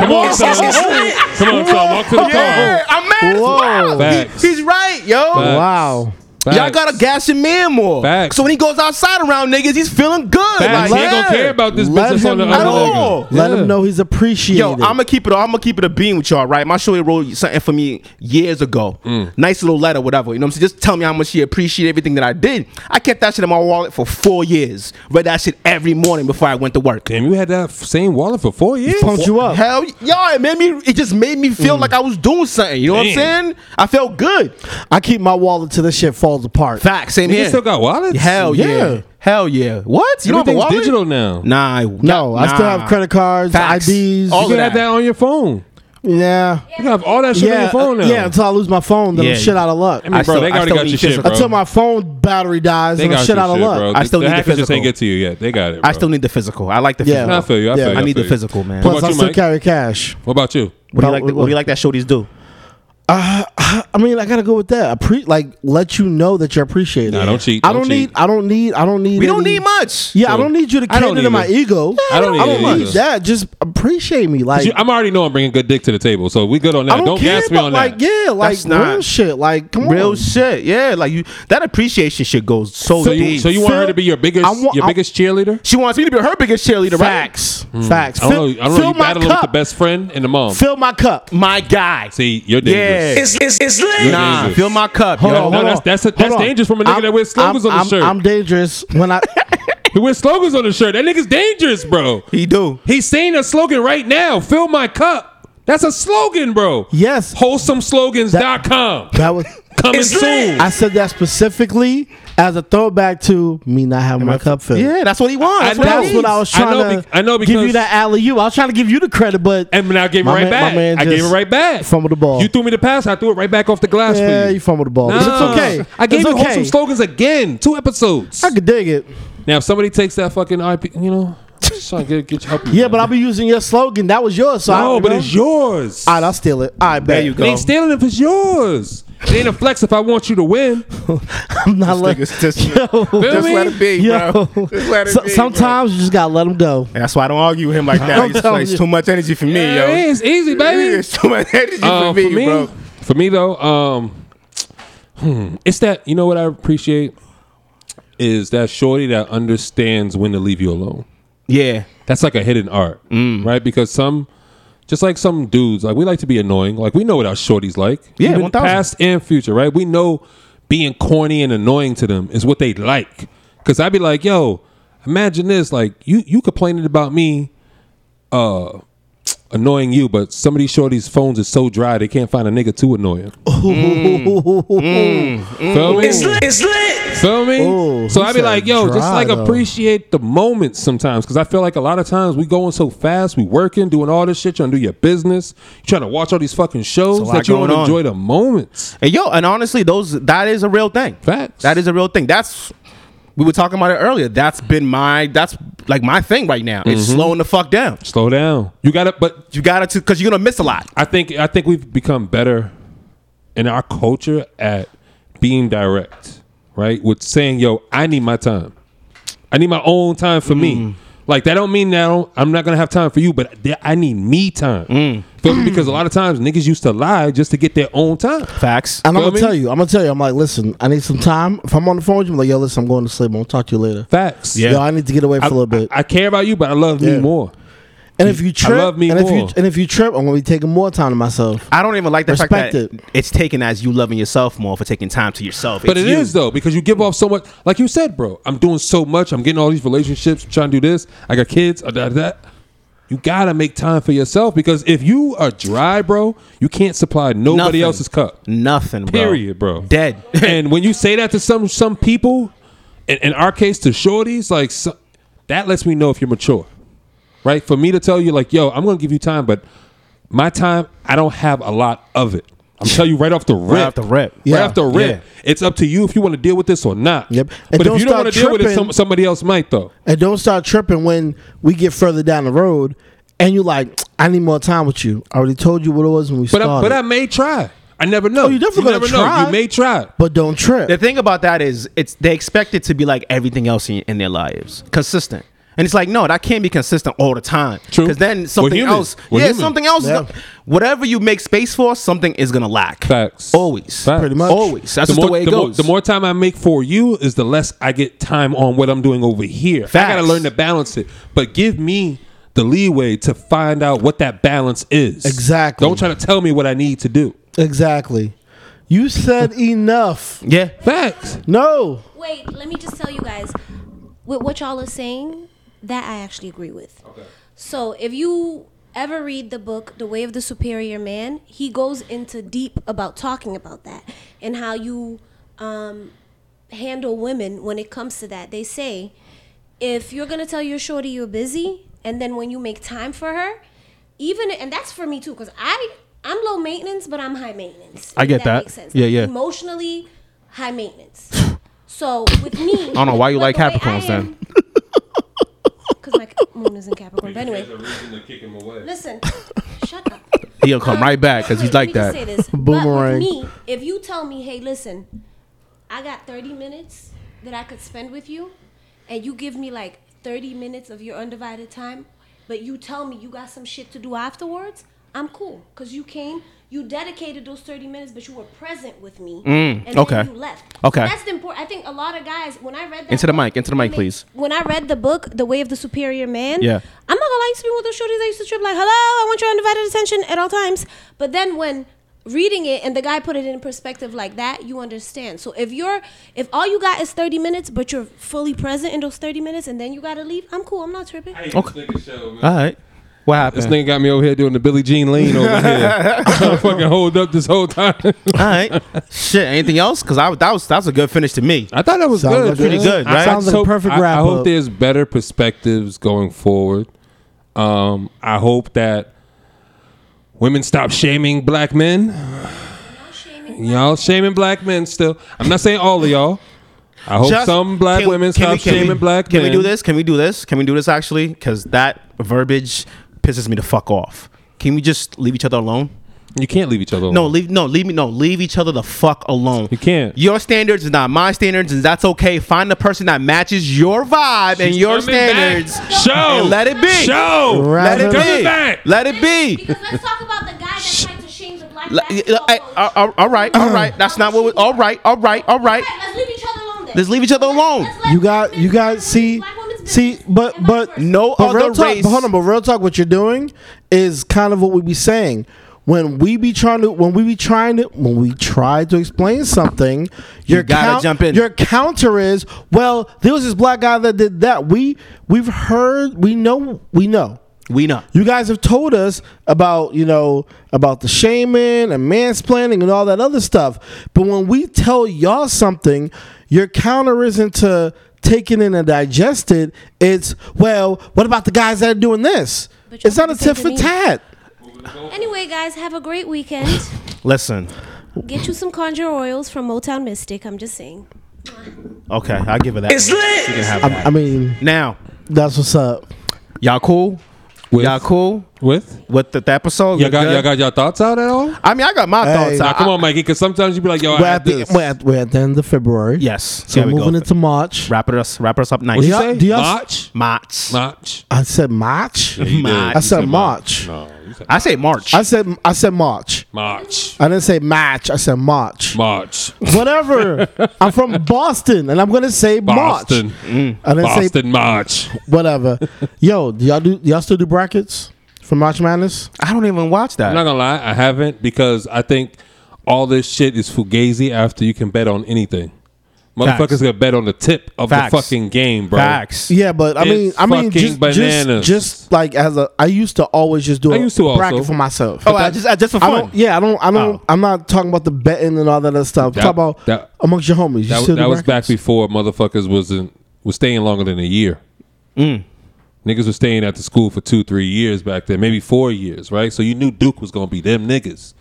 Speaker 2: I mean?
Speaker 1: Come on,
Speaker 3: It's
Speaker 1: son.
Speaker 3: it's it's lit.
Speaker 1: Come on, son. Walk to the
Speaker 2: Yeah,
Speaker 1: car.
Speaker 2: I'm mad as
Speaker 6: Whoa.
Speaker 2: well. He-
Speaker 1: Facts.
Speaker 2: he's right, yo.
Speaker 1: Facts.
Speaker 6: Wow.
Speaker 1: Facts.
Speaker 2: Y'all gotta gas your man more.
Speaker 1: Facts.
Speaker 2: So when he goes outside around niggas, he's feeling good.
Speaker 1: Facts.
Speaker 2: Like,
Speaker 1: he ain't
Speaker 2: yeah.
Speaker 1: gonna care about this
Speaker 6: Let
Speaker 1: business on the
Speaker 6: him
Speaker 1: other
Speaker 2: know.
Speaker 1: nigga.
Speaker 6: Let
Speaker 1: Yeah.
Speaker 6: him know he's appreciated.
Speaker 2: Yo, I'm gonna keep it. I'm gonna keep it a beam with y'all, right? My shorty wrote something for me years ago.
Speaker 1: Mm.
Speaker 2: Nice little letter, whatever. You know what I'm saying? Just tell me how much she appreciated everything that I did. I kept that shit in my wallet for four years. Read that shit every morning before I went to work.
Speaker 1: Damn, you had that same wallet for four years.
Speaker 6: punked you up.
Speaker 2: Hell, y'all, it made me. It just made me feel like I was doing something. You know what I'm
Speaker 1: Mm. Damn.
Speaker 2: saying? I felt good.
Speaker 6: I keep my wallet till this shit falls apart.
Speaker 2: Facts, same
Speaker 1: You
Speaker 2: here.
Speaker 1: still got wallets?
Speaker 2: Hell yeah.
Speaker 6: Yeah.
Speaker 2: Hell yeah. What? You don't have a
Speaker 1: Everything's
Speaker 2: wallet?
Speaker 1: digital now.
Speaker 2: Nah, I-
Speaker 6: No, I still
Speaker 2: nah.
Speaker 6: have credit cards,
Speaker 2: Facts.
Speaker 6: IDs.
Speaker 2: All
Speaker 1: You can have
Speaker 2: that.
Speaker 1: that on your phone.
Speaker 6: yeah.
Speaker 1: You can have all that shit on
Speaker 6: Yeah, uh,
Speaker 1: your phone now.
Speaker 6: yeah, until I lose my phone, then
Speaker 2: Yeah.
Speaker 6: I'm shit out of luck.
Speaker 1: I mean, bro,
Speaker 2: still-
Speaker 1: they
Speaker 2: I
Speaker 1: already
Speaker 2: still
Speaker 1: got
Speaker 2: need
Speaker 1: your shit,
Speaker 2: physical-
Speaker 1: bro.
Speaker 6: until my phone battery dies,
Speaker 1: they
Speaker 6: then I'm
Speaker 1: got
Speaker 6: shit
Speaker 1: your
Speaker 6: out of
Speaker 1: shit,
Speaker 6: luck.
Speaker 1: bro.
Speaker 2: I still
Speaker 1: the
Speaker 2: need the
Speaker 1: hackers just ain't
Speaker 2: physical.
Speaker 1: get to you yet. They got it.
Speaker 2: I
Speaker 1: bro.
Speaker 2: still need the physical. I like the
Speaker 6: Yeah.
Speaker 2: physical.
Speaker 1: I feel you. I
Speaker 6: Yeah.
Speaker 1: feel you.
Speaker 6: I
Speaker 2: I need
Speaker 1: feel
Speaker 2: the
Speaker 1: you.
Speaker 2: physical, man.
Speaker 1: What
Speaker 6: Plus,
Speaker 1: about
Speaker 6: I
Speaker 1: you,
Speaker 6: still
Speaker 1: Mike?
Speaker 6: carry cash.
Speaker 1: What about you?
Speaker 2: What do you
Speaker 6: Well,
Speaker 2: like?
Speaker 6: well-
Speaker 2: What do you like that shorties do?
Speaker 6: I mean, I gotta go with that. Appre- like, let you know that you're appreciated.
Speaker 1: Nah, don't cheat,
Speaker 6: I don't
Speaker 1: don't
Speaker 6: need.
Speaker 1: cheat.
Speaker 6: I don't need. I don't need.
Speaker 2: We don't
Speaker 6: any-
Speaker 2: need much.
Speaker 6: Yeah, I
Speaker 1: True.
Speaker 6: don't need you to
Speaker 1: I don't
Speaker 6: cater to my
Speaker 1: either.
Speaker 6: ego.
Speaker 1: I don't
Speaker 6: I don't
Speaker 1: either.
Speaker 6: need that. Just appreciate me. Like,
Speaker 1: You- I'm already know I'm bringing good dick to the table, so we good on that.
Speaker 6: I don't, care
Speaker 1: gas me
Speaker 6: about,
Speaker 1: on
Speaker 6: like,
Speaker 1: that.
Speaker 6: yeah, like
Speaker 2: That's not-
Speaker 6: real shit. Like, come
Speaker 2: Real
Speaker 6: on.
Speaker 2: shit. Yeah, like you. That appreciation shit goes so,
Speaker 1: So you,
Speaker 2: deep.
Speaker 1: so you want her
Speaker 6: Phil,
Speaker 1: to be your biggest,
Speaker 6: I want-
Speaker 1: your
Speaker 6: I-
Speaker 1: biggest cheerleader?
Speaker 2: she wants me to be her biggest cheerleader,
Speaker 6: Facts. Facts.
Speaker 1: Hmm. I don't know. I don't know.
Speaker 6: Fill
Speaker 1: You
Speaker 6: my
Speaker 1: battling with the
Speaker 6: cup.
Speaker 1: best friend and the mom.
Speaker 6: Fill my cup.
Speaker 2: right? My guy.
Speaker 1: See, you're dangerous.
Speaker 2: Yeah.
Speaker 3: It's it's it's lit.
Speaker 2: Nah,
Speaker 1: dangerous.
Speaker 2: fill my cup.
Speaker 6: Hold
Speaker 2: yo.
Speaker 6: on,
Speaker 1: no,
Speaker 6: hold
Speaker 1: that's-
Speaker 6: on.
Speaker 1: that's a-
Speaker 6: Hold
Speaker 1: that's
Speaker 6: on.
Speaker 1: dangerous from a nigga that wears slogans
Speaker 6: I'm-
Speaker 1: on his
Speaker 6: I'm-
Speaker 1: shirt.
Speaker 6: I'm dangerous when I.
Speaker 1: He wears slogans on his shirt. That nigga's dangerous, bro.
Speaker 2: He do.
Speaker 1: He's saying a slogan right now. Fill my cup. That's a slogan, bro.
Speaker 6: Yes.
Speaker 1: Wholesomeslogans.com.
Speaker 6: That was.
Speaker 1: Coming
Speaker 3: It's
Speaker 1: soon.
Speaker 3: lit.
Speaker 6: I said that specifically as a throwback to me not having my cup filled.
Speaker 2: Yeah, that's what he wants.
Speaker 1: I
Speaker 2: That's, what,
Speaker 1: know.
Speaker 2: he
Speaker 6: That's
Speaker 2: needs.
Speaker 6: what I was
Speaker 1: I know
Speaker 6: trying to.
Speaker 1: be- I know
Speaker 6: give
Speaker 1: because-
Speaker 6: you that alley you. I was trying to give you the credit, but
Speaker 1: And then I gave it
Speaker 6: My
Speaker 1: right
Speaker 6: man-
Speaker 1: back.
Speaker 6: my man
Speaker 1: I gave it
Speaker 6: just
Speaker 1: right back.
Speaker 6: fumbled the ball.
Speaker 1: You threw me the pass. I threw it right back off the glass
Speaker 6: yeah,
Speaker 1: for you.
Speaker 6: you fumbled the ball. But
Speaker 1: Nah.
Speaker 6: it's okay.
Speaker 1: I gave
Speaker 6: it's
Speaker 1: you
Speaker 6: okay.
Speaker 1: wholesome slogans again. Two episodes.
Speaker 6: I could dig it.
Speaker 1: now, if somebody takes that fucking IP, you know, just trying to get, get your help. you,
Speaker 6: Yeah,
Speaker 1: man.
Speaker 6: but I'll be using your slogan. That was yours. So I,
Speaker 1: no,
Speaker 6: you
Speaker 1: but
Speaker 6: know.
Speaker 1: it's yours.
Speaker 6: All right, I'll steal it. All right, bet.
Speaker 2: There you
Speaker 1: it
Speaker 2: go.
Speaker 1: ain't stealing if it's yours. It ain't a flex if I want you to win.
Speaker 6: I'm not letting.
Speaker 2: Niggas, just-
Speaker 1: Feel
Speaker 2: just
Speaker 1: me?
Speaker 2: let it be,
Speaker 6: Yo,
Speaker 2: bro. Just let it
Speaker 6: so-
Speaker 2: be, bro.
Speaker 6: sometimes you just gotta let them go.
Speaker 2: That's why I don't argue with him like that.
Speaker 6: I'm
Speaker 2: It's,
Speaker 6: telling
Speaker 2: it's
Speaker 6: you.
Speaker 2: too much energy for me,
Speaker 1: Yeah,
Speaker 2: yo.
Speaker 1: it is easy, baby.
Speaker 2: It's too much energy
Speaker 1: Uh,
Speaker 2: for me, bro.
Speaker 1: For me though, um, hmm, it's that you know what I appreciate is that shorty that understands when to leave you alone.
Speaker 2: Yeah.
Speaker 1: That's like a hidden art,
Speaker 3: Mm.
Speaker 1: right? Because some, just like some dudes, like we like to be annoying. Like we know what our shorties like,
Speaker 2: Yeah,
Speaker 1: Even
Speaker 2: 1000.
Speaker 1: past and future, right? We know being corny and annoying to them is what they like. Because I'd be like, yo, imagine this, like you you complaining about me uh, annoying you, but some of these shorties' phones is so dry they can't find a nigga to annoy him. Feel me?
Speaker 3: Mm. It's lit. It's lit.
Speaker 1: Feel me?
Speaker 6: Ooh,
Speaker 1: so
Speaker 6: Oh, he
Speaker 1: I be
Speaker 6: said
Speaker 1: like, yo, just
Speaker 6: dry,
Speaker 1: like
Speaker 6: though.
Speaker 1: appreciate the moments sometimes, because I feel like a lot of times we going so fast, we working, doing all this shit, trying to do your business, trying to watch all these fucking shows
Speaker 2: lot
Speaker 1: that you
Speaker 2: going
Speaker 1: don't
Speaker 2: on.
Speaker 1: enjoy the moments.
Speaker 2: And yo, and honestly, those that is a real thing.
Speaker 1: Facts.
Speaker 2: That is a real thing. That's we were talking about it earlier. That's been my that's like my thing right now. It's
Speaker 1: Mm-hmm.
Speaker 2: slowing the fuck down.
Speaker 1: Slow down. You gotta, but
Speaker 2: You gotta to because you're gonna miss a lot.
Speaker 1: I think I think we've become better in our culture at being direct, right? With saying, "Yo, I need my time. I need my own time for
Speaker 6: Mm.
Speaker 1: me." Like that don't mean that I don't- I'm not gonna have time for you, but there- I need me time.
Speaker 6: Mm.
Speaker 1: Feel me? Because a lot of times niggas used to lie just to get their own time.
Speaker 2: Facts.
Speaker 6: And I'm
Speaker 1: Feel me?
Speaker 6: gonna tell you, I'm gonna tell you, I'm like, listen, I need some time. If I'm on the phone with you, I'm like, yo, listen, I'm going to sleep. I'm gonna talk to you later.
Speaker 1: Facts.
Speaker 6: Yo, I need to get away for
Speaker 1: I,
Speaker 6: a little bit.
Speaker 1: I, I care about you, but I love
Speaker 6: Yeah.
Speaker 1: me more.
Speaker 6: and if you trip,
Speaker 1: love me
Speaker 6: and if
Speaker 1: more.
Speaker 6: you and if you trip, I'm gonna be taking more time to myself.
Speaker 2: I don't even like the fact
Speaker 6: Respect
Speaker 2: that
Speaker 6: it.
Speaker 2: it's taken as you loving yourself more for taking time to yourself.
Speaker 1: But
Speaker 2: it's
Speaker 1: it is
Speaker 2: you.
Speaker 1: though because you give off so much. Like you said, bro, I'm doing so much. I'm getting all these relationships. I'm trying to do this. I got kids. uh, I got that. You gotta make time for yourself because if you are dry, bro, you can't supply nobody
Speaker 2: Nothing.
Speaker 1: else's cup.
Speaker 2: Nothing, bro.
Speaker 1: Period, bro.
Speaker 2: Dead.
Speaker 1: and when you say that to some some people, in, in our case to shorties, like so, that lets me know if you're mature, right? For me to tell you like, yo, I'm gonna give you time, but my time, I don't have a lot of it. I'm telling you right off the rip.
Speaker 2: Right off the rip.
Speaker 1: Right
Speaker 6: Yeah.
Speaker 1: off the rip. It's up to you if you want to deal with this or not.
Speaker 6: Yep. And
Speaker 1: But if
Speaker 6: don't
Speaker 1: you don't
Speaker 6: start
Speaker 1: want to deal with it,
Speaker 6: tripping.
Speaker 1: some, somebody else might though.
Speaker 6: And don't start tripping when we get further down the road and you like, I need more time with you. I already told you what it was when we
Speaker 1: But I,
Speaker 6: started.
Speaker 1: but I may try. I never know.
Speaker 6: you definitely gonna
Speaker 1: never know.
Speaker 6: try.
Speaker 1: You may try.
Speaker 6: But don't trip.
Speaker 2: The thing about that is, it's they expect it to be like everything else in, in their lives, consistent. And it's like, no, that can't be consistent all the time.
Speaker 1: True.
Speaker 2: Because
Speaker 1: We're
Speaker 2: then something
Speaker 1: human.
Speaker 2: else,
Speaker 1: We're
Speaker 2: yeah,
Speaker 1: human.
Speaker 2: something else.
Speaker 6: Yeah.
Speaker 2: Is gonna, whatever you make space for, something is gonna lack.
Speaker 1: Facts.
Speaker 2: Always.
Speaker 1: Facts.
Speaker 6: Pretty much.
Speaker 2: Always. That's just
Speaker 1: more,
Speaker 2: the way it
Speaker 1: the
Speaker 2: goes.
Speaker 1: More, the more time I make for you is the less I get time on what I'm doing over here. I gotta
Speaker 2: Facts.
Speaker 1: learn to balance it. But give me the leeway to find out what that balance is.
Speaker 6: Exactly.
Speaker 1: Don't try to tell me what I need to do.
Speaker 6: exactly. You said enough.
Speaker 2: yeah.
Speaker 1: Facts.
Speaker 6: No.
Speaker 9: Wait, let me just tell you guys with what y'all are saying, that I actually agree with. So if you ever read the book The Way of the Superior Man, he goes into deep about talking about that and how you um, handle women when it comes to that. They say if you're gonna tell your shorty you're busy, and then when you make time for her, even and that's for me too, because I I'm low maintenance, but I'm high maintenance.
Speaker 2: I
Speaker 9: if
Speaker 2: get that.
Speaker 9: Makes sense.
Speaker 2: Yeah, yeah.
Speaker 9: Emotionally, high maintenance. So with me, I
Speaker 2: don't know why you like Capricorns then.
Speaker 9: Because my moon is in Capricorn. But anyway, listen, shut up.
Speaker 2: He'll come right back because he's
Speaker 9: Let
Speaker 2: like
Speaker 9: me just
Speaker 2: that.
Speaker 9: say this. But with
Speaker 6: Boomerang.
Speaker 9: me, if you tell me, hey, listen, I got 30 minutes that I could spend with you, and you give me like 30 minutes of your undivided time, but you tell me you got some shit to do afterwards, I'm cool. Because you came, you dedicated those 30 minutes, but you were present with me. and
Speaker 2: Mm, okay.
Speaker 9: Then you left.
Speaker 2: Okay.
Speaker 9: That's the important. I think a lot of guys, when I read that.
Speaker 2: Into the
Speaker 9: book,
Speaker 2: mic, into the mic,
Speaker 9: when they-
Speaker 2: please.
Speaker 9: When I read the book, The Way of the Superior Man,
Speaker 2: Yeah.
Speaker 9: I'm not gonna lie, I used to be one of those shorties that used to trip like, hello, I want your undivided attention at all times. But then when reading it and the guy put it in perspective like that, you understand. So if you're if all you got is 30 minutes, but you're fully present in those 30 minutes and then you gotta leave, I'm cool, I'm not tripping.
Speaker 1: Okay.
Speaker 2: All right. What
Speaker 1: This
Speaker 2: happened?
Speaker 1: nigga got me over here doing the Billie Jean Lane over here. I'm fucking hold up this whole time.
Speaker 2: All right. Shit. Anything else? Because I that was that was a good finish to me.
Speaker 1: I thought that was
Speaker 6: Sounds
Speaker 1: good.
Speaker 6: like pretty
Speaker 2: good,
Speaker 1: I-
Speaker 2: right?
Speaker 1: I
Speaker 6: Sounds like a
Speaker 1: hope-
Speaker 6: perfect
Speaker 1: I- I,
Speaker 6: wrap
Speaker 1: hope
Speaker 6: up.
Speaker 1: there's better perspectives going forward. Um, I hope that women stop shaming black men. Y'all shaming black men still. I'm not saying all of y'all. I hope
Speaker 2: Just-
Speaker 1: some black
Speaker 2: can-
Speaker 1: women
Speaker 2: can
Speaker 1: stop
Speaker 2: we- can we-
Speaker 1: shaming black
Speaker 2: Can
Speaker 1: men.
Speaker 2: we do this? Can we do this? Can we do this actually? Because that verbiage pisses me the fuck off. Can we just leave each other alone?
Speaker 1: You can't leave each other alone.
Speaker 2: No, leave no, leave me no, leave each other the fuck alone.
Speaker 1: You can't.
Speaker 2: Your standards is not my standards, and that's okay. Find the person that matches your vibe and your
Speaker 1: Coming back.
Speaker 2: standards.
Speaker 1: Show.
Speaker 2: And let it be.
Speaker 1: Show.
Speaker 2: Let it
Speaker 1: Coming
Speaker 2: be.
Speaker 1: back.
Speaker 2: Let it be.
Speaker 9: Because let's talk about the guy that tried to shame the black
Speaker 2: Le-
Speaker 9: basketball
Speaker 2: I-
Speaker 9: coach.
Speaker 2: I- I- all right, all right. That's not what. We, all right, all right, all right.
Speaker 9: Alright, let's leave each other alone then.
Speaker 2: Let's leave each other alone.
Speaker 9: Let's let
Speaker 6: You
Speaker 9: black
Speaker 6: got
Speaker 9: men
Speaker 6: you
Speaker 9: handle
Speaker 6: got see
Speaker 9: black women's
Speaker 6: see
Speaker 9: business
Speaker 6: but
Speaker 9: and vice
Speaker 6: but
Speaker 9: versa.
Speaker 2: No
Speaker 6: but
Speaker 2: other
Speaker 6: real talk,
Speaker 2: race.
Speaker 6: but hold on, but real talk, what you're doing is kind of what we be saying. When we be trying to, when we be trying to, when we try to explain something, your
Speaker 2: gotta jump in.
Speaker 6: Your counter is, well, there was this black guy that did that. We we've heard, we know, we know.
Speaker 2: We not.
Speaker 6: You guys have told us about, you know, about the shaming and mansplaining and all that other stuff. But when we tell y'all something, your counter isn't to take it in and digest it. It's, well, what about the guys that are doing this?
Speaker 9: But y'all
Speaker 6: It's not a
Speaker 9: keep
Speaker 6: tit
Speaker 9: saying
Speaker 6: for
Speaker 9: to me-
Speaker 6: tat.
Speaker 9: Anyway, guys, have a great weekend.
Speaker 2: Listen.
Speaker 9: Get you some conjure oils from Motown Mystic. I'm just saying.
Speaker 2: Okay, I'll give her that.
Speaker 3: It's
Speaker 2: one.
Speaker 3: lit.
Speaker 2: You can have
Speaker 6: I,
Speaker 2: that.
Speaker 6: I mean,
Speaker 2: Now,
Speaker 6: That's what's up.
Speaker 2: Y'all cool?
Speaker 1: With,
Speaker 2: Y'all cool
Speaker 1: With?
Speaker 2: with the, the episode?
Speaker 1: Y'all got,
Speaker 2: Good?
Speaker 1: y'all got your thoughts out at all?
Speaker 2: I mean, I got my
Speaker 6: Hey.
Speaker 2: thoughts.
Speaker 6: Now,
Speaker 2: I-
Speaker 1: Now, come
Speaker 2: I-
Speaker 1: on, Mikey, because sometimes you be like, yo,
Speaker 6: We're
Speaker 1: I had
Speaker 6: at, the,
Speaker 1: this.
Speaker 6: we're, at, we're at the end of February.
Speaker 2: Yes.
Speaker 6: So
Speaker 2: Here we go.
Speaker 6: moving into March.
Speaker 2: Wrap it us. Wrap us up
Speaker 1: What'd
Speaker 2: nice.
Speaker 1: you
Speaker 6: y'all-
Speaker 1: say?
Speaker 6: do y'all-
Speaker 1: March?
Speaker 2: March.
Speaker 1: March.
Speaker 6: I said March.
Speaker 1: Yeah, you did.
Speaker 2: March.
Speaker 1: You
Speaker 6: I said March.
Speaker 1: No, you said
Speaker 2: I say March.
Speaker 6: I said I said March.
Speaker 1: March.
Speaker 6: I didn't say match. I said March.
Speaker 1: March.
Speaker 6: Whatever. I'm from Boston, and I'm gonna say
Speaker 1: Boston.
Speaker 6: March. I didn't say
Speaker 1: Boston March.
Speaker 6: whatever. Yo, do y'all do y'all still do brackets for March Madness?
Speaker 2: I don't even watch that.
Speaker 1: I'm not gonna lie, I haven't because I think all this shit is fugazi after you can bet on anything. Motherfuckers
Speaker 2: Facts.
Speaker 1: can bet on the tip of
Speaker 2: Facts.
Speaker 1: the fucking game, bro.
Speaker 2: Facts.
Speaker 6: Yeah, but I mean,
Speaker 1: It's
Speaker 6: I mean,
Speaker 1: fucking
Speaker 6: just, just
Speaker 1: bananas.
Speaker 6: just like as a, I used to always just do a
Speaker 1: I used to also.
Speaker 6: bracket for myself.
Speaker 2: Oh, I just I just for
Speaker 6: I
Speaker 2: fun.
Speaker 6: don't, yeah, I don't, I don't,
Speaker 2: Oh.
Speaker 6: I'm not talking about the betting and all that other stuff.
Speaker 1: That-
Speaker 6: Talk about
Speaker 1: that-
Speaker 6: amongst your homies. You
Speaker 1: That,
Speaker 6: still do
Speaker 1: that was back
Speaker 6: brackets?
Speaker 1: before motherfuckers wasn't was staying longer than a year.
Speaker 2: Mm.
Speaker 1: Niggas were staying at the school for two, three years back then, maybe four years, right? So you knew Duke was gonna be them niggas,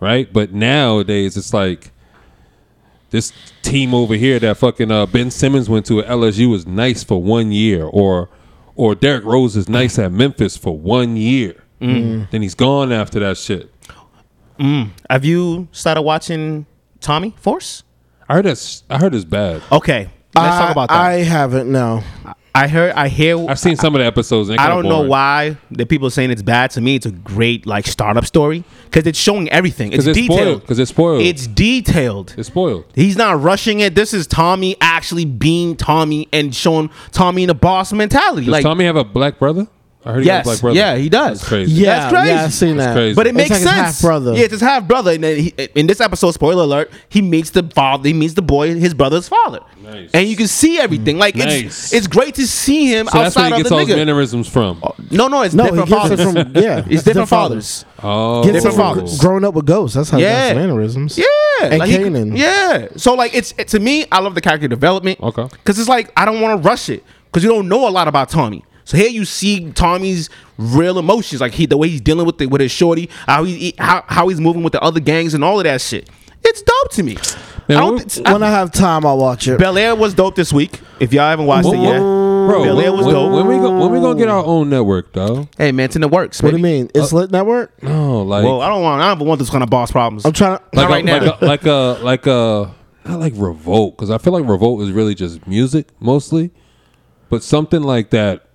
Speaker 1: right? But nowadays it's like this team over here that fucking uh, Ben Simmons went to at LSU is nice for one year, or or Derrick Rose is nice at Memphis for one year.
Speaker 2: Mm.
Speaker 1: Then he's gone after that shit.
Speaker 2: Have you started watching Tommy Force?
Speaker 1: I heard that's I heard it's bad.
Speaker 2: Okay. Let's talk
Speaker 6: I-
Speaker 2: about that.
Speaker 6: I haven't no.
Speaker 2: I heard. I hear.
Speaker 1: I've seen some of the episodes. And
Speaker 2: I don't know why the people are saying it's bad. To me, it's a great like startup story because it's showing everything. It's
Speaker 1: 'Cause it's spoiled.
Speaker 2: detailed.
Speaker 1: 'Cause it's spoiled.
Speaker 2: It's detailed.
Speaker 1: It's spoiled.
Speaker 2: He's not rushing it. This is Tommy actually being Tommy and showing Tommy in a boss mentality.
Speaker 1: Does
Speaker 2: like,
Speaker 1: Tommy have a black brother? I heard he has
Speaker 2: yes,
Speaker 1: a black brother.
Speaker 2: yeah, he does.
Speaker 1: That's crazy.
Speaker 6: Yeah,
Speaker 2: That's crazy.
Speaker 6: yeah, I seen
Speaker 1: That's
Speaker 6: that.
Speaker 1: crazy.
Speaker 2: But it
Speaker 1: It's
Speaker 2: makes
Speaker 6: like his
Speaker 2: sense.
Speaker 6: half-brother.
Speaker 2: Yeah, it's his half brother. And then he, in this episode, spoiler alert, he meets the father. He meets the boy, his brother's father.
Speaker 1: Nice.
Speaker 2: And you can see everything. Like it's
Speaker 1: Nice.
Speaker 2: it's great to see him
Speaker 1: So that's where
Speaker 2: outside
Speaker 1: he
Speaker 2: of
Speaker 1: gets
Speaker 2: the
Speaker 1: all his
Speaker 2: nigga. Uh,
Speaker 1: mannerisms from.
Speaker 2: No, no, it's
Speaker 6: No, he
Speaker 2: different
Speaker 6: gets it
Speaker 2: fathers.
Speaker 6: from yeah.
Speaker 2: it's different fathers.
Speaker 1: Oh,
Speaker 6: Gets it
Speaker 2: Different
Speaker 6: from
Speaker 2: fathers.
Speaker 6: growing up with ghosts. That's how he got
Speaker 2: Yeah.
Speaker 6: his mannerisms.
Speaker 2: Yeah,
Speaker 6: and
Speaker 2: like he-
Speaker 6: Kanan.
Speaker 2: yeah, so like it's it, to me, I love the character development.
Speaker 1: Okay.
Speaker 2: because it's like I don't want to rush it because you don't know a lot about Tommy. So here you see Tommy's real emotions, like he the way he's dealing with the, with his shorty, how he he- how, how he's moving with the other gangs and all of that shit. It's dope to me.
Speaker 1: Man,
Speaker 2: I don't
Speaker 1: what-
Speaker 2: thi- I-
Speaker 6: When I have time, I'll watch it.
Speaker 2: Bel Air was dope this week. If y'all haven't watched it yet,
Speaker 1: Bro,
Speaker 2: Bel Air
Speaker 1: when,
Speaker 2: was dope.
Speaker 1: when, when we go, when we gonna get our own network though?
Speaker 2: hey man, it's in the works.
Speaker 6: what do
Speaker 2: baby.
Speaker 6: you mean?
Speaker 1: Uh,
Speaker 6: It's lit network.
Speaker 1: No, like
Speaker 2: Well, I don't want I don't want this kind of boss problems.
Speaker 6: I'm trying to.
Speaker 1: like
Speaker 2: right
Speaker 1: a,
Speaker 2: now.
Speaker 1: like a like a like a not like revolt because I feel like revolt is really just music mostly, but something like that.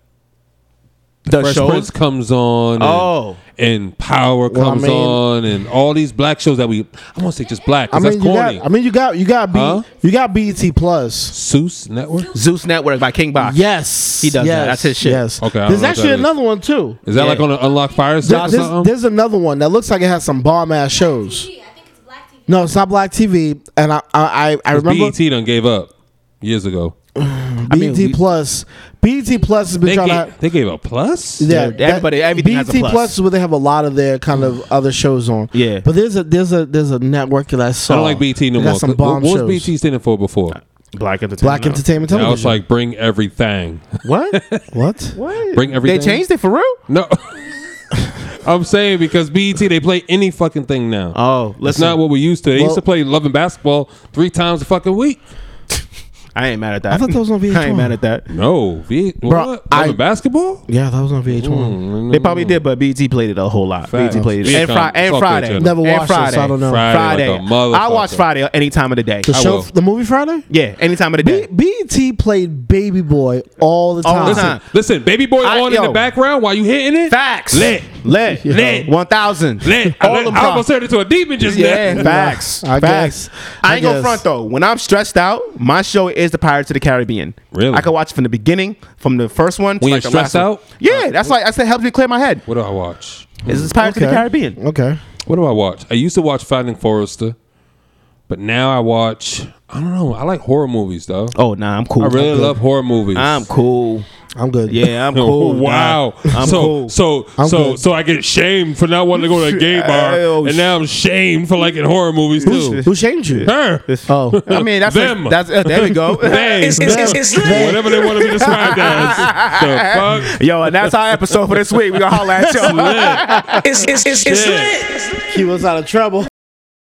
Speaker 2: the
Speaker 1: Fresh
Speaker 2: shows?
Speaker 1: Prince comes on. and-
Speaker 2: Oh.
Speaker 1: And Power
Speaker 6: Well, I
Speaker 1: comes
Speaker 6: mean-
Speaker 1: on, and all these black shows that we I won't say just black
Speaker 6: I
Speaker 1: because
Speaker 6: mean,
Speaker 1: that's
Speaker 6: you
Speaker 1: corny.
Speaker 6: got. I mean, you got. You got. B,
Speaker 1: Huh?
Speaker 6: You got BET Plus.
Speaker 1: Seuss Network.
Speaker 2: Zeus Network by King Box.
Speaker 6: Yes,
Speaker 2: He does that.
Speaker 6: yes,
Speaker 2: That's his shit.
Speaker 6: Yes.
Speaker 1: Okay, I don't
Speaker 6: There's
Speaker 1: know what
Speaker 6: actually
Speaker 1: that is.
Speaker 6: another one too.
Speaker 1: Is that
Speaker 2: Yeah.
Speaker 1: like on an unlock fire
Speaker 6: There-
Speaker 1: side or
Speaker 6: there's,
Speaker 1: something?
Speaker 6: there's another one that looks like it has some bomb ass shows.
Speaker 9: TV, I think it's Black TV.
Speaker 6: No, it's not Black TV, and I I I, I remember
Speaker 1: BET E done gave up years ago.
Speaker 6: BET
Speaker 2: we-
Speaker 6: Plus. BET Plus has been
Speaker 1: They
Speaker 6: trying to.
Speaker 1: gave, they gave a plus.
Speaker 6: Yeah,
Speaker 2: Dude, everybody- everything has a
Speaker 6: BET
Speaker 2: plus.
Speaker 6: is where they have a lot of their kind of other shows on.
Speaker 2: Yeah.
Speaker 6: but there's a there's a there's a network that I saw.
Speaker 1: Mm. I don't like BT no
Speaker 6: They
Speaker 1: more.
Speaker 6: got some
Speaker 1: What-
Speaker 6: bomb
Speaker 1: what was
Speaker 6: shows.
Speaker 1: BT standing for before?
Speaker 2: Black Entertainment.
Speaker 6: Black Entertainment
Speaker 1: I
Speaker 6: Television.
Speaker 1: was like, bring everything.
Speaker 2: What?
Speaker 6: what?
Speaker 2: what?
Speaker 1: Bring everything.
Speaker 2: They changed it for real?
Speaker 1: No. I'm saying because BET they play any fucking thing now.
Speaker 2: Oh,
Speaker 1: That's
Speaker 2: listen.
Speaker 1: not what we used to. They
Speaker 6: Well-
Speaker 1: used to play Love and Basketball three times a fucking week.
Speaker 2: I ain't mad at that.
Speaker 6: I thought that was on
Speaker 2: I ain't
Speaker 6: VH1.
Speaker 2: mad at that.
Speaker 1: No, v-
Speaker 6: Bro,
Speaker 1: what? Love
Speaker 6: I-
Speaker 1: and Basketball.
Speaker 6: Yeah, that was on VH1.
Speaker 2: They probably did, but BT played it a whole lot.
Speaker 1: Facts.
Speaker 2: BT played it and,
Speaker 1: Viacom,
Speaker 2: Fri- and
Speaker 1: fuck that
Speaker 2: Friday.
Speaker 1: channel.
Speaker 6: Never
Speaker 2: And
Speaker 6: watched it, so I
Speaker 2: Friday.
Speaker 6: don't know.
Speaker 1: Friday
Speaker 2: Friday.
Speaker 1: like a motherfucker.
Speaker 2: I watch Friday any time of the day.
Speaker 6: The
Speaker 1: I
Speaker 6: show,
Speaker 1: will.
Speaker 6: the movie Friday.
Speaker 2: yeah, any time of the
Speaker 6: B-
Speaker 2: day.
Speaker 6: BET played Baby Boy all the
Speaker 2: All
Speaker 6: time.
Speaker 2: the
Speaker 1: Listen,
Speaker 2: time.
Speaker 1: listen, baby boy
Speaker 2: I-
Speaker 1: on in
Speaker 2: yo.
Speaker 1: the background while you hitting it.
Speaker 2: Facts.
Speaker 1: Lit.
Speaker 2: Lit.
Speaker 1: Lit.
Speaker 2: One thousand.
Speaker 1: Lit. I,
Speaker 2: All
Speaker 1: let-
Speaker 2: them.
Speaker 1: I
Speaker 2: pro-
Speaker 1: almost turned into a demon just
Speaker 2: Yeah.
Speaker 1: now.
Speaker 2: Facts.
Speaker 6: I
Speaker 2: Facts.
Speaker 6: guess.
Speaker 2: I
Speaker 6: I
Speaker 2: ain't gonna
Speaker 6: guess.
Speaker 2: front though. When I'm stressed out, my show is the Pirates of the Caribbean.
Speaker 1: Really?
Speaker 2: I can watch from the beginning, from the first one. to
Speaker 1: When
Speaker 2: like
Speaker 1: you're
Speaker 2: the last
Speaker 1: stressed out?
Speaker 2: one. Yeah, that's like I said, helps me clear my head.
Speaker 1: What do I watch?
Speaker 2: This is Pirates of the Caribbean.
Speaker 6: Okay.
Speaker 1: What do I watch? I used to watch Finding Forrester, but now I watch. I don't know. I like horror movies though.
Speaker 2: Oh nah, I'm cool.
Speaker 1: I really love horror movies.
Speaker 2: I'm cool.
Speaker 6: I'm good.
Speaker 2: Yeah, I'm
Speaker 1: Oh,
Speaker 2: cool. dog.
Speaker 1: wow.
Speaker 2: I'm
Speaker 1: so
Speaker 2: cool.
Speaker 1: so
Speaker 6: I'm
Speaker 1: so
Speaker 6: good.
Speaker 1: so I get shamed for not wanting to go to a gay bar,
Speaker 2: Oh,
Speaker 1: and now I'm shamed for liking horror movies too.
Speaker 6: Who shamed you?
Speaker 1: Her.
Speaker 6: Oh,
Speaker 2: I mean, that's
Speaker 1: Them.
Speaker 2: that's uh, there we go.
Speaker 1: They.
Speaker 3: It's, it's, it's, it's lit.
Speaker 1: Whatever they want to be described as. The fuck?
Speaker 2: Yo, and that's our episode for this week. We gonna holla at you.
Speaker 3: It's, it's, it's, it's
Speaker 1: Yeah.
Speaker 3: lit.
Speaker 6: he was out of trouble.